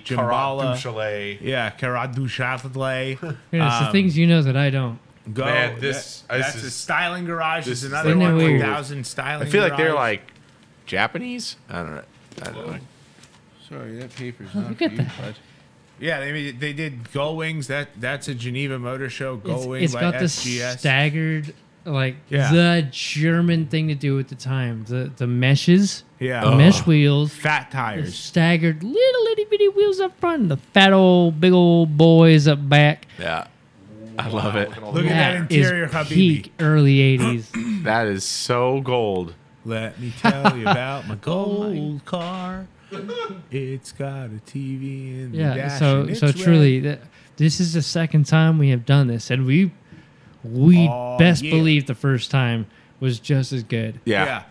Speaker 3: too.
Speaker 2: Jambala,
Speaker 3: Jambala, yeah, Carat du Châtelet.
Speaker 1: Yeah, it's the
Speaker 3: Um,
Speaker 1: things you know that I don't.
Speaker 3: Go.
Speaker 2: Man, this-
Speaker 3: that-
Speaker 2: this
Speaker 3: that's
Speaker 2: is-
Speaker 3: a styling garage.
Speaker 2: this
Speaker 3: Is
Speaker 2: is
Speaker 3: another
Speaker 1: Isn't it
Speaker 3: one.
Speaker 1: weird?
Speaker 3: 1000 styling.
Speaker 2: I feel like they're
Speaker 3: garage.
Speaker 2: like Japanese. I don't know. I don't know.
Speaker 6: Sorry, that paper's not
Speaker 1: look
Speaker 6: for
Speaker 1: at
Speaker 6: you,
Speaker 1: that.
Speaker 6: bud.
Speaker 3: Yeah, they made- they did Gull Wings. That that's a Geneva Motor Show. Gull
Speaker 1: It's,
Speaker 3: Wings
Speaker 1: it's got
Speaker 3: by
Speaker 1: the
Speaker 3: SGS.
Speaker 1: staggered, like
Speaker 3: Yeah.
Speaker 1: the German thing to do at the time. The the meshes,
Speaker 3: yeah, Oh.
Speaker 1: the mesh wheels,
Speaker 3: fat
Speaker 1: the
Speaker 3: tires.
Speaker 1: staggered little itty bitty wheels up front, and the fat old big old boys up back.
Speaker 2: Yeah. I love it.
Speaker 3: Look at that
Speaker 1: That is
Speaker 3: interior, Habibi.
Speaker 1: peak early '80s.
Speaker 2: That is so gold.
Speaker 3: Let me tell you about my gold car. It's got a TV in the
Speaker 1: yeah.
Speaker 3: dash
Speaker 1: So
Speaker 3: and it's
Speaker 1: so
Speaker 3: red.
Speaker 1: truly, th- this is the second time we have done this, and we we
Speaker 3: Oh,
Speaker 1: best
Speaker 3: yeah.
Speaker 1: believe the first time was just as good.
Speaker 3: yeah.
Speaker 2: Yeah.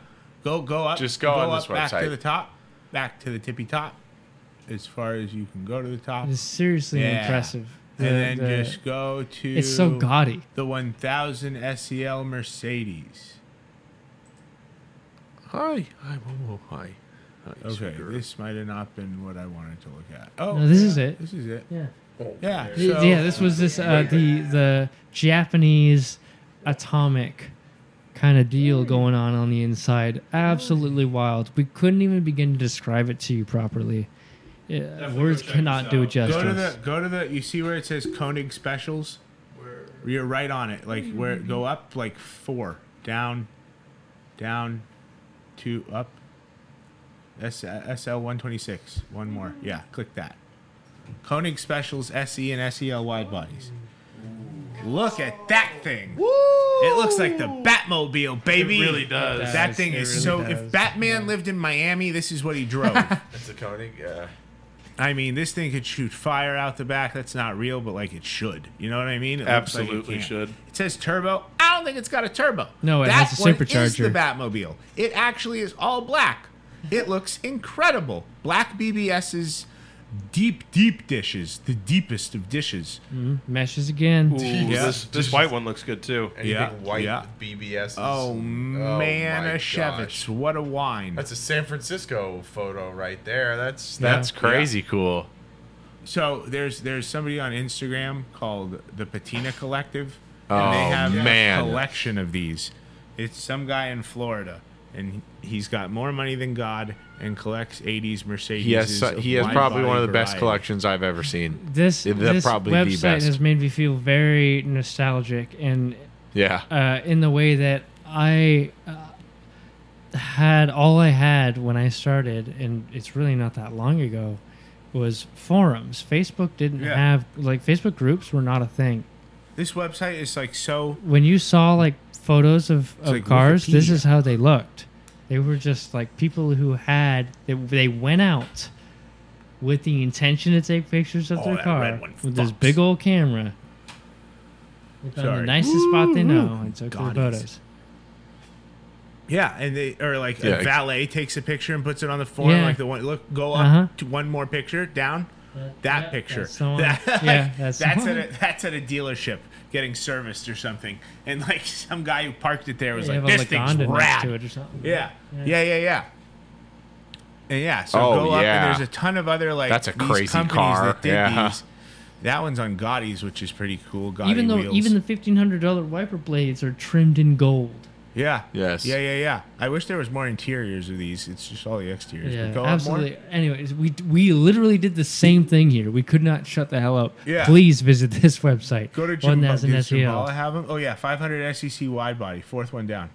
Speaker 3: Go go up.
Speaker 2: Just go on
Speaker 3: up
Speaker 2: this
Speaker 3: Back to
Speaker 2: website.
Speaker 3: the top. Back to the tippy top. As far as you can go to the top,
Speaker 1: It's seriously
Speaker 3: Yeah.
Speaker 1: impressive.
Speaker 3: and then
Speaker 1: The- the-
Speaker 3: just go to.
Speaker 1: uh, it's so gaudy.
Speaker 3: The 1000 SEL E Mercedes.
Speaker 2: Hi. Hi. Momo. Hi. Hi,
Speaker 3: Okay,
Speaker 2: sweet girl.
Speaker 3: this might have not been what I wanted to look at. Oh,
Speaker 1: No, this is it.
Speaker 3: This is it.
Speaker 1: Yeah.
Speaker 3: Yeah. so-
Speaker 1: yeah. This was this uh, the the Japanese atomic kind of deal going on on the inside. Absolutely wild. We couldn't even begin to describe it to you properly. Yeah, words cannot do it justice.
Speaker 3: Go to the go to the you see where it says Koenig specials? Where you're right on it. Like where go up like four. Down down two up. S SL one twenty six. One more. Yeah, click that. Koenig Specials SE and SEL wide bodies. Look at that thing. It looks like the Batmobile, baby.
Speaker 4: It really does.
Speaker 3: That thing
Speaker 1: It
Speaker 3: is so.
Speaker 1: really does.
Speaker 3: If Batman lived in Miami, this is what he drove.
Speaker 2: That's a Koenig. uh, Yeah.
Speaker 3: I mean, this thing could shoot fire out the back. That's not real, but like it should. You know what I mean? It looks like it
Speaker 4: Absolutely
Speaker 3: can.
Speaker 4: should.
Speaker 3: It says turbo. I don't think it's got a turbo.
Speaker 1: No, it
Speaker 3: That
Speaker 1: has a
Speaker 3: one is the
Speaker 1: supercharger.
Speaker 3: Batmobile. It actually is all black. It looks incredible. Black BBS's deep, deep dishes, the deepest of dishes.
Speaker 1: Meshes again.
Speaker 4: Ooh,
Speaker 3: Yeah.
Speaker 4: this, this white one looks good too.
Speaker 2: Anything
Speaker 3: Yeah,
Speaker 2: white
Speaker 3: yeah.
Speaker 2: BBS.
Speaker 3: Oh, man, a Shevitz. What a wine.
Speaker 2: That's a San Francisco photo right there. That's
Speaker 1: Yeah.
Speaker 2: that's crazy cool.
Speaker 3: so there's there's somebody on Instagram called the Patina Collective,
Speaker 2: Oh,
Speaker 3: and they have
Speaker 2: man.
Speaker 3: a collection of these. It's some guy in Florida, and he- he's got more money than God, and collects '80s Mercedes.
Speaker 2: He has su- he has probably one of the best collections I've ever seen.
Speaker 1: This,
Speaker 2: They're
Speaker 1: this
Speaker 2: probably the
Speaker 1: website
Speaker 2: best.
Speaker 1: has made me feel very nostalgic and
Speaker 2: Yeah.
Speaker 1: uh, in the way that I uh, had all I had when I started, and it's really not that long ago, was forums. Facebook didn't
Speaker 5: Yeah.
Speaker 1: have like Facebook groups were not a thing.
Speaker 3: This website is like so.
Speaker 1: When you saw like photos of, of
Speaker 3: like
Speaker 1: cars, this
Speaker 3: Wikipedia.
Speaker 1: is how they looked. They were just like people who had they, they went out with the intention to take pictures of
Speaker 3: Oh,
Speaker 1: their
Speaker 3: that
Speaker 1: car
Speaker 3: red one
Speaker 1: with this
Speaker 3: fucks.
Speaker 1: big old camera. They found the
Speaker 3: Sorry.
Speaker 1: nicest spot they know and took their
Speaker 3: Goddess.
Speaker 1: photos.
Speaker 3: Yeah, and they or like
Speaker 2: Yeah,
Speaker 3: a
Speaker 2: ex-
Speaker 3: valet takes a picture and puts it on the form.
Speaker 1: Yeah.
Speaker 3: Like the one, look, go up
Speaker 1: Uh-huh.
Speaker 3: to one more picture down. That picture.
Speaker 1: That's the one.
Speaker 3: That-
Speaker 1: yeah, that's, the
Speaker 3: that's
Speaker 1: one.
Speaker 3: at a, that's at a dealership getting serviced or something, and like some guy who parked it there was
Speaker 1: They
Speaker 3: like,
Speaker 1: have
Speaker 3: "This
Speaker 1: a
Speaker 3: thing's
Speaker 1: Lagonda next
Speaker 3: rad."
Speaker 1: to it or something.
Speaker 3: Yeah, yeah, yeah, yeah. And yeah, so
Speaker 2: Oh,
Speaker 3: go up
Speaker 2: yeah.
Speaker 3: and there's a ton of other like
Speaker 2: That's a
Speaker 3: these
Speaker 2: crazy
Speaker 3: companies
Speaker 2: car.
Speaker 3: That did
Speaker 2: Yeah.
Speaker 3: these. That one's on Gotti's, which is pretty cool. Gotti
Speaker 1: even though
Speaker 3: wheels.
Speaker 1: even the fifteen hundred dollar wiper blades are trimmed in gold.
Speaker 3: yeah,
Speaker 2: Yes.
Speaker 3: yeah, yeah, yeah. I wish there was more interiors of these. It's just all the exteriors.
Speaker 1: Yeah,
Speaker 3: But go up more.
Speaker 1: absolutely. Anyways, we we literally did the same thing here. We could not shut the hell up.
Speaker 3: Yeah.
Speaker 1: Please visit this website.
Speaker 3: Go to Jim,
Speaker 1: one thousand E
Speaker 3: does Jamala
Speaker 1: SEL.
Speaker 3: have 'em? Oh yeah, 500 SEC wide body, fourth one down.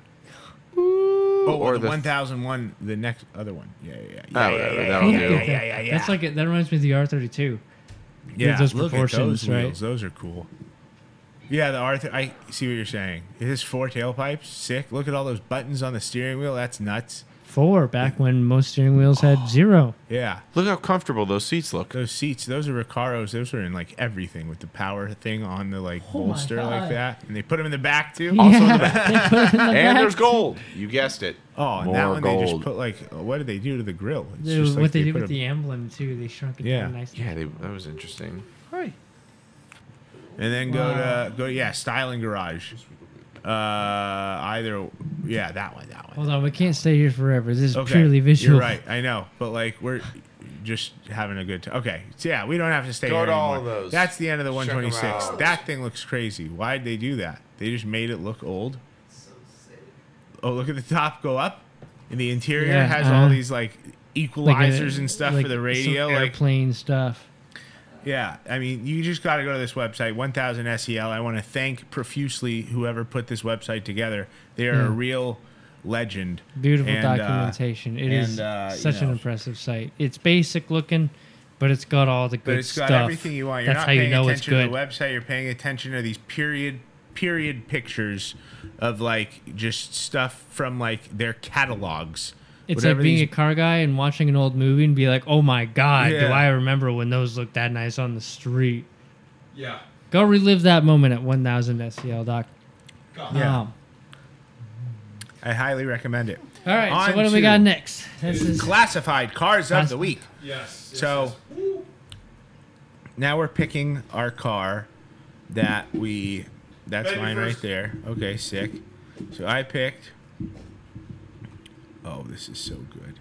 Speaker 3: oh,
Speaker 2: or
Speaker 3: or the
Speaker 2: the-
Speaker 3: 1001, the next other one. Yeah, yeah, yeah.
Speaker 2: Oh,
Speaker 3: yeah,
Speaker 2: that'll
Speaker 3: yeah,
Speaker 2: do.
Speaker 3: yeah, yeah, yeah, yeah, yeah.
Speaker 1: That's like that reminds me of the R thirty two.
Speaker 3: yeah,
Speaker 1: those
Speaker 3: look at
Speaker 1: proportions,
Speaker 3: those
Speaker 1: right?
Speaker 3: wheels. Those are cool. Yeah, the Arthur. I see what you're saying. It has four tailpipes. Sick. Look at all those buttons on the steering wheel. That's nuts.
Speaker 1: Four back when most steering wheels had zero.
Speaker 3: Yeah,
Speaker 2: Look how comfortable those seats look.
Speaker 3: those seats. Those are Recaros. Those were in like everything with the power thing on the like
Speaker 1: Oh my
Speaker 3: bolster like
Speaker 1: God.
Speaker 3: that, and they put them in the back too.
Speaker 1: yeah, they put in the
Speaker 2: And
Speaker 1: back.
Speaker 2: there's gold. You guessed it.
Speaker 3: Oh, and that
Speaker 2: More
Speaker 3: one they just
Speaker 2: gold.
Speaker 3: put like, what did they do to the grill? It's
Speaker 1: Dude,
Speaker 3: just like
Speaker 1: what they, did
Speaker 3: put
Speaker 1: with
Speaker 3: a-
Speaker 1: the emblem too, they shrunk it
Speaker 3: Yeah.
Speaker 1: down nicely.
Speaker 2: Yeah, they, that was interesting.
Speaker 3: and then go to go yeah, styling garage. Uh, either yeah, that one, that one.
Speaker 1: Hold on, we can't stay here forever. This is
Speaker 3: Okay,
Speaker 1: purely visual.
Speaker 3: You're right, I know, but like we're just having a good time. Okay, so yeah, we don't have to stay
Speaker 2: Go
Speaker 3: here
Speaker 2: to all
Speaker 3: anymore.
Speaker 2: those.
Speaker 3: That's the end of the
Speaker 2: Check 'em
Speaker 3: 126.
Speaker 2: out.
Speaker 3: That thing looks crazy. Why'd they do that? They just made it look old. Oh, look at the top go up, and the interior
Speaker 1: Yeah,
Speaker 3: has
Speaker 1: uh-huh.
Speaker 3: all these like
Speaker 1: Like a-
Speaker 3: equalizers and stuff
Speaker 1: like
Speaker 3: for the
Speaker 1: some
Speaker 3: radio, like
Speaker 1: airplane stuff.
Speaker 3: Yeah, I mean, you just got to go to this website, 1000 SEL. E I want to thank profusely whoever put this website together. They are a real legend.
Speaker 1: Hmm. Beautiful
Speaker 3: And, uh,
Speaker 1: documentation. It
Speaker 3: and,
Speaker 1: is
Speaker 3: uh, you
Speaker 1: such an
Speaker 3: know.
Speaker 1: impressive site. It's basic looking, but it's got all the good
Speaker 3: but it's got
Speaker 1: stuff.
Speaker 3: everything you want. You're
Speaker 1: That's
Speaker 3: not
Speaker 1: how you
Speaker 3: paying
Speaker 1: know it's
Speaker 3: attention to
Speaker 1: good.
Speaker 3: the website. You're paying attention to these period period pictures of like just stuff from like their catalogs.
Speaker 1: it's like
Speaker 3: Whatever
Speaker 1: being
Speaker 3: these-
Speaker 1: a car guy and watching an old movie and be like, "Oh my god, do
Speaker 3: Yeah.
Speaker 1: I remember when those looked that nice on the street?"
Speaker 5: Yeah.
Speaker 1: Go relive that moment at 1000sel.com.
Speaker 3: Yeah.
Speaker 1: Um,
Speaker 3: I highly recommend it.
Speaker 1: All right,
Speaker 3: On
Speaker 1: so what do we
Speaker 3: to-
Speaker 1: got next? This is
Speaker 3: Classified cars of the
Speaker 1: Classified.
Speaker 3: week.
Speaker 5: Yes.
Speaker 3: So now we're picking our car that we. That's
Speaker 5: Ben, you
Speaker 3: mine
Speaker 5: first.
Speaker 3: right there. Okay, sick. So I picked. Oh, this is so good.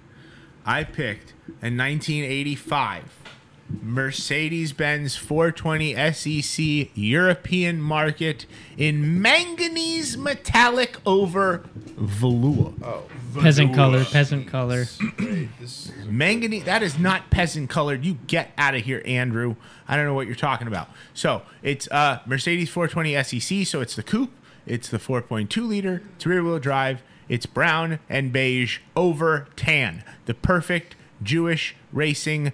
Speaker 3: I picked a 1985 Mercedes Benz 420 SEC E European market in manganese metallic over velour.
Speaker 1: peasant color, peasant color.
Speaker 3: Manganese. That is not peasant colored. You get out of here, Andrew. I don't know what you're talking about. So it's uh, Mercedes 420 SEC. E So it's the coupe. It's the 4.2 liter. It's rear wheel drive. It's brown and beige over tan. The perfect Jewish racing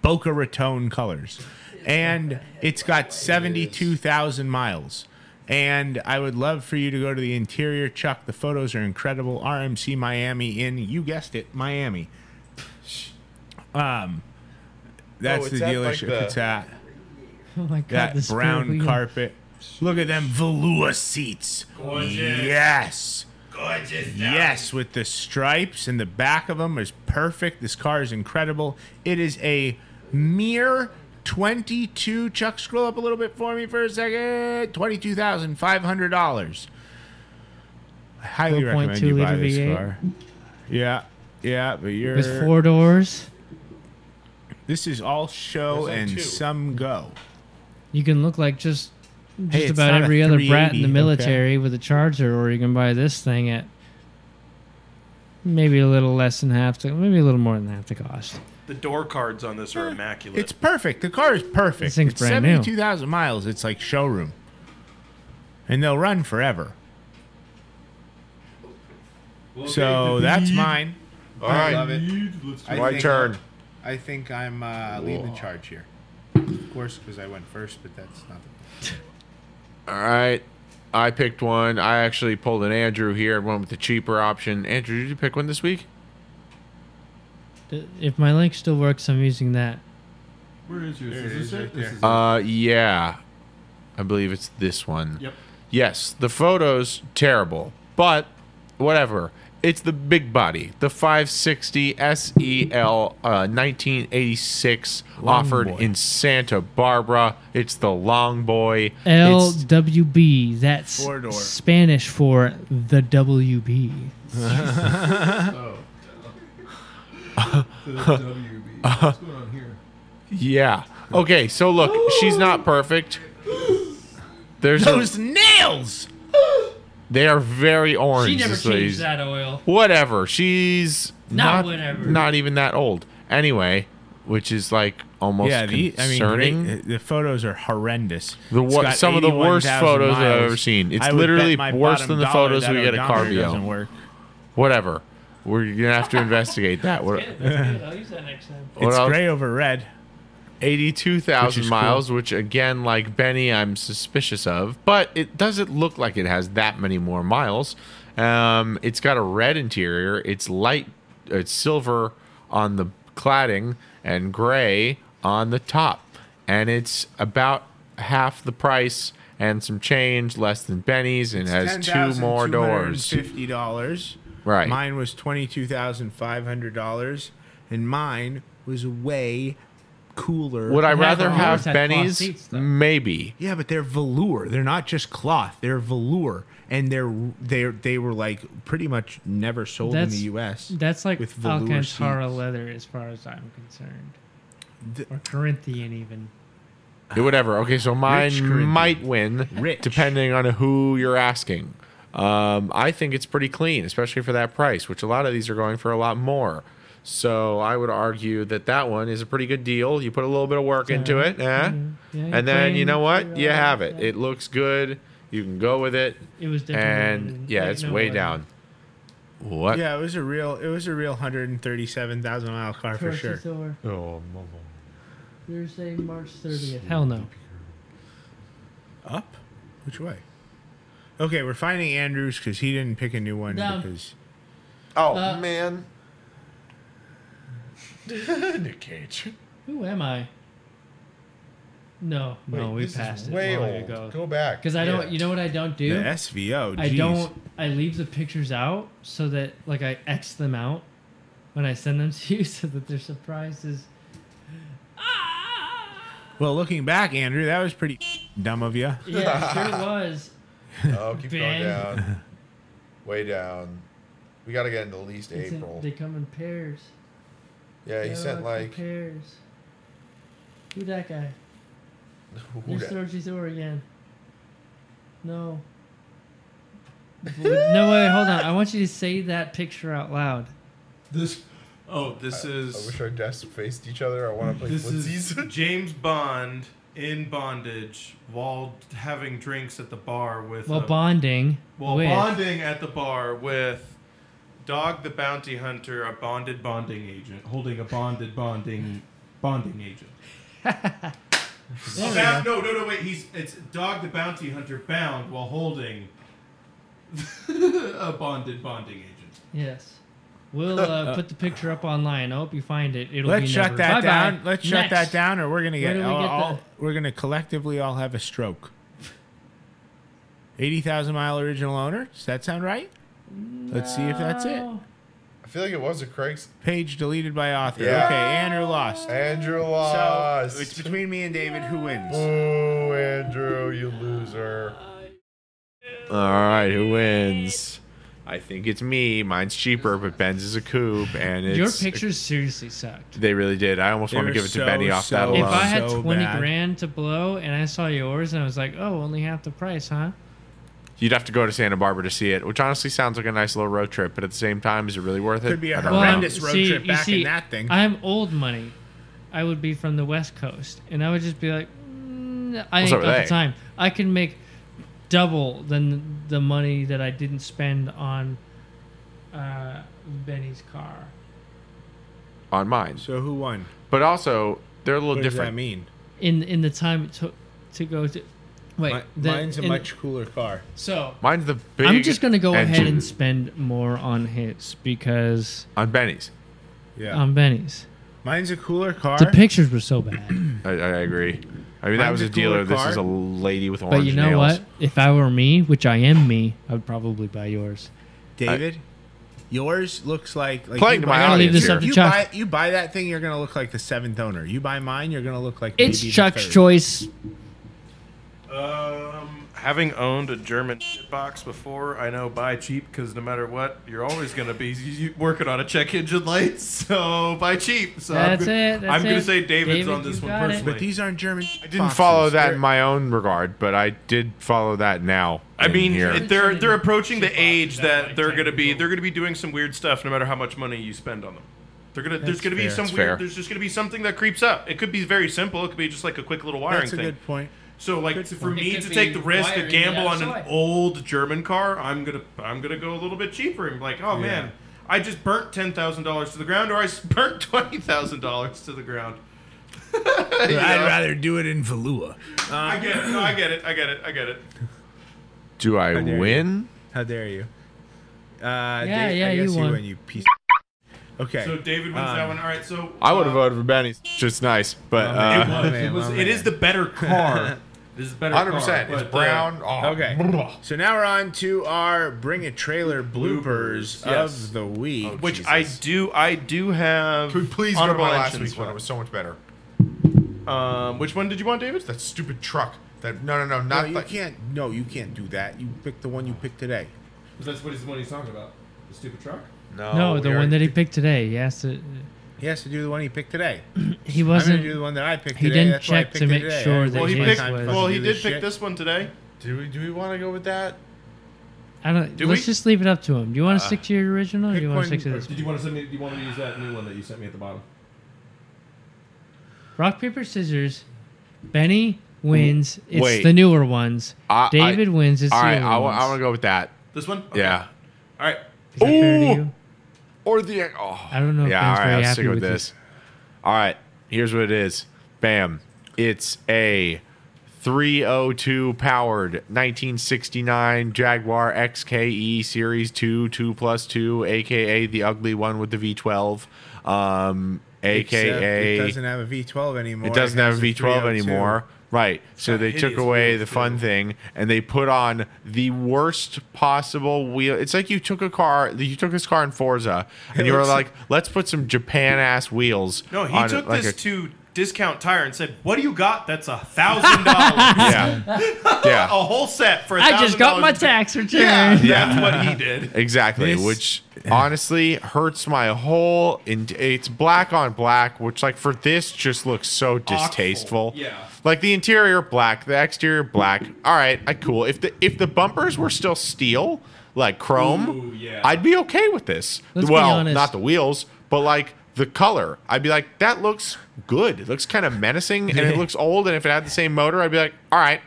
Speaker 3: Boca Raton colors. And it's got 72,000 miles. And I would love for you to go to the interior, Chuck. The photos are incredible. RMC Miami in, you guessed it, Miami. Um, that's
Speaker 2: Oh,
Speaker 3: the
Speaker 2: it's at, like,
Speaker 3: dealership
Speaker 2: the-
Speaker 3: it's at.
Speaker 1: Oh my god,
Speaker 3: That
Speaker 1: this
Speaker 3: brown
Speaker 1: car.
Speaker 3: carpet. Look at them velour seats. Yes.
Speaker 4: Gorgeous.
Speaker 3: Yes, with the stripes and the back of them is perfect. This car is incredible. It is a mere 22. Chuck, scroll up a little bit for me for a second. Twenty-two thousand five hundred dollars. I highly recommend
Speaker 1: 4.2
Speaker 3: you buy
Speaker 1: liter
Speaker 3: this
Speaker 1: V8.
Speaker 3: car. Yeah, yeah, but you're
Speaker 1: There's four doors.
Speaker 3: this is all show
Speaker 2: There's only
Speaker 3: and
Speaker 2: two.
Speaker 3: some go.
Speaker 1: You can look like just
Speaker 3: Hey,
Speaker 1: just
Speaker 3: it's
Speaker 1: about
Speaker 3: not a
Speaker 1: every other brat
Speaker 3: 380,
Speaker 1: in the
Speaker 3: okay?
Speaker 1: military with a charger, or you can buy this thing at maybe a little less than half the, maybe a little more than half the cost.
Speaker 6: The door cards on this are immaculate.
Speaker 3: It's perfect. The car is perfect.
Speaker 1: This thing's
Speaker 3: it's
Speaker 1: brand new.
Speaker 3: 72,000 miles. It's like showroom. And they'll run forever. so that's mine.
Speaker 2: All right,
Speaker 3: love it.
Speaker 2: my turn.
Speaker 3: I think I'm uh, leading the charge here. Of course, because I went first, but that's not
Speaker 2: All right, I picked one. I actually pulled an Andrew here and went with the cheaper option. Andrew, did you pick one this week?
Speaker 1: Th- If my link still works, I'm using that.
Speaker 5: Where is yours? Is this it? This is it.
Speaker 2: Uh, yeah, I believe it's this one.
Speaker 5: Yep.
Speaker 2: Yes, the photos terrible, but whatever. It's the big body, the 560 SEL uh, 1986 offered
Speaker 3: boy.
Speaker 2: in Santa Barbara. It's the long boy. It's-
Speaker 1: LWB. That's
Speaker 3: Four-door.
Speaker 1: Spanish for the WB.
Speaker 5: The WB. What's going on here?
Speaker 2: yeah. Okay, so look, she's not perfect. There's a-
Speaker 3: Those nails!
Speaker 2: they are very orange.
Speaker 1: She never
Speaker 2: this
Speaker 1: changed
Speaker 2: lady's-
Speaker 1: that oil.
Speaker 2: whatever. She's
Speaker 1: Not
Speaker 2: not
Speaker 1: whatever.
Speaker 2: not even that old. Anyway, which is like almost
Speaker 3: yeah, the, I mean,
Speaker 2: concerning.
Speaker 3: great- the photos are horrendous.
Speaker 2: The
Speaker 3: It's
Speaker 2: wor-
Speaker 3: got
Speaker 2: some of the worst
Speaker 3: 81,000
Speaker 2: photos I've
Speaker 3: miles.
Speaker 2: ever seen. It's
Speaker 3: I would bet
Speaker 2: literally
Speaker 3: my
Speaker 2: worse
Speaker 3: bottom
Speaker 2: than the
Speaker 3: dollar
Speaker 2: photos
Speaker 3: that
Speaker 2: we get at
Speaker 3: odometer
Speaker 2: Carveo.
Speaker 3: doesn't work.
Speaker 2: whatever. We're gonna have to investigate that. What,
Speaker 1: I'll use that next time.
Speaker 2: what
Speaker 3: It's
Speaker 2: else?
Speaker 3: gray over red.
Speaker 2: Eighty-two
Speaker 3: Which
Speaker 2: thousand
Speaker 3: is
Speaker 2: miles, which again, like Benny, I'm suspicious of. But it doesn't look like it has that many more miles. Um, it's got a red interior. It's light. It's silver on the cladding and gray on the top, and it's about half the price and some change, less than Benny's, and has two more doors.
Speaker 3: Fifty dollars.
Speaker 2: Right.
Speaker 3: Mine was twenty-two thousand five hundred dollars, and mine was way cooler.
Speaker 2: Would I
Speaker 1: Half
Speaker 2: rather
Speaker 1: of the doors
Speaker 2: have
Speaker 1: had cloth seats,
Speaker 2: Benny's?
Speaker 1: though.
Speaker 2: Maybe.
Speaker 3: Yeah, but they're velour. They're not just cloth. They're velour, and they're they they were like pretty much never sold in
Speaker 1: That's-
Speaker 3: the U.S.
Speaker 1: That's like
Speaker 3: With velour
Speaker 1: Alcantara
Speaker 3: seats.
Speaker 1: leather, as far as I'm concerned,
Speaker 3: The-
Speaker 1: or Corinthian even.
Speaker 2: Yeah, Whatever. Okay, so
Speaker 3: Rich
Speaker 2: mine
Speaker 3: Corinthian.
Speaker 2: might win,
Speaker 3: Rich.
Speaker 2: depending on who you're asking. Um, I think it's pretty clean, especially for that price, which a lot of these are going for a lot more. So I would argue that that one is a pretty good deal. You put a little bit of work into it, eh?
Speaker 3: Mm-hmm.
Speaker 1: Yeah,
Speaker 2: and then you know what?
Speaker 1: Ukraine,
Speaker 2: You have it.
Speaker 1: yeah.
Speaker 2: It looks good. You can go with it,
Speaker 1: It was definitely
Speaker 2: and yeah, it's way down. What?
Speaker 3: Yeah, it was a real it was a real hundred and thirty-seven thousand mile car for sure.
Speaker 2: Oh,
Speaker 1: Thursday, March 30th. Hell no.
Speaker 3: Up? Which way? Okay, we're finding Andrews because he didn't pick a new one
Speaker 1: Down.
Speaker 3: because
Speaker 1: Uh,
Speaker 2: man. Nick Cage.
Speaker 1: Who am I? No, no, we passed it long ago.
Speaker 2: back.
Speaker 1: Because I don't. You know what I don't do?
Speaker 3: the SVO.
Speaker 1: I
Speaker 3: geez.
Speaker 1: don't. I leave the pictures out so that like I X them out when I send them to you, so that their surprise is.
Speaker 3: Well, looking back, Andrew, that was pretty dumb of you.
Speaker 1: Yeah, it sure was.
Speaker 2: Oh, keep
Speaker 1: Ben.
Speaker 2: down. Way down. We got to get into at least
Speaker 1: It's in- they come in pairs.
Speaker 2: yeah,
Speaker 1: They all come in pairs. Who that guy? There's Sorji's Door again. No. no way, hold on. I want you to say that picture out loud.
Speaker 5: This. Oh, this is.
Speaker 2: our desks faced each other. I want to
Speaker 5: This is James Bond in bondage while having drinks at the bar with.
Speaker 1: Well,
Speaker 5: a-
Speaker 1: bonding.
Speaker 5: while
Speaker 1: with-
Speaker 5: bonding at the bar with Dog the Bounty Hunter, a bonded bonding agent, holding a bonded bonding bonding agent.
Speaker 1: There we
Speaker 5: Bound-
Speaker 1: go.
Speaker 5: no, no, no, wait. He's it's dog the bounty hunter bound while holding a bonded bonding agent.
Speaker 1: Yes. We'll uh, put the picture up online. I hope you find it. It'll
Speaker 3: Let's
Speaker 1: be
Speaker 3: shut
Speaker 1: never-
Speaker 3: that
Speaker 1: Bye-bye.
Speaker 3: down. Let's shut that
Speaker 1: Next.
Speaker 3: down, or we're gonna get,
Speaker 1: Where do we
Speaker 3: all,
Speaker 1: get
Speaker 3: all-
Speaker 1: the-
Speaker 3: we're gonna collectively all have a stroke. Eighty thousand mile original owner. Does that sound right? Let's see if that's it.
Speaker 1: Oh.
Speaker 7: I feel like it was a Craig's
Speaker 3: Page deleted by author.
Speaker 7: Yeah.
Speaker 3: Okay, Andrew
Speaker 1: Oh.
Speaker 3: lost.
Speaker 7: Andrew
Speaker 3: So
Speaker 7: lost.
Speaker 3: it's between me and David. Who
Speaker 2: Mm.
Speaker 3: wins?
Speaker 7: Ooh, Andrew, you loser.
Speaker 2: All right, who wins? I think it's me. Mine's cheaper, but Ben's is a coupe, and it's
Speaker 1: Your pictures seriously sucked.
Speaker 2: They really did. I almost
Speaker 3: They
Speaker 2: want
Speaker 3: were
Speaker 2: to give it to
Speaker 3: so,
Speaker 2: Benny off that
Speaker 3: so-
Speaker 2: alone.
Speaker 1: if I had
Speaker 3: so
Speaker 1: 20
Speaker 3: bad.
Speaker 1: grand to blow and I saw yours and I was like, oh, only half the price, huh?
Speaker 2: You'd have to go to Santa Barbara to see it, which honestly sounds like a nice little road trip. But at the same time, is it really worth it?
Speaker 3: Could be a
Speaker 2: I don't
Speaker 3: Well,
Speaker 2: know.
Speaker 1: I'm-
Speaker 3: horrendous road trip
Speaker 1: you
Speaker 3: back in that thing.
Speaker 1: I'm old money. I would be from the West Coast, and I would just be like, mm, I ain't
Speaker 2: What's up
Speaker 1: got
Speaker 2: with
Speaker 1: the
Speaker 2: that?
Speaker 1: time. I can make double than the money that I didn't spend on uh, Benny's car.
Speaker 2: on mine.
Speaker 3: So who won?
Speaker 2: But also, they're a little
Speaker 3: What does that
Speaker 2: different.
Speaker 3: mean?
Speaker 1: In in the time it took to go to, wait,
Speaker 3: Mi-
Speaker 1: the-
Speaker 3: mine's a
Speaker 1: in-
Speaker 3: much cooler car.
Speaker 1: so.
Speaker 2: Mine's the big.
Speaker 1: I'm just gonna go ahead
Speaker 2: engine
Speaker 1: and spend more on his because
Speaker 2: on Benny's.
Speaker 3: Yeah.
Speaker 1: on Benny's.
Speaker 3: mine's a cooler car.
Speaker 1: The pictures were so bad,
Speaker 2: I, I agree. I mean, that
Speaker 3: Mine's
Speaker 2: was
Speaker 3: a
Speaker 2: a dealer.
Speaker 3: cooler
Speaker 2: This
Speaker 3: car.
Speaker 2: is a lady with orange
Speaker 1: but you know
Speaker 2: nails.
Speaker 1: what? If I were me, which I am me, I would probably buy yours.
Speaker 3: David, yours looks like, like you
Speaker 2: Playing to my
Speaker 3: buy-
Speaker 1: gotta leave
Speaker 2: audience
Speaker 1: this
Speaker 2: here.
Speaker 1: up to
Speaker 3: You
Speaker 1: Chuck.
Speaker 3: buy you buy that thing, you're gonna look like the seventh owner. You buy mine, you're gonna look like
Speaker 1: It's
Speaker 3: maybe the
Speaker 1: Chuck's
Speaker 3: third.
Speaker 1: choice.
Speaker 6: Um, having owned a German box before, I know buy cheap because no matter what, you're always going to be y- y- working on a check engine light. So buy cheap. So I'm
Speaker 1: That's
Speaker 6: go-
Speaker 1: it, that's
Speaker 6: I'm gonna
Speaker 1: it.
Speaker 6: say David's
Speaker 1: David,
Speaker 6: on this one
Speaker 1: you got it.
Speaker 6: personally.
Speaker 3: But these aren't German.
Speaker 2: I didn't follow that in
Speaker 3: in
Speaker 2: my own regard, but I did follow that now.
Speaker 6: I
Speaker 2: in
Speaker 6: mean,
Speaker 2: here.
Speaker 6: it- they're they're approaching the age that they're gonna be they're gonna be doing some weird stuff no matter how much money you spend on them. They're gonna there's gonna be
Speaker 3: fair.
Speaker 6: some
Speaker 2: That's
Speaker 6: weird
Speaker 2: fair.
Speaker 6: there's just gonna be something that creeps up. It could be very simple. It could be just like a quick little wiring
Speaker 3: That's a
Speaker 6: thing.
Speaker 3: good point.
Speaker 6: So like
Speaker 3: Good
Speaker 6: to- for
Speaker 3: point.
Speaker 6: me
Speaker 1: It
Speaker 6: to
Speaker 1: could
Speaker 6: take
Speaker 1: be
Speaker 6: the risk to
Speaker 1: wiring
Speaker 6: gamble
Speaker 1: the
Speaker 6: on an
Speaker 1: outside.
Speaker 6: old German car, I'm gonna I'm gonna go a little bit cheaper and be like, oh man, I just burnt ten thousand dollars to the ground, or I s- burnt twenty thousand dollars to the ground.
Speaker 3: I'd rather do it in Valua.
Speaker 5: Uh,
Speaker 6: I get it. No, I get it. I get it. I get it.
Speaker 2: Do I
Speaker 3: dare you.
Speaker 2: win?
Speaker 3: How dare you? Uh,
Speaker 1: Yeah,
Speaker 3: Dave,
Speaker 1: yeah,
Speaker 3: I
Speaker 1: you
Speaker 3: guess you
Speaker 1: won.
Speaker 3: win, you piece. of- Okay.
Speaker 6: So David wins
Speaker 5: Um,
Speaker 6: that one. All right. So
Speaker 2: I would
Speaker 6: uh,
Speaker 2: have voted for Benny's. Just nice, but
Speaker 3: man.
Speaker 2: uh,
Speaker 3: My
Speaker 5: It
Speaker 3: man,
Speaker 5: was-
Speaker 3: my
Speaker 5: it
Speaker 3: man.
Speaker 5: is the better car. This is the better
Speaker 2: 100%.
Speaker 5: car,
Speaker 2: It's
Speaker 5: but, uh,
Speaker 2: brown. Oh,
Speaker 3: Okay. So now we're on to our bring a trailer bloopers,
Speaker 6: Bloopers, yes.
Speaker 3: of the week.
Speaker 6: which I do. I do have.
Speaker 7: Could we please go to
Speaker 6: honorable
Speaker 7: my last
Speaker 6: mentions
Speaker 7: week's one?
Speaker 6: for
Speaker 7: It was so much better.
Speaker 6: that. Um, which one did you want, David?
Speaker 7: That stupid truck. That no, no, no,
Speaker 3: No,
Speaker 7: not
Speaker 3: you
Speaker 7: like
Speaker 3: can't. No, you can't do that. You pick the one you picked today.
Speaker 5: That's what he's the one he's talking about. The stupid truck.
Speaker 1: No,
Speaker 2: Oh,
Speaker 7: we
Speaker 1: the
Speaker 7: are-
Speaker 1: one that he picked today. He asked to,
Speaker 3: He has to do the one he picked today.
Speaker 1: He
Speaker 3: I'm gonna do
Speaker 1: wasn't.
Speaker 3: the one that I picked
Speaker 1: he
Speaker 3: today.
Speaker 1: didn't
Speaker 3: That's why I
Speaker 1: check to
Speaker 3: picked it
Speaker 1: make
Speaker 3: today.
Speaker 1: sure
Speaker 3: I
Speaker 1: that
Speaker 6: Well,
Speaker 3: didn't
Speaker 6: he
Speaker 1: James
Speaker 3: waste
Speaker 6: picked.
Speaker 3: my time
Speaker 1: was-
Speaker 6: Well,
Speaker 3: to
Speaker 6: he
Speaker 3: do
Speaker 6: did
Speaker 3: this
Speaker 6: pick
Speaker 3: shit.
Speaker 6: this one today.
Speaker 7: Do we do we want to go with that?
Speaker 1: I don't.
Speaker 6: Do
Speaker 1: let's
Speaker 6: we-
Speaker 1: just leave it up to him. Do you want to stick to your original, or
Speaker 3: Uh,
Speaker 1: do
Speaker 3: pick
Speaker 1: you want
Speaker 3: one-
Speaker 1: to stick to
Speaker 5: Or
Speaker 1: this?
Speaker 5: did you want to send me? Do you want me to use that new one that you sent me at the bottom?
Speaker 1: Rock paper scissors. Benny wins. It's
Speaker 2: Wait.
Speaker 1: the newer ones.
Speaker 2: I- I-
Speaker 1: David wins. It's
Speaker 2: all
Speaker 1: the
Speaker 2: right.
Speaker 1: older
Speaker 2: I,
Speaker 1: ones.
Speaker 2: want to go with that.
Speaker 6: This one. Okay.
Speaker 2: Yeah.
Speaker 6: All right.
Speaker 1: Is that fair to
Speaker 2: Ooh.
Speaker 1: you?
Speaker 2: Or the oh.
Speaker 1: I don't know if
Speaker 2: yeah, all
Speaker 1: Ben's
Speaker 2: right.
Speaker 1: very
Speaker 2: Let's
Speaker 1: happy
Speaker 2: stick with
Speaker 1: with
Speaker 2: this. All right. Here's what it is. Bam. It's a 302 powered 1969 Jaguar XKE Series 2 2 plus 2, aka the ugly one with the V12, um,
Speaker 3: Except
Speaker 2: aka
Speaker 3: it doesn't have a V12 anymore.
Speaker 2: It doesn't
Speaker 3: has
Speaker 2: have a V12
Speaker 3: 302.
Speaker 2: anymore. Right. So
Speaker 5: got
Speaker 2: they took
Speaker 5: hideous
Speaker 2: away
Speaker 5: wheels,
Speaker 2: the fun
Speaker 5: too.
Speaker 2: thing and they put on the worst possible wheel. It's like you took a car, you took this car in Forza and you were
Speaker 3: looks-
Speaker 2: like, let's put some Japan ass wheels.
Speaker 6: No, he
Speaker 2: on it,"
Speaker 6: took
Speaker 2: like
Speaker 6: this
Speaker 2: a-
Speaker 6: to discount tire and said, "What do you got? That's a thousand dollars,
Speaker 2: Yeah.
Speaker 6: a
Speaker 2: yeah.
Speaker 6: whole set for."
Speaker 1: I just got my
Speaker 6: $1,000."
Speaker 1: tax return.
Speaker 6: Yeah, that's what he did.
Speaker 2: Exactly,
Speaker 3: This-
Speaker 2: which honestly hurts my whole. In- it's black on black, which like for this just looks so distasteful.
Speaker 6: Yeah.
Speaker 2: Like the interior black, the exterior black. All right, I cool. If the if the bumpers were still steel, like chrome,
Speaker 5: Ooh, yeah.
Speaker 2: I'd be okay with this.
Speaker 1: Let's be
Speaker 2: well,
Speaker 1: honest.
Speaker 2: not the wheels, but like the color. I'd be like, that looks good. It looks kind of menacing and it looks old. And if it had the same motor, I'd be like, all right,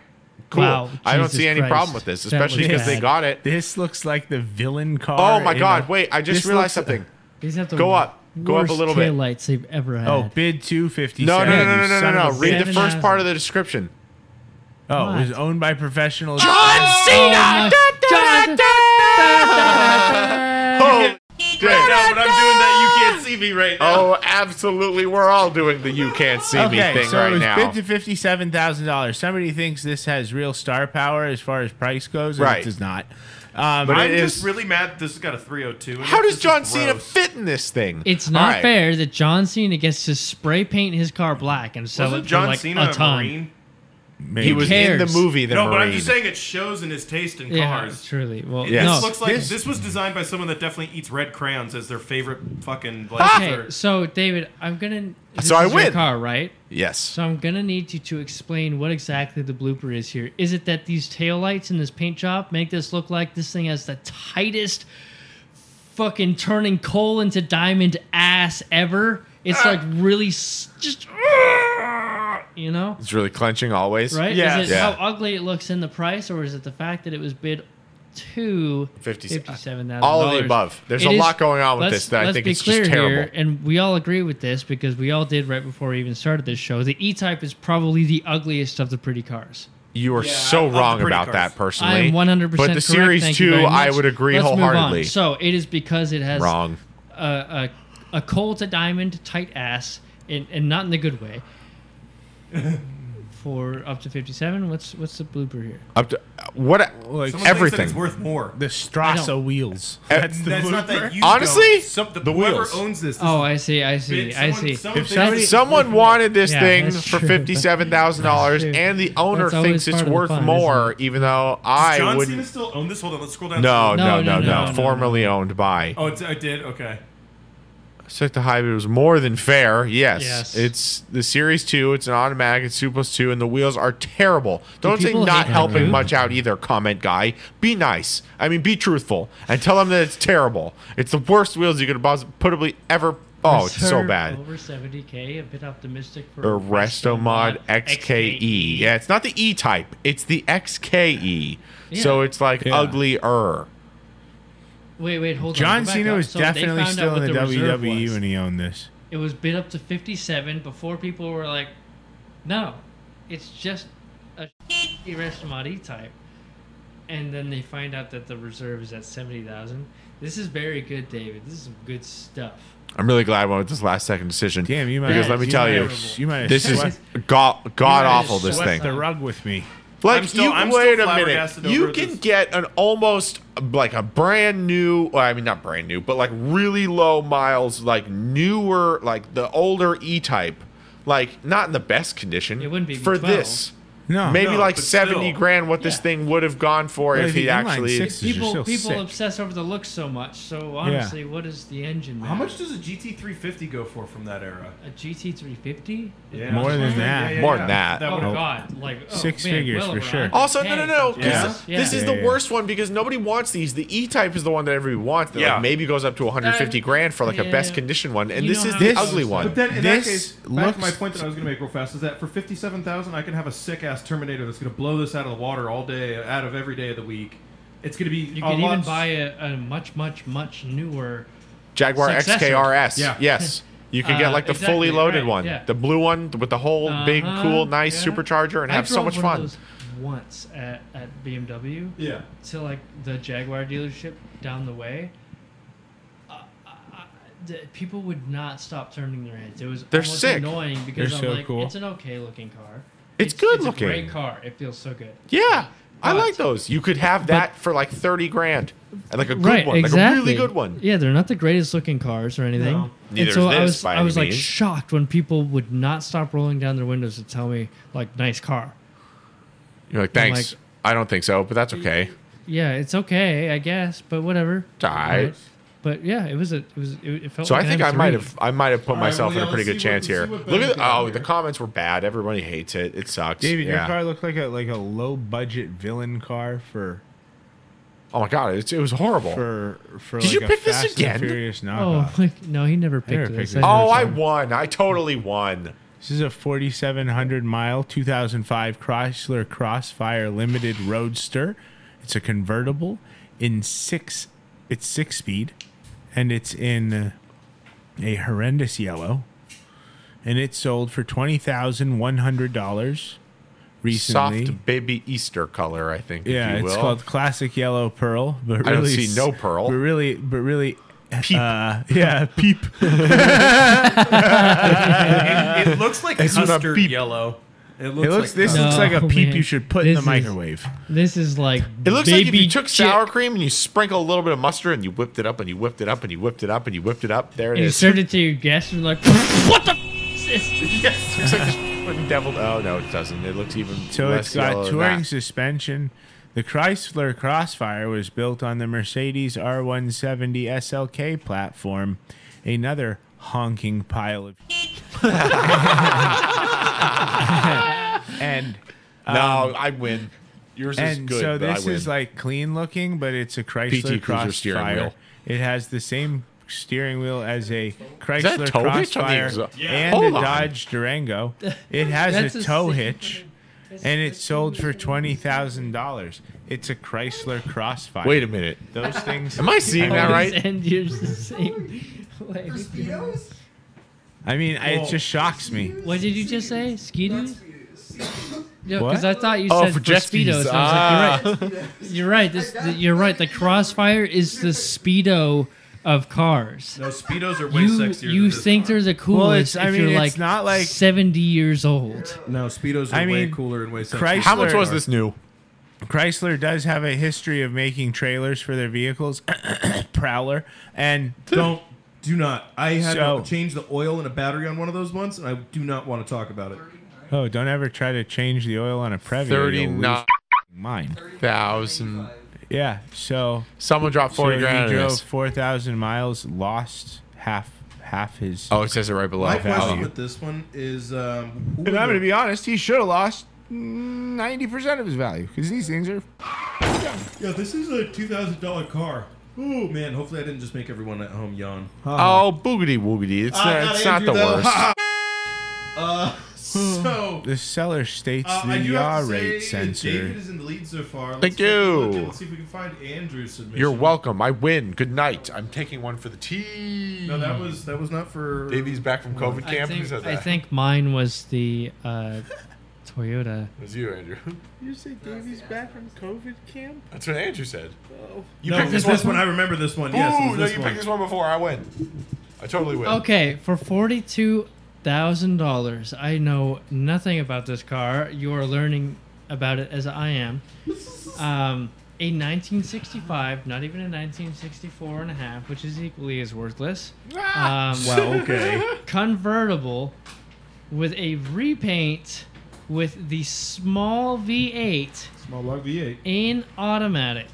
Speaker 2: cool.
Speaker 1: Wow,
Speaker 2: I don't
Speaker 1: Jesus
Speaker 2: see any
Speaker 1: Christ.
Speaker 2: problem with this,
Speaker 1: That
Speaker 2: especially
Speaker 1: looks
Speaker 2: because they
Speaker 1: bad.
Speaker 2: got it.
Speaker 3: This looks like the villain car.
Speaker 2: Oh my
Speaker 3: in
Speaker 2: god,
Speaker 3: a-
Speaker 2: wait, I just
Speaker 3: This
Speaker 2: realized
Speaker 3: looks-
Speaker 2: something.
Speaker 1: These have to
Speaker 2: Go
Speaker 1: win.
Speaker 2: up. Go up a
Speaker 1: worst
Speaker 2: little bit.
Speaker 1: taillights they've ever had.
Speaker 3: Oh, bid two fifty.
Speaker 2: No, no, no, no, no, no, no, no. Read the
Speaker 1: Seven
Speaker 2: first
Speaker 1: thousand.
Speaker 2: part of the description.
Speaker 3: Oh, it was
Speaker 1: What?
Speaker 3: owned by professionals.
Speaker 1: Cena!
Speaker 2: Oh,
Speaker 4: No, but I'm doing that. You can't see me right now.
Speaker 2: oh, absolutely. We're all doing the "you can't see me"
Speaker 3: okay,
Speaker 2: thing
Speaker 3: so it
Speaker 2: right
Speaker 3: was
Speaker 2: now.
Speaker 3: bid to fifty-seven thousand dollars. Somebody thinks this has real star power as far as price goes, and
Speaker 2: Right.
Speaker 3: it does not. Um,
Speaker 2: But
Speaker 6: I'm
Speaker 2: it
Speaker 6: just
Speaker 2: is.
Speaker 6: really mad. This has got a 302. in
Speaker 2: How
Speaker 6: it.
Speaker 2: does
Speaker 6: This
Speaker 2: John
Speaker 6: is
Speaker 2: Cena
Speaker 6: gross.
Speaker 2: fit in this thing?
Speaker 1: It's not
Speaker 2: All right.
Speaker 1: fair that John Cena gets to spray paint his car black and sell
Speaker 6: Wasn't
Speaker 1: it
Speaker 6: John
Speaker 1: for like
Speaker 6: Cena
Speaker 1: a
Speaker 6: a
Speaker 1: ton.
Speaker 6: Marine?
Speaker 2: He was in the
Speaker 1: cares?
Speaker 2: movie. The
Speaker 6: No,
Speaker 2: Marine.
Speaker 6: but I'm just saying it shows in his taste in
Speaker 1: Yeah,
Speaker 6: cars.
Speaker 1: truly. Well,
Speaker 2: Yes.
Speaker 1: no.
Speaker 6: This looks like this, was designed by someone that definitely eats red crayons as their favorite fucking. Like,
Speaker 1: Okay,
Speaker 6: dessert.
Speaker 1: so David, I'm gonna. This
Speaker 2: So I
Speaker 1: is Your
Speaker 2: win.
Speaker 1: car, right?
Speaker 2: Yes.
Speaker 1: So I'm gonna need you to explain what exactly the blooper is here. Is it that these taillights in this paint job make this look like this thing has the tightest fucking turning coal into diamond ass ever? It's
Speaker 6: Ah.
Speaker 1: like really s- just you know,
Speaker 2: It's really clenching always.
Speaker 1: right?
Speaker 3: Yes.
Speaker 1: Is it
Speaker 2: Yeah.
Speaker 1: how ugly it looks in the price, or is it the fact that it was bid to
Speaker 2: 50
Speaker 1: fifty-seven thousand?
Speaker 2: All of the above. There's
Speaker 1: It
Speaker 2: a
Speaker 1: is-
Speaker 2: lot going on with
Speaker 1: let's-
Speaker 2: this that I
Speaker 1: let's
Speaker 2: think
Speaker 1: be
Speaker 2: it's just
Speaker 1: clear here,
Speaker 2: terrible.
Speaker 1: and we all agree with this because we all did right before we even started this show. The E-Type is probably the ugliest of the pretty cars.
Speaker 2: You are so
Speaker 6: of the
Speaker 2: wrong
Speaker 6: pretty
Speaker 2: about
Speaker 6: cars.
Speaker 2: that personally.
Speaker 1: I am 100. percent
Speaker 2: But the series two, I would agree wholeheartedly.
Speaker 1: So it is because it has
Speaker 2: wrong.
Speaker 1: a, a a coal to diamond tight ass, and, and not in the good way. For up to 57, what's what's the blooper here?
Speaker 2: Up to what?
Speaker 6: Someone thinks that
Speaker 2: everything.
Speaker 6: it's worth more.
Speaker 3: the Strasser wheels.
Speaker 2: That's
Speaker 6: That's not that you
Speaker 2: Honestly,
Speaker 6: don't. Some, the,
Speaker 2: the
Speaker 6: whoever
Speaker 2: wheels.
Speaker 6: owns this.
Speaker 1: Oh, I see, I see,
Speaker 6: Someone-
Speaker 1: I see.
Speaker 6: someone
Speaker 3: If
Speaker 6: thinks
Speaker 3: somebody-
Speaker 6: it's
Speaker 2: Someone wanted this
Speaker 1: Yeah,
Speaker 2: thing
Speaker 1: that's
Speaker 2: for
Speaker 1: true.
Speaker 2: fifty-seven thousand dollars,
Speaker 1: That's true.
Speaker 2: and the owner
Speaker 1: That's always
Speaker 2: thinks it's
Speaker 1: part of the
Speaker 2: worth
Speaker 1: fun,
Speaker 2: more, even though I
Speaker 6: John
Speaker 2: wouldn't.
Speaker 6: Cena still own this. Hold on, let's scroll down.
Speaker 2: no,
Speaker 1: No,
Speaker 2: no, no, no,
Speaker 1: no, no, no,
Speaker 2: Formerly owned by.
Speaker 6: Oh, it's, I did. Okay.
Speaker 2: Set the hybrid was more than fair. Yes.
Speaker 1: Yes.
Speaker 2: It's the series two. It's an automatic. It's two plus two, and the wheels are terrible. Don't say
Speaker 1: people
Speaker 2: not
Speaker 1: hate
Speaker 2: helping
Speaker 1: Haru?
Speaker 2: much out either. Comment guy, be nice. I mean, be truthful and tell them that it's terrible. It's the worst wheels you could possibly ever. Oh, it's so
Speaker 1: Reserve
Speaker 2: bad.
Speaker 1: Over 70k, a bit optimistic for
Speaker 2: Or Restomod
Speaker 6: E.
Speaker 2: XKE. Yeah, it's not the E type. It's the XKE. So
Speaker 1: Yeah.
Speaker 2: it's like
Speaker 3: Yeah.
Speaker 2: uglier.
Speaker 1: Wait, wait, hold on.
Speaker 3: John
Speaker 1: go back
Speaker 3: Cena
Speaker 1: up.
Speaker 3: was
Speaker 1: So they
Speaker 3: definitely
Speaker 1: found out
Speaker 3: still
Speaker 1: what
Speaker 3: in the,
Speaker 1: reserve
Speaker 3: WWE
Speaker 1: was.
Speaker 3: when he owned this.
Speaker 1: It was bid up to 57 before people were like, no, it's just a Irashamadi type. And then they find out that the reserve is at 70,000. This is very good, David. This is good stuff.
Speaker 2: I'm really glad I went with this last second decision.
Speaker 3: Damn, you might
Speaker 2: because
Speaker 1: have-
Speaker 2: let me
Speaker 1: you
Speaker 2: tell
Speaker 1: might
Speaker 2: you,
Speaker 1: have-
Speaker 3: you might have
Speaker 2: this is
Speaker 3: swept-
Speaker 2: god god awful.
Speaker 1: have
Speaker 2: This
Speaker 1: swept
Speaker 2: thing.
Speaker 1: the
Speaker 3: the rug with me.
Speaker 2: Like
Speaker 6: I'm still-
Speaker 2: you
Speaker 6: I'm still
Speaker 2: wait a minute.
Speaker 6: flabbergasted
Speaker 2: You
Speaker 6: over
Speaker 2: can
Speaker 6: this.
Speaker 2: get an almost like a brand new. well, I mean, not brand new, but like really low miles, like newer, like the older E type, like not in the best condition.
Speaker 1: It wouldn't be
Speaker 2: for
Speaker 1: 12.
Speaker 2: this.
Speaker 3: No,
Speaker 2: Maybe
Speaker 6: Oh, No,
Speaker 2: like
Speaker 6: but
Speaker 2: seventy
Speaker 6: still.
Speaker 2: grand. What this
Speaker 1: Yeah.
Speaker 2: thing would have gone for
Speaker 3: Well,
Speaker 2: if
Speaker 3: the
Speaker 2: he
Speaker 3: inline
Speaker 2: actually.
Speaker 3: six- You're
Speaker 1: People
Speaker 3: still
Speaker 1: people
Speaker 3: sick.
Speaker 1: obsess over the looks so much. So honestly, what is the engine?
Speaker 6: How
Speaker 1: matter?
Speaker 6: much does a GT350 go for from that era?
Speaker 1: a GT350?
Speaker 6: Yeah.
Speaker 3: more than that.
Speaker 2: More than that.
Speaker 1: Oh
Speaker 6: would-
Speaker 1: my god! Like oh,
Speaker 3: Six
Speaker 1: man,
Speaker 3: figures
Speaker 1: well
Speaker 3: for
Speaker 1: over
Speaker 3: sure.
Speaker 1: 100K.
Speaker 2: Also, no, no, no. 'cause
Speaker 6: Yeah.
Speaker 2: This is
Speaker 3: Yeah,
Speaker 2: the
Speaker 3: yeah.
Speaker 2: worst one because nobody wants these. The E type is the one that everybody wants. That
Speaker 6: Yeah.
Speaker 2: like maybe goes up to 150
Speaker 1: Uh,
Speaker 2: grand for like a
Speaker 1: yeah.
Speaker 2: best condition one, and
Speaker 1: You
Speaker 2: this
Speaker 1: know
Speaker 2: is
Speaker 1: how
Speaker 2: the
Speaker 1: it goes.
Speaker 2: ugly one.
Speaker 5: But then, in
Speaker 3: This
Speaker 5: that case, back
Speaker 3: looks-
Speaker 5: to my point that I was going to make real fast is that for fifty-seven thousand, I can have a sick-ass Terminator that's going to blow this out of the water all day, out of every day of the week. It's going to be
Speaker 1: You
Speaker 5: a
Speaker 1: could
Speaker 5: lot
Speaker 1: even buy a, a much, much, much newer.
Speaker 2: Jaguar
Speaker 1: Successor.
Speaker 2: XKRS.
Speaker 5: Yeah.
Speaker 2: Yes. You can get
Speaker 1: Uh,
Speaker 2: like the
Speaker 1: exactly,
Speaker 2: fully loaded
Speaker 1: right,
Speaker 2: one,
Speaker 1: yeah.
Speaker 2: the blue one with the whole big,
Speaker 1: Uh-huh,
Speaker 2: cool, nice
Speaker 1: yeah.
Speaker 2: supercharger, and
Speaker 1: I
Speaker 2: have so
Speaker 1: drove
Speaker 2: much
Speaker 1: one
Speaker 2: fun.
Speaker 1: Of those once at, at BMW
Speaker 5: Yeah.
Speaker 1: to like the Jaguar dealership down the way. Uh, I, I, the, people would not stop turning their heads. It was
Speaker 2: They're
Speaker 1: almost
Speaker 2: sick.
Speaker 1: annoying because
Speaker 3: They're
Speaker 1: I'm
Speaker 3: so
Speaker 1: like,
Speaker 3: cool.
Speaker 1: it's an okay looking car.
Speaker 2: It's good
Speaker 1: It's a
Speaker 2: looking.
Speaker 1: great car. It feels so good.
Speaker 2: Yeah, I
Speaker 1: But-
Speaker 2: like those. You could have that for like thirty grand, and like a good one, like a really good one.
Speaker 1: Yeah, they're not the greatest looking cars or anything.
Speaker 5: No.
Speaker 1: And
Speaker 2: Neither
Speaker 1: so
Speaker 2: is
Speaker 1: I
Speaker 2: this,
Speaker 1: was
Speaker 2: by
Speaker 1: I
Speaker 2: any
Speaker 1: was like
Speaker 2: means.
Speaker 1: shocked when people would not stop rolling down their windows to tell me like nice car.
Speaker 2: You're like,
Speaker 1: I'm
Speaker 2: thanks. I don't think so, but that's okay.
Speaker 1: Yeah, it's okay, I guess, but whatever.
Speaker 2: It's all right.
Speaker 1: But yeah, it was a it was it, it felt.
Speaker 2: So
Speaker 1: like
Speaker 2: I think I
Speaker 1: had
Speaker 2: might
Speaker 1: three.
Speaker 2: have I might have put
Speaker 5: All right,
Speaker 2: myself
Speaker 5: well,
Speaker 2: in a
Speaker 5: yeah,
Speaker 2: pretty good
Speaker 5: let's see what- let's
Speaker 2: chance here.
Speaker 5: see what
Speaker 2: Look
Speaker 5: Ben
Speaker 2: at
Speaker 5: did
Speaker 2: oh,
Speaker 5: here.
Speaker 2: the comments were bad. Everybody hates it. It sucks.
Speaker 3: David, your
Speaker 2: yeah.
Speaker 3: car looked like a like a low budget villain car for
Speaker 2: Oh my god, it, it was horrible.
Speaker 3: for for.
Speaker 2: Did
Speaker 3: like
Speaker 2: you
Speaker 3: a
Speaker 2: pick this
Speaker 3: Fast and
Speaker 2: again?
Speaker 3: Furious
Speaker 1: Oh
Speaker 3: knockoff.
Speaker 1: my, no, he never
Speaker 3: never
Speaker 1: picked this.
Speaker 3: picked it.
Speaker 2: oh,
Speaker 1: never
Speaker 2: I
Speaker 1: saw it.
Speaker 2: won. I totally won.
Speaker 3: This is a 4,700 mile 2005 Chrysler Crossfire Limited Roadster. It's a convertible in six. It's six speed, and it's in a horrendous yellow, and it sold for twenty thousand one hundred dollars recently.
Speaker 2: Soft baby Easter color, I think.
Speaker 3: yeah,
Speaker 2: if you
Speaker 3: it's
Speaker 2: will.
Speaker 3: called classic yellow pearl, but really
Speaker 2: I don't see no
Speaker 3: s-
Speaker 2: pearl.
Speaker 3: But really, but really,
Speaker 2: Peep.
Speaker 3: uh, yeah, peep.
Speaker 5: it, it looks like
Speaker 2: It's not a
Speaker 5: custard
Speaker 2: beep.
Speaker 5: yellow. It looks,
Speaker 3: It looks.
Speaker 5: like
Speaker 3: This
Speaker 5: custard.
Speaker 1: No,
Speaker 3: looks like a peep
Speaker 1: man.
Speaker 3: you should put in the
Speaker 1: This is-
Speaker 3: microwave.
Speaker 1: This is like
Speaker 2: It looks like if
Speaker 1: baby
Speaker 2: you took
Speaker 1: chick.
Speaker 2: sour cream and you sprinkle a little bit of mustard and you whipped it up and you whipped it up and you whipped it up and you whipped it up. There it
Speaker 1: and you
Speaker 2: is.
Speaker 1: served it to your guests and you're like, what the f- is this?
Speaker 2: yes, looks like just fucking deviled. Oh no, it doesn't. It looks even
Speaker 3: So
Speaker 2: less
Speaker 3: it's got
Speaker 2: yellow than
Speaker 3: touring
Speaker 2: that.
Speaker 3: suspension. The Chrysler Crossfire was built on the Mercedes R170 SLK platform, another honking pile of. and
Speaker 2: No, I win. Yours is
Speaker 3: um, and
Speaker 2: good.
Speaker 3: so
Speaker 2: but I
Speaker 3: this
Speaker 2: win.
Speaker 3: is like clean looking, but it's a
Speaker 2: Cruiser
Speaker 3: Chrysler
Speaker 2: steering
Speaker 3: Crossfire.
Speaker 2: wheel.
Speaker 3: It has the same steering wheel as a
Speaker 2: that
Speaker 3: Chrysler
Speaker 2: a tow hitch on the
Speaker 3: Crossfire
Speaker 2: exha- Yeah.
Speaker 3: and
Speaker 2: Hold
Speaker 3: a
Speaker 2: on.
Speaker 3: Dodge Durango. It has
Speaker 1: That's
Speaker 3: a
Speaker 1: a
Speaker 3: tow
Speaker 1: sick-
Speaker 3: hitch, and it sold for twenty thousand dollars. It's a Chrysler Crossfire.
Speaker 2: Wait a minute.
Speaker 3: those things.
Speaker 2: Am I seeing that right?
Speaker 1: And yours the same. Wait,
Speaker 3: I mean, I, it just shocks me.
Speaker 1: what did you just say? Skeeters? No,
Speaker 3: What?
Speaker 1: because I thought you
Speaker 2: Oh,
Speaker 1: said for
Speaker 2: for
Speaker 1: Ah.
Speaker 2: jet skis.
Speaker 1: speedos. and I was like, you're right. You're right. This, the, you're right. The Crossfire is the speedo of cars.
Speaker 6: No, speedos are way
Speaker 1: You
Speaker 6: sexier.
Speaker 1: you
Speaker 6: than this
Speaker 1: think
Speaker 6: car.
Speaker 1: they're the coolest
Speaker 3: I
Speaker 1: if
Speaker 3: mean,
Speaker 1: you're
Speaker 3: it's
Speaker 1: like,
Speaker 3: not like-
Speaker 1: 70 years old.
Speaker 5: no speedos are
Speaker 3: I
Speaker 5: way
Speaker 3: mean,
Speaker 5: cooler and way sexier.
Speaker 3: Chrysler.
Speaker 2: How much was this new?
Speaker 3: Chrysler does have a history of making trailers for their vehicles, Prowler, and
Speaker 5: Don't do not. I had
Speaker 3: So-
Speaker 5: to change the oil and a battery on one of those once, and I do not want to talk about it.
Speaker 3: Oh, don't ever try to change the oil on a Previa. you'll lose
Speaker 2: Thirty-nine
Speaker 3: Mine.
Speaker 2: thousand.
Speaker 3: Yeah. So,
Speaker 2: Someone dropped
Speaker 3: so
Speaker 2: forty
Speaker 3: he
Speaker 2: grand. on
Speaker 3: drove
Speaker 2: this.
Speaker 3: four thousand miles, lost half half his.
Speaker 2: Oh, it says it right below.
Speaker 5: My question
Speaker 2: Oh.
Speaker 5: with this one is, um, who
Speaker 3: And I'm
Speaker 5: were
Speaker 3: gonna be honest. He should have lost
Speaker 2: Oh.
Speaker 3: ninety percent of his value because these things are.
Speaker 5: Yeah, this is a two thousand dollar car. Ooh man, hopefully I didn't just make everyone at home yawn.
Speaker 2: Oh,
Speaker 3: Uh-huh.
Speaker 2: boogity woogity. It's,
Speaker 5: I
Speaker 2: not,
Speaker 5: got
Speaker 2: it's not the
Speaker 5: Andrew, though. Uh,
Speaker 2: worst.
Speaker 5: So
Speaker 3: The seller states
Speaker 5: uh, I
Speaker 3: the
Speaker 5: do
Speaker 3: yaw
Speaker 5: have to say
Speaker 3: rate
Speaker 5: David
Speaker 3: sensor.
Speaker 5: is in the lead so far. Let's
Speaker 2: Thank
Speaker 5: take a look
Speaker 2: you.
Speaker 5: and Let's see if we can find Andrew's submission.
Speaker 2: You're welcome. I win. Good night. I'm taking one for the team.
Speaker 5: No, that was that was not for.
Speaker 2: Davy's back from COVID
Speaker 1: I
Speaker 2: camp. Who
Speaker 1: think,
Speaker 2: said
Speaker 1: I
Speaker 2: that?
Speaker 1: think mine was the uh, Toyota.
Speaker 2: It was you, Andrew.
Speaker 3: You say Davy's back from COVID camp?
Speaker 2: That's what Andrew said. You
Speaker 5: No,
Speaker 2: picked
Speaker 5: this,
Speaker 2: this one.
Speaker 5: one. I remember this one.
Speaker 2: Ooh,
Speaker 5: yes, it was
Speaker 2: no,
Speaker 5: this
Speaker 2: you
Speaker 5: one.
Speaker 2: picked this one before. I win. I totally win.
Speaker 1: Okay, for forty-two thousand dollars, I know nothing about this car. You are learning about it as I am. Um, a 1965, not even a 1964 and a half, which is equally as worthless. Um,
Speaker 5: Wow. Okay.
Speaker 1: convertible with a repaint with the small V8
Speaker 5: Small log V8,
Speaker 1: in automatic.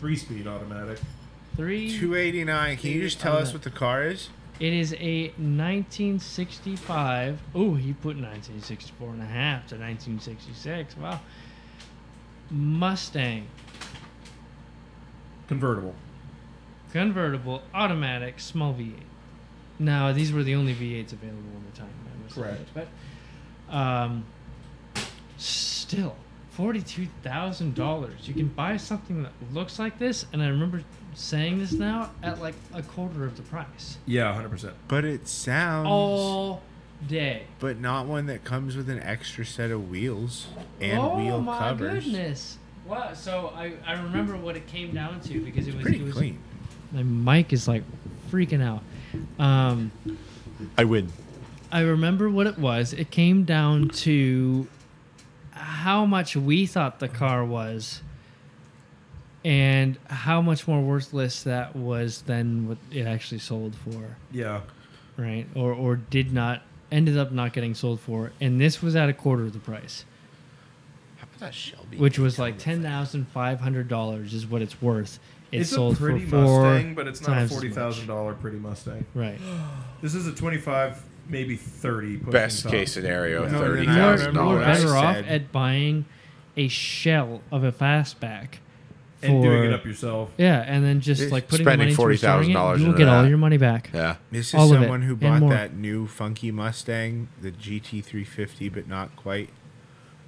Speaker 5: three speed automatic.
Speaker 1: Three.
Speaker 3: Two eighty nine. Can you just tell us what the car is?
Speaker 1: It is a 1965. Oh, he put 1964 and a half to 1966. Wow. Mustang
Speaker 5: Convertible.
Speaker 1: convertible automatic small V8. Now these were the only V8s available at the time. I must admit, But um, still, forty-two thousand dollars. You can buy something that looks like this, and I remember saying this now at like a quarter of the price
Speaker 5: Yeah, hundred percent.
Speaker 3: But it sounds.
Speaker 5: Oh.
Speaker 1: all day.
Speaker 3: But not one that comes with an extra set of wheels and
Speaker 1: oh
Speaker 3: wheel
Speaker 1: my
Speaker 3: covers.
Speaker 1: goodness! Wow. So I, I remember what it came down to because it was it
Speaker 3: Pretty
Speaker 1: was-
Speaker 3: clean.
Speaker 1: My mic is like freaking out. Um,
Speaker 2: I win.
Speaker 1: I remember what it was. It came down to how much we thought the car was and how much more worthless that was than what it actually sold for,
Speaker 5: Yeah.
Speaker 1: right? Or or did not ended up not getting sold for. And this was at a quarter of the price,
Speaker 2: How about that Shelby?
Speaker 1: which was like $10,500 is what it's worth. It
Speaker 5: It's
Speaker 1: sold
Speaker 5: a pretty
Speaker 1: for four
Speaker 5: Mustang, but it's not a
Speaker 1: times as
Speaker 5: forty
Speaker 1: much.
Speaker 5: thousand dollar pretty Mustang.
Speaker 1: Right.
Speaker 5: This is a twenty-five, maybe thirty. pushing
Speaker 2: Best
Speaker 5: top.
Speaker 2: case scenario,
Speaker 3: No,
Speaker 2: thirty
Speaker 3: then I
Speaker 2: thousand
Speaker 3: remember
Speaker 1: We're
Speaker 3: what I
Speaker 2: dollars.
Speaker 1: better off
Speaker 3: said.
Speaker 1: at buying a shell of a fastback
Speaker 5: And doing
Speaker 1: for-
Speaker 5: it up yourself.
Speaker 1: Yeah, and then just
Speaker 3: It's
Speaker 1: like putting
Speaker 2: spending
Speaker 1: the money into
Speaker 2: $40,000
Speaker 1: dollars. You'll
Speaker 2: into
Speaker 1: get all
Speaker 2: that.
Speaker 1: your money back.
Speaker 2: Yeah,
Speaker 3: This is
Speaker 1: All of it,
Speaker 3: someone who
Speaker 1: and
Speaker 3: bought
Speaker 1: more.
Speaker 3: that new funky Mustang, the GT350, but not quite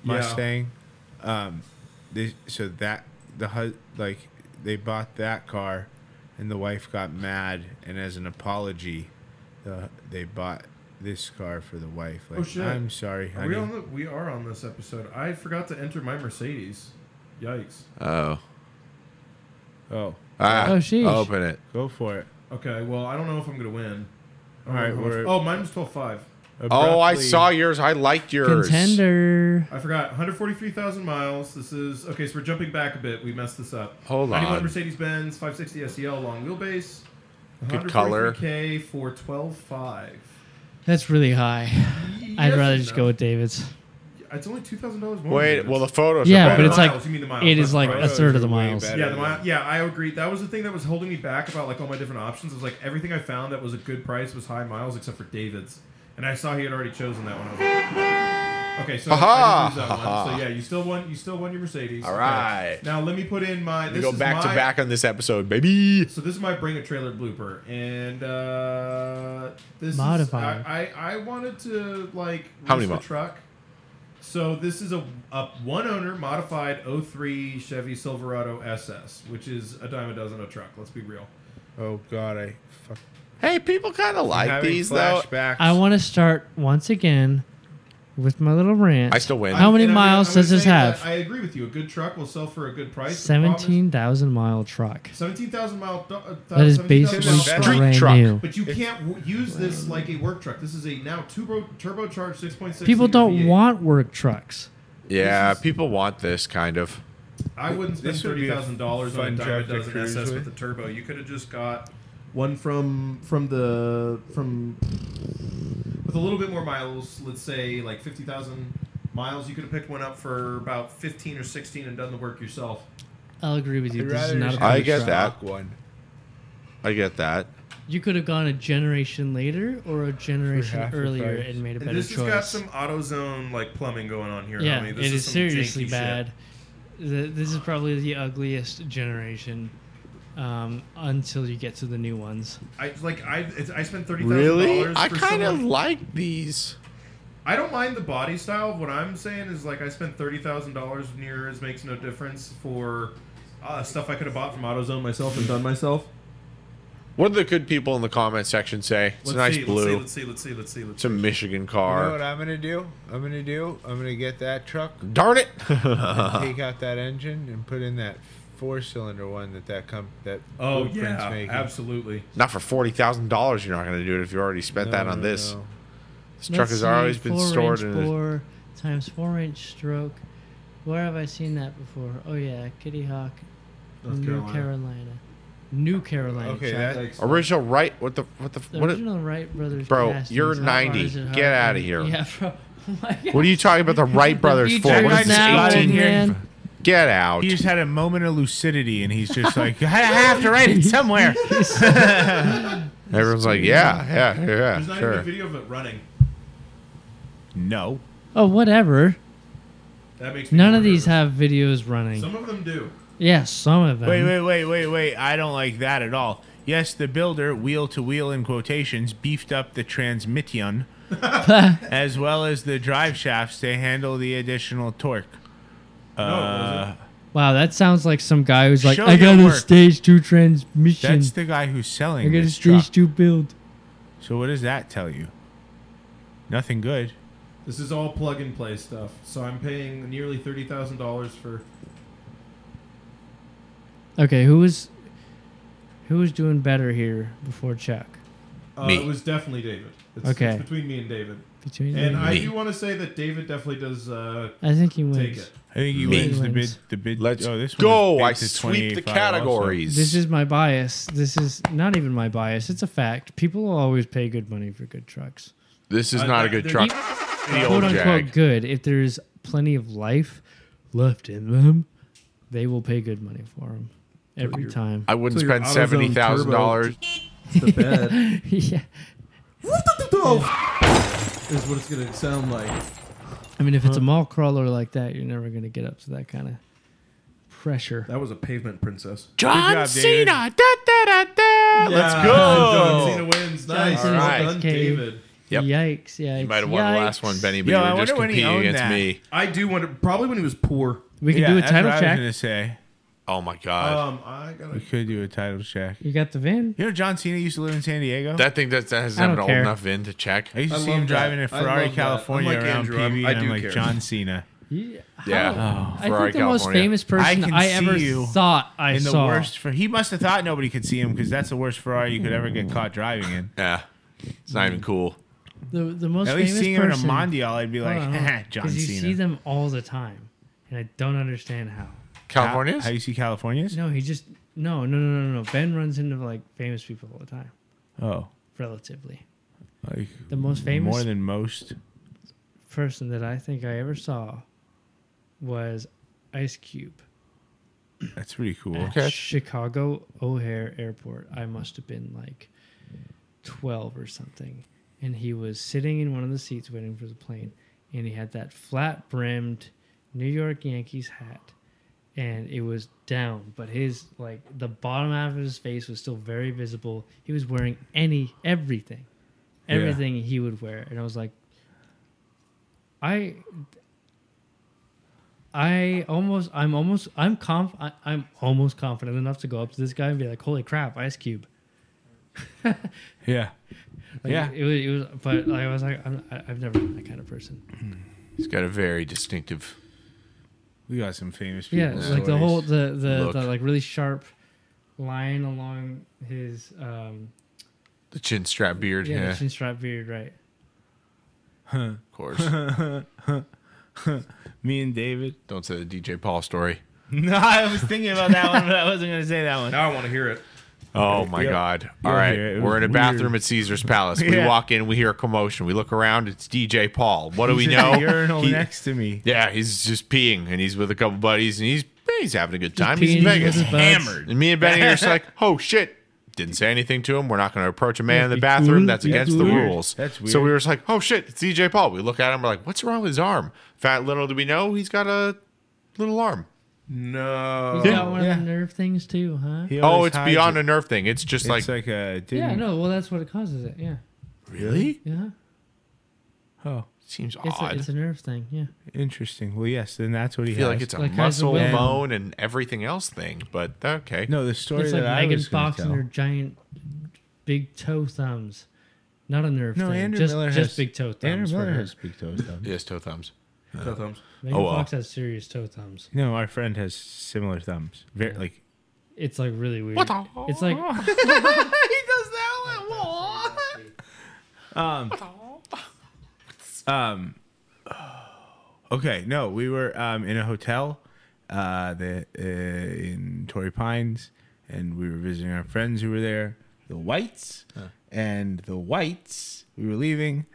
Speaker 5: Yeah.
Speaker 3: Mustang. Um, they, so that the hu- like they bought that car, and the wife got mad, and as an apology, the, they bought this car for the wife. Like,
Speaker 5: Oh, shit.
Speaker 3: I'm sorry,
Speaker 5: Are we
Speaker 3: honey.
Speaker 5: on the? We are on this episode. I forgot to enter my Mercedes. Yikes.
Speaker 2: Oh.
Speaker 3: oh,
Speaker 2: Ah,
Speaker 1: Oh, sheesh.
Speaker 2: Open it.
Speaker 3: go for it.
Speaker 5: Okay. Well, I don't know if I'm gonna win.
Speaker 3: All right, we're
Speaker 5: Oh, mine was twelve five.
Speaker 2: Oh, I
Speaker 3: abruptly-
Speaker 2: saw yours. I liked yours.
Speaker 1: Contender.
Speaker 5: I forgot. 143,000 miles. This is okay. So we're jumping back a bit. We messed this up.
Speaker 2: Hold
Speaker 5: 91
Speaker 2: on.
Speaker 5: Mercedes Benz 560 SEL E long wheelbase.
Speaker 2: Good color.
Speaker 5: K for 12.5.
Speaker 1: That's really high. I'd
Speaker 5: Yes
Speaker 1: rather
Speaker 5: and
Speaker 1: just
Speaker 5: no.
Speaker 1: go with David's.
Speaker 5: It's only two thousand dollars more.
Speaker 2: Wait,
Speaker 5: than
Speaker 2: well, the
Speaker 5: yours.
Speaker 2: photos
Speaker 1: Yeah,
Speaker 2: are
Speaker 1: but
Speaker 2: better.
Speaker 1: it's like-
Speaker 5: Miles, you mean the miles,
Speaker 1: It is
Speaker 5: that's
Speaker 1: like
Speaker 5: right.
Speaker 1: a third of the miles.
Speaker 5: Yeah, the mile, yeah, I agree. That was the thing that was holding me back about like all my different options. It was like everything I found that was a good price was high miles, except for David's, and I saw he had already chosen that one. I was like, okay, so I- I didn't lose that one. So yeah, you still won. You still won your Mercedes.
Speaker 2: All
Speaker 5: Okay.
Speaker 2: right.
Speaker 5: Now let me put in my. This
Speaker 2: We go
Speaker 5: is
Speaker 2: back to
Speaker 5: my-
Speaker 2: back on this episode, baby.
Speaker 5: So this is my bring a trailer blooper, and uh, this
Speaker 1: Modifier.
Speaker 5: Is, I, I I wanted to like
Speaker 2: How
Speaker 5: race
Speaker 2: many
Speaker 5: the
Speaker 2: mi-
Speaker 5: truck. So this is a, a one owner modified 03 Chevy Silverado SS, which is a dime a dozen a truck. Let's be real.
Speaker 3: Oh God, I fuck.
Speaker 2: Hey, people kind of like
Speaker 3: having
Speaker 2: these though.
Speaker 3: flashbacks.
Speaker 1: I want to start once again with my little rant.
Speaker 2: I still win.
Speaker 1: How many
Speaker 5: And I'm gonna-
Speaker 1: miles
Speaker 5: I'm gonna
Speaker 1: does this
Speaker 5: say that
Speaker 1: have?
Speaker 5: I agree with you. A good truck will sell for a good price. The problem is-
Speaker 1: Seventeen thousand mile truck.
Speaker 5: 17,000 mile. do- uh,
Speaker 1: That is
Speaker 5: 17,000
Speaker 1: basically
Speaker 5: mile
Speaker 3: Street
Speaker 5: truck.
Speaker 1: brand
Speaker 2: truck.
Speaker 1: new.
Speaker 5: But you can't w- use this like a work truck. This is a now turbo turbocharged 6.6.
Speaker 1: People
Speaker 5: liter
Speaker 1: don't
Speaker 5: V8.
Speaker 1: want work trucks.
Speaker 2: Yeah,
Speaker 5: This is-
Speaker 2: people want this kind of.
Speaker 5: I wouldn't spend
Speaker 3: This would
Speaker 5: thirty
Speaker 3: be a
Speaker 5: thousand dollars on
Speaker 3: fun
Speaker 5: a
Speaker 3: truck
Speaker 5: dime a
Speaker 3: to
Speaker 5: dozen
Speaker 3: cruise
Speaker 5: SS
Speaker 3: with.
Speaker 5: with a turbo. You could have just got one from from the from with a little bit more miles. Let's say like fifty thousand miles. You could have picked one up for about fifteen or sixteen and done the work yourself.
Speaker 1: I'll agree with you.
Speaker 3: I'd
Speaker 1: This is
Speaker 3: rather
Speaker 1: not a
Speaker 3: just
Speaker 2: I
Speaker 1: work
Speaker 3: have
Speaker 2: get
Speaker 1: truck.
Speaker 3: a stock
Speaker 2: that.
Speaker 3: one.
Speaker 2: I get that.
Speaker 1: You could have gone a generation later or
Speaker 3: For
Speaker 1: a generation
Speaker 3: half the
Speaker 1: earlier
Speaker 3: price.
Speaker 1: and made a
Speaker 5: And
Speaker 1: better
Speaker 5: this
Speaker 1: choice.
Speaker 5: has got some AutoZone like plumbing going on here.
Speaker 1: yeah,
Speaker 5: homie.
Speaker 1: it
Speaker 5: This
Speaker 1: is,
Speaker 5: some
Speaker 1: seriously
Speaker 5: janky shit.
Speaker 1: bad. Th- This is probably the ugliest generation um, until you get to the new ones.
Speaker 5: I like I it's, I spent thirty thousand
Speaker 2: Really?
Speaker 5: dollars.
Speaker 2: I kind of like these.
Speaker 5: I don't mind the body style. What I'm saying is, like, I spent thirty thousand dollars near as makes no difference for uh, stuff I could have bought from AutoZone myself and done myself.
Speaker 2: What do the good people in the comment section say? It's a nice
Speaker 5: see,
Speaker 2: blue.
Speaker 5: Let's see. Let's see. Let's see. Let's
Speaker 2: it's a
Speaker 5: see.
Speaker 2: Michigan
Speaker 3: You
Speaker 2: car.
Speaker 3: know what I'm gonna do? I'm gonna do. I'm gonna get that truck,
Speaker 2: Darn it! Uh.
Speaker 3: take out that engine, and put in that four-cylinder one that that com- that
Speaker 5: Oh
Speaker 3: Blueprint's
Speaker 5: yeah,
Speaker 3: making.
Speaker 5: absolutely.
Speaker 2: Not for forty thousand dollars. You're not going to do it if you already spent that
Speaker 3: No,
Speaker 2: on
Speaker 3: no,
Speaker 2: this.
Speaker 3: no.
Speaker 2: This truck has always been stored in. A,
Speaker 1: four times four inch stroke. Where have I seen that before? Oh yeah, Kitty Hawk,
Speaker 5: North
Speaker 1: New Carolina.
Speaker 5: Carolina.
Speaker 1: New Carolina.
Speaker 3: Okay,
Speaker 1: Chuck.
Speaker 3: that-
Speaker 5: Thanks.
Speaker 2: original right? What the? What the?
Speaker 1: The
Speaker 2: What?
Speaker 1: original Wright brothers.
Speaker 2: Bro,
Speaker 1: castings.
Speaker 2: you're
Speaker 1: How
Speaker 2: 90.
Speaker 1: hard is it
Speaker 2: Get
Speaker 1: hard?
Speaker 2: outta here.
Speaker 1: Yeah, bro. Oh my God.
Speaker 2: what are you talking about the Wright brothers
Speaker 1: The
Speaker 2: for?
Speaker 1: future
Speaker 2: What is
Speaker 1: is
Speaker 2: this?
Speaker 1: now,
Speaker 2: 18 year?
Speaker 1: man.
Speaker 2: Get out!
Speaker 3: He just had a moment of lucidity, and he's just like, I have to write it somewhere.
Speaker 2: Everyone's like, yeah, yeah, yeah,
Speaker 5: There's not even a
Speaker 2: sure.
Speaker 5: video of it running.
Speaker 3: no.
Speaker 1: Oh, whatever.
Speaker 5: That makes me
Speaker 1: None of
Speaker 5: wonder.
Speaker 1: these have videos running.
Speaker 5: Some of them do.
Speaker 1: yeah, some of them.
Speaker 3: Wait, wait, wait, wait, wait. I don't like that at all. Yes, the builder, wheel to wheel in quotations, beefed up the transmission as well as the drive shafts to handle the additional torque.
Speaker 5: No,
Speaker 2: Uh,
Speaker 5: it wasn't.
Speaker 1: Wow, that sounds like some guy who's like,
Speaker 3: Show
Speaker 1: I
Speaker 3: your
Speaker 1: got a
Speaker 3: work."
Speaker 1: stage two transmission.
Speaker 3: That's the guy who's
Speaker 1: I
Speaker 3: selling
Speaker 1: got a
Speaker 3: this
Speaker 1: stage
Speaker 3: truck.
Speaker 1: two build.
Speaker 3: So what does that tell you? Nothing good.
Speaker 5: This is all plug and play stuff. So I'm paying nearly thirty thousand dollars for.
Speaker 1: Okay, who was who was doing better here before Chuck?
Speaker 5: Uh,
Speaker 2: Me.
Speaker 5: It was definitely David. It's,
Speaker 1: Okay.
Speaker 5: It's between me and David.
Speaker 1: Between
Speaker 5: And
Speaker 1: them?
Speaker 5: I
Speaker 2: Me.
Speaker 5: do want to say that David definitely does uh,
Speaker 1: I think he
Speaker 5: take
Speaker 1: wins.
Speaker 5: it.
Speaker 3: I think he
Speaker 2: Me.
Speaker 3: wins the bid.
Speaker 1: Wins.
Speaker 3: The bid.
Speaker 2: Let's
Speaker 3: oh, this one
Speaker 2: go!
Speaker 3: is
Speaker 2: I
Speaker 3: big to
Speaker 2: sweep the
Speaker 3: 28.5 also.
Speaker 2: categories.
Speaker 1: This is my bias. This is not even my bias. It's a fact. People will always pay good money for good trucks.
Speaker 2: this is not a good truck. The
Speaker 1: Quote
Speaker 2: old
Speaker 1: unquote
Speaker 2: Jag.
Speaker 1: good. If there's plenty of life left in them, they will pay good money for them every time.
Speaker 2: I wouldn't
Speaker 5: So your
Speaker 2: spend
Speaker 5: AutoZone
Speaker 2: seventy thousand dollars.
Speaker 5: The bed
Speaker 1: yeah.
Speaker 5: is what it's gonna sound like.
Speaker 1: I mean, if it's a mall crawler like that, you're never going to get up to that kind of pressure.
Speaker 5: That was a pavement princess.
Speaker 3: Good job, David.
Speaker 2: Let's go!
Speaker 5: John Cena wins. Nice.
Speaker 1: All
Speaker 5: Well
Speaker 2: right.
Speaker 5: done, David.
Speaker 2: Yep.
Speaker 1: Yikes, yikes.
Speaker 2: You might have won the last one,
Speaker 1: yikes.
Speaker 2: Benny, but
Speaker 3: Yo,
Speaker 2: you
Speaker 3: I
Speaker 2: were just
Speaker 3: wonder when he
Speaker 2: competing
Speaker 3: owned
Speaker 2: against
Speaker 3: that.
Speaker 2: me.
Speaker 5: I do wonder. Probably when he was poor.
Speaker 1: We can
Speaker 3: Yeah,
Speaker 1: do a
Speaker 3: that's
Speaker 1: title
Speaker 3: what I was
Speaker 1: check.
Speaker 3: gonna say.
Speaker 2: Oh my
Speaker 3: Uh,
Speaker 2: god.
Speaker 5: Um, I got
Speaker 3: We
Speaker 5: to
Speaker 3: could do a title check.
Speaker 1: You got the van?
Speaker 3: You know, John Cena used to live in San Diego.
Speaker 2: that thing that, that doesn't
Speaker 1: I
Speaker 2: have
Speaker 1: don't
Speaker 2: an old
Speaker 1: care.
Speaker 2: enough VIN to check.
Speaker 3: I used to
Speaker 4: I
Speaker 3: see him
Speaker 4: love
Speaker 3: driving
Speaker 4: that.
Speaker 3: in
Speaker 4: I
Speaker 3: Ferrari,
Speaker 4: love that. I'm
Speaker 3: California
Speaker 4: like
Speaker 3: around
Speaker 4: Andrew, I'm-
Speaker 3: PB,
Speaker 4: I
Speaker 3: and I'm
Speaker 4: do
Speaker 3: like
Speaker 4: care.
Speaker 3: John Cena.
Speaker 1: Yeah.
Speaker 2: Yeah.
Speaker 1: How- Oh. I
Speaker 2: Ferrari,
Speaker 1: think the most
Speaker 2: California.
Speaker 1: famous person
Speaker 3: can
Speaker 1: I, ever
Speaker 3: see you
Speaker 1: thought I
Speaker 3: in the
Speaker 1: saw.
Speaker 3: worst, for he must have thought nobody could see him because that's the worst Ferrari you could ever get caught driving in.
Speaker 2: Yeah. It's not even cool.
Speaker 1: The, the most
Speaker 3: At
Speaker 1: famous
Speaker 3: least seeing
Speaker 1: person. Oh,
Speaker 3: him in a Mondial, I'd be like, "Ha, John
Speaker 1: Because you
Speaker 3: Cena.
Speaker 1: see them all the time, and I don't understand how.
Speaker 2: California's?
Speaker 3: How, how you see Californias?
Speaker 1: No, he just no, no, no, no, no. Ben runs into like famous people all the time,
Speaker 3: Oh,
Speaker 1: relatively.
Speaker 3: like
Speaker 1: The most famous
Speaker 3: more than most.
Speaker 1: person that I think I ever saw was Ice Cube
Speaker 3: That's pretty cool.
Speaker 1: at Chicago O'Hare Airport. I must have been like twelve or something, and he was sitting in one of the seats waiting for the plane, and he had that flat brimmed New York Yankees hat. And it was down, but his like the bottom half of his face was still very visible. He was wearing any everything,
Speaker 3: Yeah.
Speaker 1: everything he would wear, and I was like, I I almost I'm almost I'm conf I, I'm almost confident enough to go up to this guy and be like, "Holy crap, Ice Cube!"
Speaker 3: Yeah,
Speaker 1: Like,
Speaker 3: Yeah.
Speaker 1: it was, it was but I was like, I'm, I- I've never been that kind of person.
Speaker 2: He's got a very distinctive.
Speaker 3: we got some famous people.
Speaker 1: Yeah, like the whole the the,
Speaker 2: Look.
Speaker 1: the like really sharp line along his um
Speaker 2: The chin strap beard.
Speaker 1: yeah,
Speaker 2: Yeah,
Speaker 1: the chin strap beard, right?
Speaker 2: of course.
Speaker 3: me and David.
Speaker 2: Don't say the DJ Paul story.
Speaker 3: No, I was thinking about that one, but I wasn't gonna say that one.
Speaker 5: now I want to hear it.
Speaker 2: Oh my
Speaker 3: Yep.
Speaker 2: God! All
Speaker 3: You'll
Speaker 2: right,
Speaker 3: hear it. It
Speaker 2: we're
Speaker 3: was
Speaker 2: in a
Speaker 3: weird.
Speaker 2: bathroom at Caesar's Palace. We
Speaker 3: Yeah.
Speaker 2: walk in, we hear a commotion. We look around. It's DJ Paul. What do we
Speaker 3: He's in
Speaker 2: know?
Speaker 3: the urinal
Speaker 2: He-
Speaker 3: next to me.
Speaker 2: yeah, he's just peeing, and he's with a couple buddies, and he's he's having a good time. He's in
Speaker 1: peeing with
Speaker 2: Vegas,
Speaker 1: his buds.
Speaker 2: hammered. And me and Benny are just like, "Oh shit!" Didn't say anything to him. We're not going to approach a man in the
Speaker 1: be
Speaker 2: bathroom.
Speaker 1: cool.
Speaker 2: That's
Speaker 1: Yeah,
Speaker 2: against
Speaker 1: cool.
Speaker 2: the
Speaker 1: Weird.
Speaker 2: rules.
Speaker 3: That's
Speaker 2: So we
Speaker 3: weird.
Speaker 2: were just like, "Oh shit!" It's DJ Paul. We look at him. We're like, "What's wrong with his arm?" Fat little do we know, he's got a little arm.
Speaker 6: No.
Speaker 1: He's got one
Speaker 3: yeah.
Speaker 1: of the nerve things too, huh?
Speaker 3: He
Speaker 2: Oh,
Speaker 3: always
Speaker 2: it's
Speaker 3: hides
Speaker 2: beyond
Speaker 3: it.
Speaker 2: a nerve thing. It's just like,
Speaker 3: It's like a didn't,
Speaker 1: Yeah, no, well that's what it causes it. Yeah,
Speaker 2: really
Speaker 1: yeah,
Speaker 3: Oh,
Speaker 2: seems
Speaker 1: it's a,
Speaker 2: odd.
Speaker 1: it's a nerve thing. Yeah,
Speaker 3: interesting. Well, yes, then that's what he
Speaker 2: I feel
Speaker 3: has.
Speaker 2: like it's a
Speaker 1: Like Kaiser
Speaker 2: muscle,
Speaker 1: Wilhelm.
Speaker 2: bone, and everything else thing. But okay,
Speaker 3: no, the story
Speaker 1: it's
Speaker 3: that
Speaker 1: like
Speaker 3: I
Speaker 1: Megan
Speaker 3: was gonna
Speaker 1: Fox and
Speaker 3: tell.
Speaker 1: her giant big toe thumbs. Not a nerve
Speaker 3: No,
Speaker 1: thing.
Speaker 3: Andrew
Speaker 1: just,
Speaker 3: Miller
Speaker 1: just
Speaker 3: has-
Speaker 1: big toe thumbs.
Speaker 3: Andrew
Speaker 1: for
Speaker 3: Miller
Speaker 1: her.
Speaker 3: has big toes. though.
Speaker 2: yes, toe thumbs.
Speaker 5: Toe thumbs.
Speaker 1: Megan
Speaker 2: Oh, well.
Speaker 1: Fox has serious toe thumbs.
Speaker 3: No, our friend has similar thumbs. Very like
Speaker 1: It's like really weird. It's like
Speaker 3: Um, okay, no, we were um, in a hotel uh, the, uh, in Torrey Pines, and we were visiting our friends who were there, the Whites, and the Whites. We were leaving,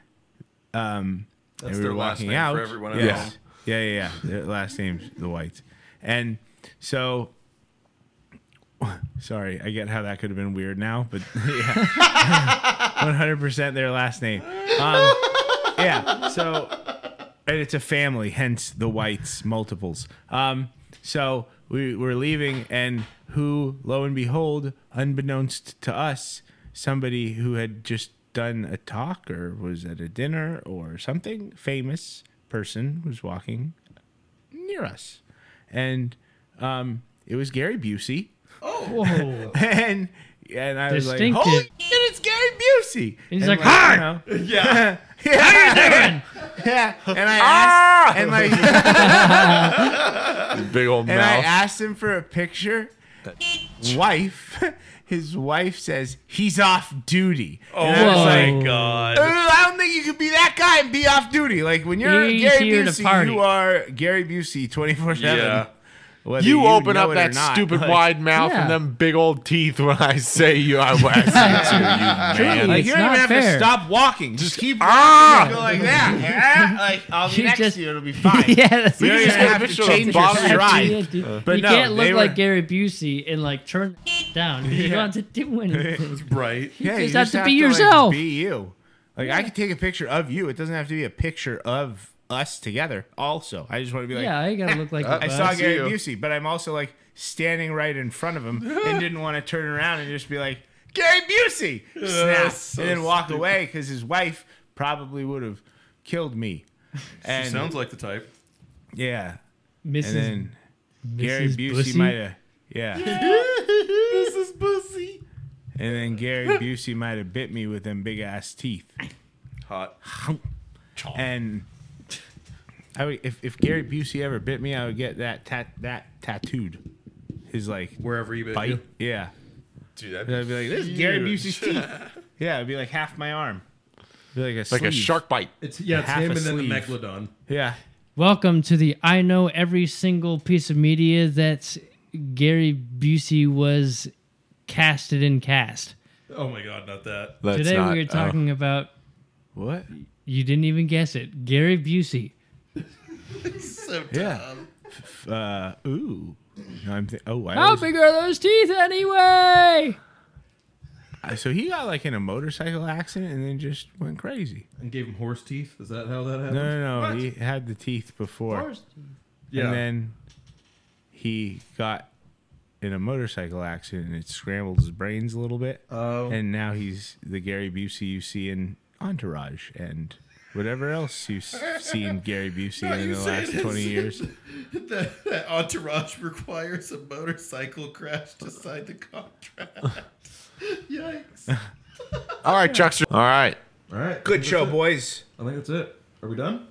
Speaker 3: um, and
Speaker 6: That's
Speaker 3: we
Speaker 6: their
Speaker 3: were
Speaker 6: last
Speaker 3: walking
Speaker 6: name for
Speaker 3: out.
Speaker 6: everyone at
Speaker 3: Yes.
Speaker 6: home.
Speaker 3: yeah, yeah, yeah. Their last name's the Whites, and so. Sorry, I get how that could have been weird now, but yeah, one hundred percent their last name. Um, yeah. So, and it's a family, hence the whites multiples. Um, so we were leaving, and who, lo and behold, unbeknownst to us, somebody who had just done a talk or was at a dinner or something famous person was walking near us, and um, it was Gary Busey
Speaker 1: whoa.
Speaker 3: and and I was like,
Speaker 1: Distinctive.
Speaker 3: "Holy shit, it's Gary Busey!"
Speaker 1: he's like, "Hi!"
Speaker 3: you know, yeah, yeah, yeah. And I
Speaker 2: Ah!
Speaker 3: asked, and like, and
Speaker 2: Big old
Speaker 3: I
Speaker 2: mouth.
Speaker 3: asked him for a picture. Wife, his wife says he's off duty. Oh and I was like,
Speaker 1: Whoa.
Speaker 3: "Uh, I don't think you could be that guy and be off duty. Like when you're
Speaker 1: He's
Speaker 3: Gary
Speaker 1: here to
Speaker 3: Busey,
Speaker 1: party.
Speaker 3: you are Gary Busey twenty four
Speaker 6: Yeah.
Speaker 3: seven.
Speaker 2: you, open up that stupid
Speaker 3: like,
Speaker 2: wide mouth
Speaker 1: Yeah.
Speaker 2: and them big old teeth when I say you. I, I say to you, man.
Speaker 1: Truly.
Speaker 3: Like
Speaker 1: It's
Speaker 3: you don't even
Speaker 1: not
Speaker 3: have to
Speaker 1: fair.
Speaker 3: stop walking. Just keep
Speaker 2: Ah!
Speaker 3: go like that. Yeah, like I'll be
Speaker 1: You
Speaker 3: next
Speaker 1: just-
Speaker 3: to you. It'll be fine.
Speaker 1: yeah, that's
Speaker 3: You don't even
Speaker 1: exactly-
Speaker 2: just gotta
Speaker 3: have to
Speaker 2: picture
Speaker 3: change your
Speaker 2: the box
Speaker 1: that's
Speaker 3: stride.
Speaker 1: it, dude.
Speaker 3: Uh, But
Speaker 1: you
Speaker 3: no,
Speaker 1: can't look
Speaker 3: they were-
Speaker 1: like Gary Busey and like turn down. You
Speaker 3: Yeah.
Speaker 1: don't have to do anything.
Speaker 6: Right.
Speaker 3: Yeah,
Speaker 1: just have to be yourself.
Speaker 3: Like, be you. Like I could take a picture of you. It doesn't have to be a picture of us together. Also, I just want to be like,
Speaker 1: yeah, I gotta look like a
Speaker 3: Uh, I
Speaker 1: bus.
Speaker 3: saw Gary Busey, but I'm also like standing right in front of him and didn't want to turn around and just be like Gary Busey, snap, and then walk away because his wife probably would have killed me. And
Speaker 6: Sounds like the type.
Speaker 3: yeah,
Speaker 1: Mrs.
Speaker 3: and then Gary
Speaker 1: Mrs.
Speaker 3: Busey
Speaker 1: Bussy?
Speaker 3: might have Yeah.
Speaker 6: This is pussy.
Speaker 3: And then Gary Busey might have bit me with them big ass teeth.
Speaker 6: Hot.
Speaker 3: And I would, if, if Gary Busey ever bit me, I would get that tat that tattooed. His like
Speaker 6: Wherever you been.
Speaker 3: bite. Yeah.
Speaker 7: Dude, that'd
Speaker 3: And I'd be like, this is Gary Busey's teeth. Yeah, it'd be like half my arm. It'd be like a
Speaker 2: like a
Speaker 3: sleeve.
Speaker 2: shark bite.
Speaker 5: It's yeah, it's
Speaker 3: Half
Speaker 5: him
Speaker 3: a
Speaker 5: and then the
Speaker 3: sleeve.
Speaker 5: megalodon.
Speaker 3: Yeah.
Speaker 1: Welcome to the I know every single piece of media that's Gary Busey was casted in cast.
Speaker 5: Oh my god, not that.
Speaker 2: That's
Speaker 1: Today
Speaker 2: not-
Speaker 1: we were
Speaker 2: oh.
Speaker 1: talking about
Speaker 3: What?
Speaker 1: you didn't even guess it, Gary Busey.
Speaker 3: Yeah. F- Uh, ooh. No, I'm thi- oh, I
Speaker 1: How
Speaker 3: was,
Speaker 1: big are those teeth anyway?
Speaker 3: I- so he got like in a motorcycle accident and then just went crazy.
Speaker 5: And gave him horse teeth. Is that how that happened?
Speaker 3: No, no, no. He had the teeth before.
Speaker 5: yeah.
Speaker 3: And then he got in a motorcycle accident and it scrambled his brains a little bit.
Speaker 5: Oh.
Speaker 3: And now he's the Gary Busey you see in Entourage and whatever else you've seen Gary Busey in
Speaker 4: you
Speaker 3: the
Speaker 4: say
Speaker 3: last
Speaker 4: this.
Speaker 3: 20 years.
Speaker 4: that, that entourage requires a motorcycle crash to sign the contract. Yikes.
Speaker 2: All right, Chuckster. All right.
Speaker 5: All right.
Speaker 8: Good show, boys.
Speaker 5: I think that's it. Are we done?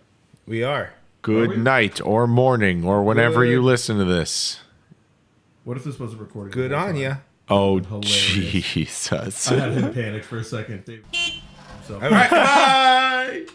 Speaker 8: We are.
Speaker 2: Good night or morning or whenever you listen to this.
Speaker 5: What if this wasn't recording?
Speaker 8: Good
Speaker 5: the whole
Speaker 8: on
Speaker 5: time?
Speaker 8: ya.
Speaker 2: Oh,
Speaker 5: Hilarious.
Speaker 2: Jesus.
Speaker 5: I had him panic for a second. Dave. So.
Speaker 8: All right.
Speaker 4: Bye.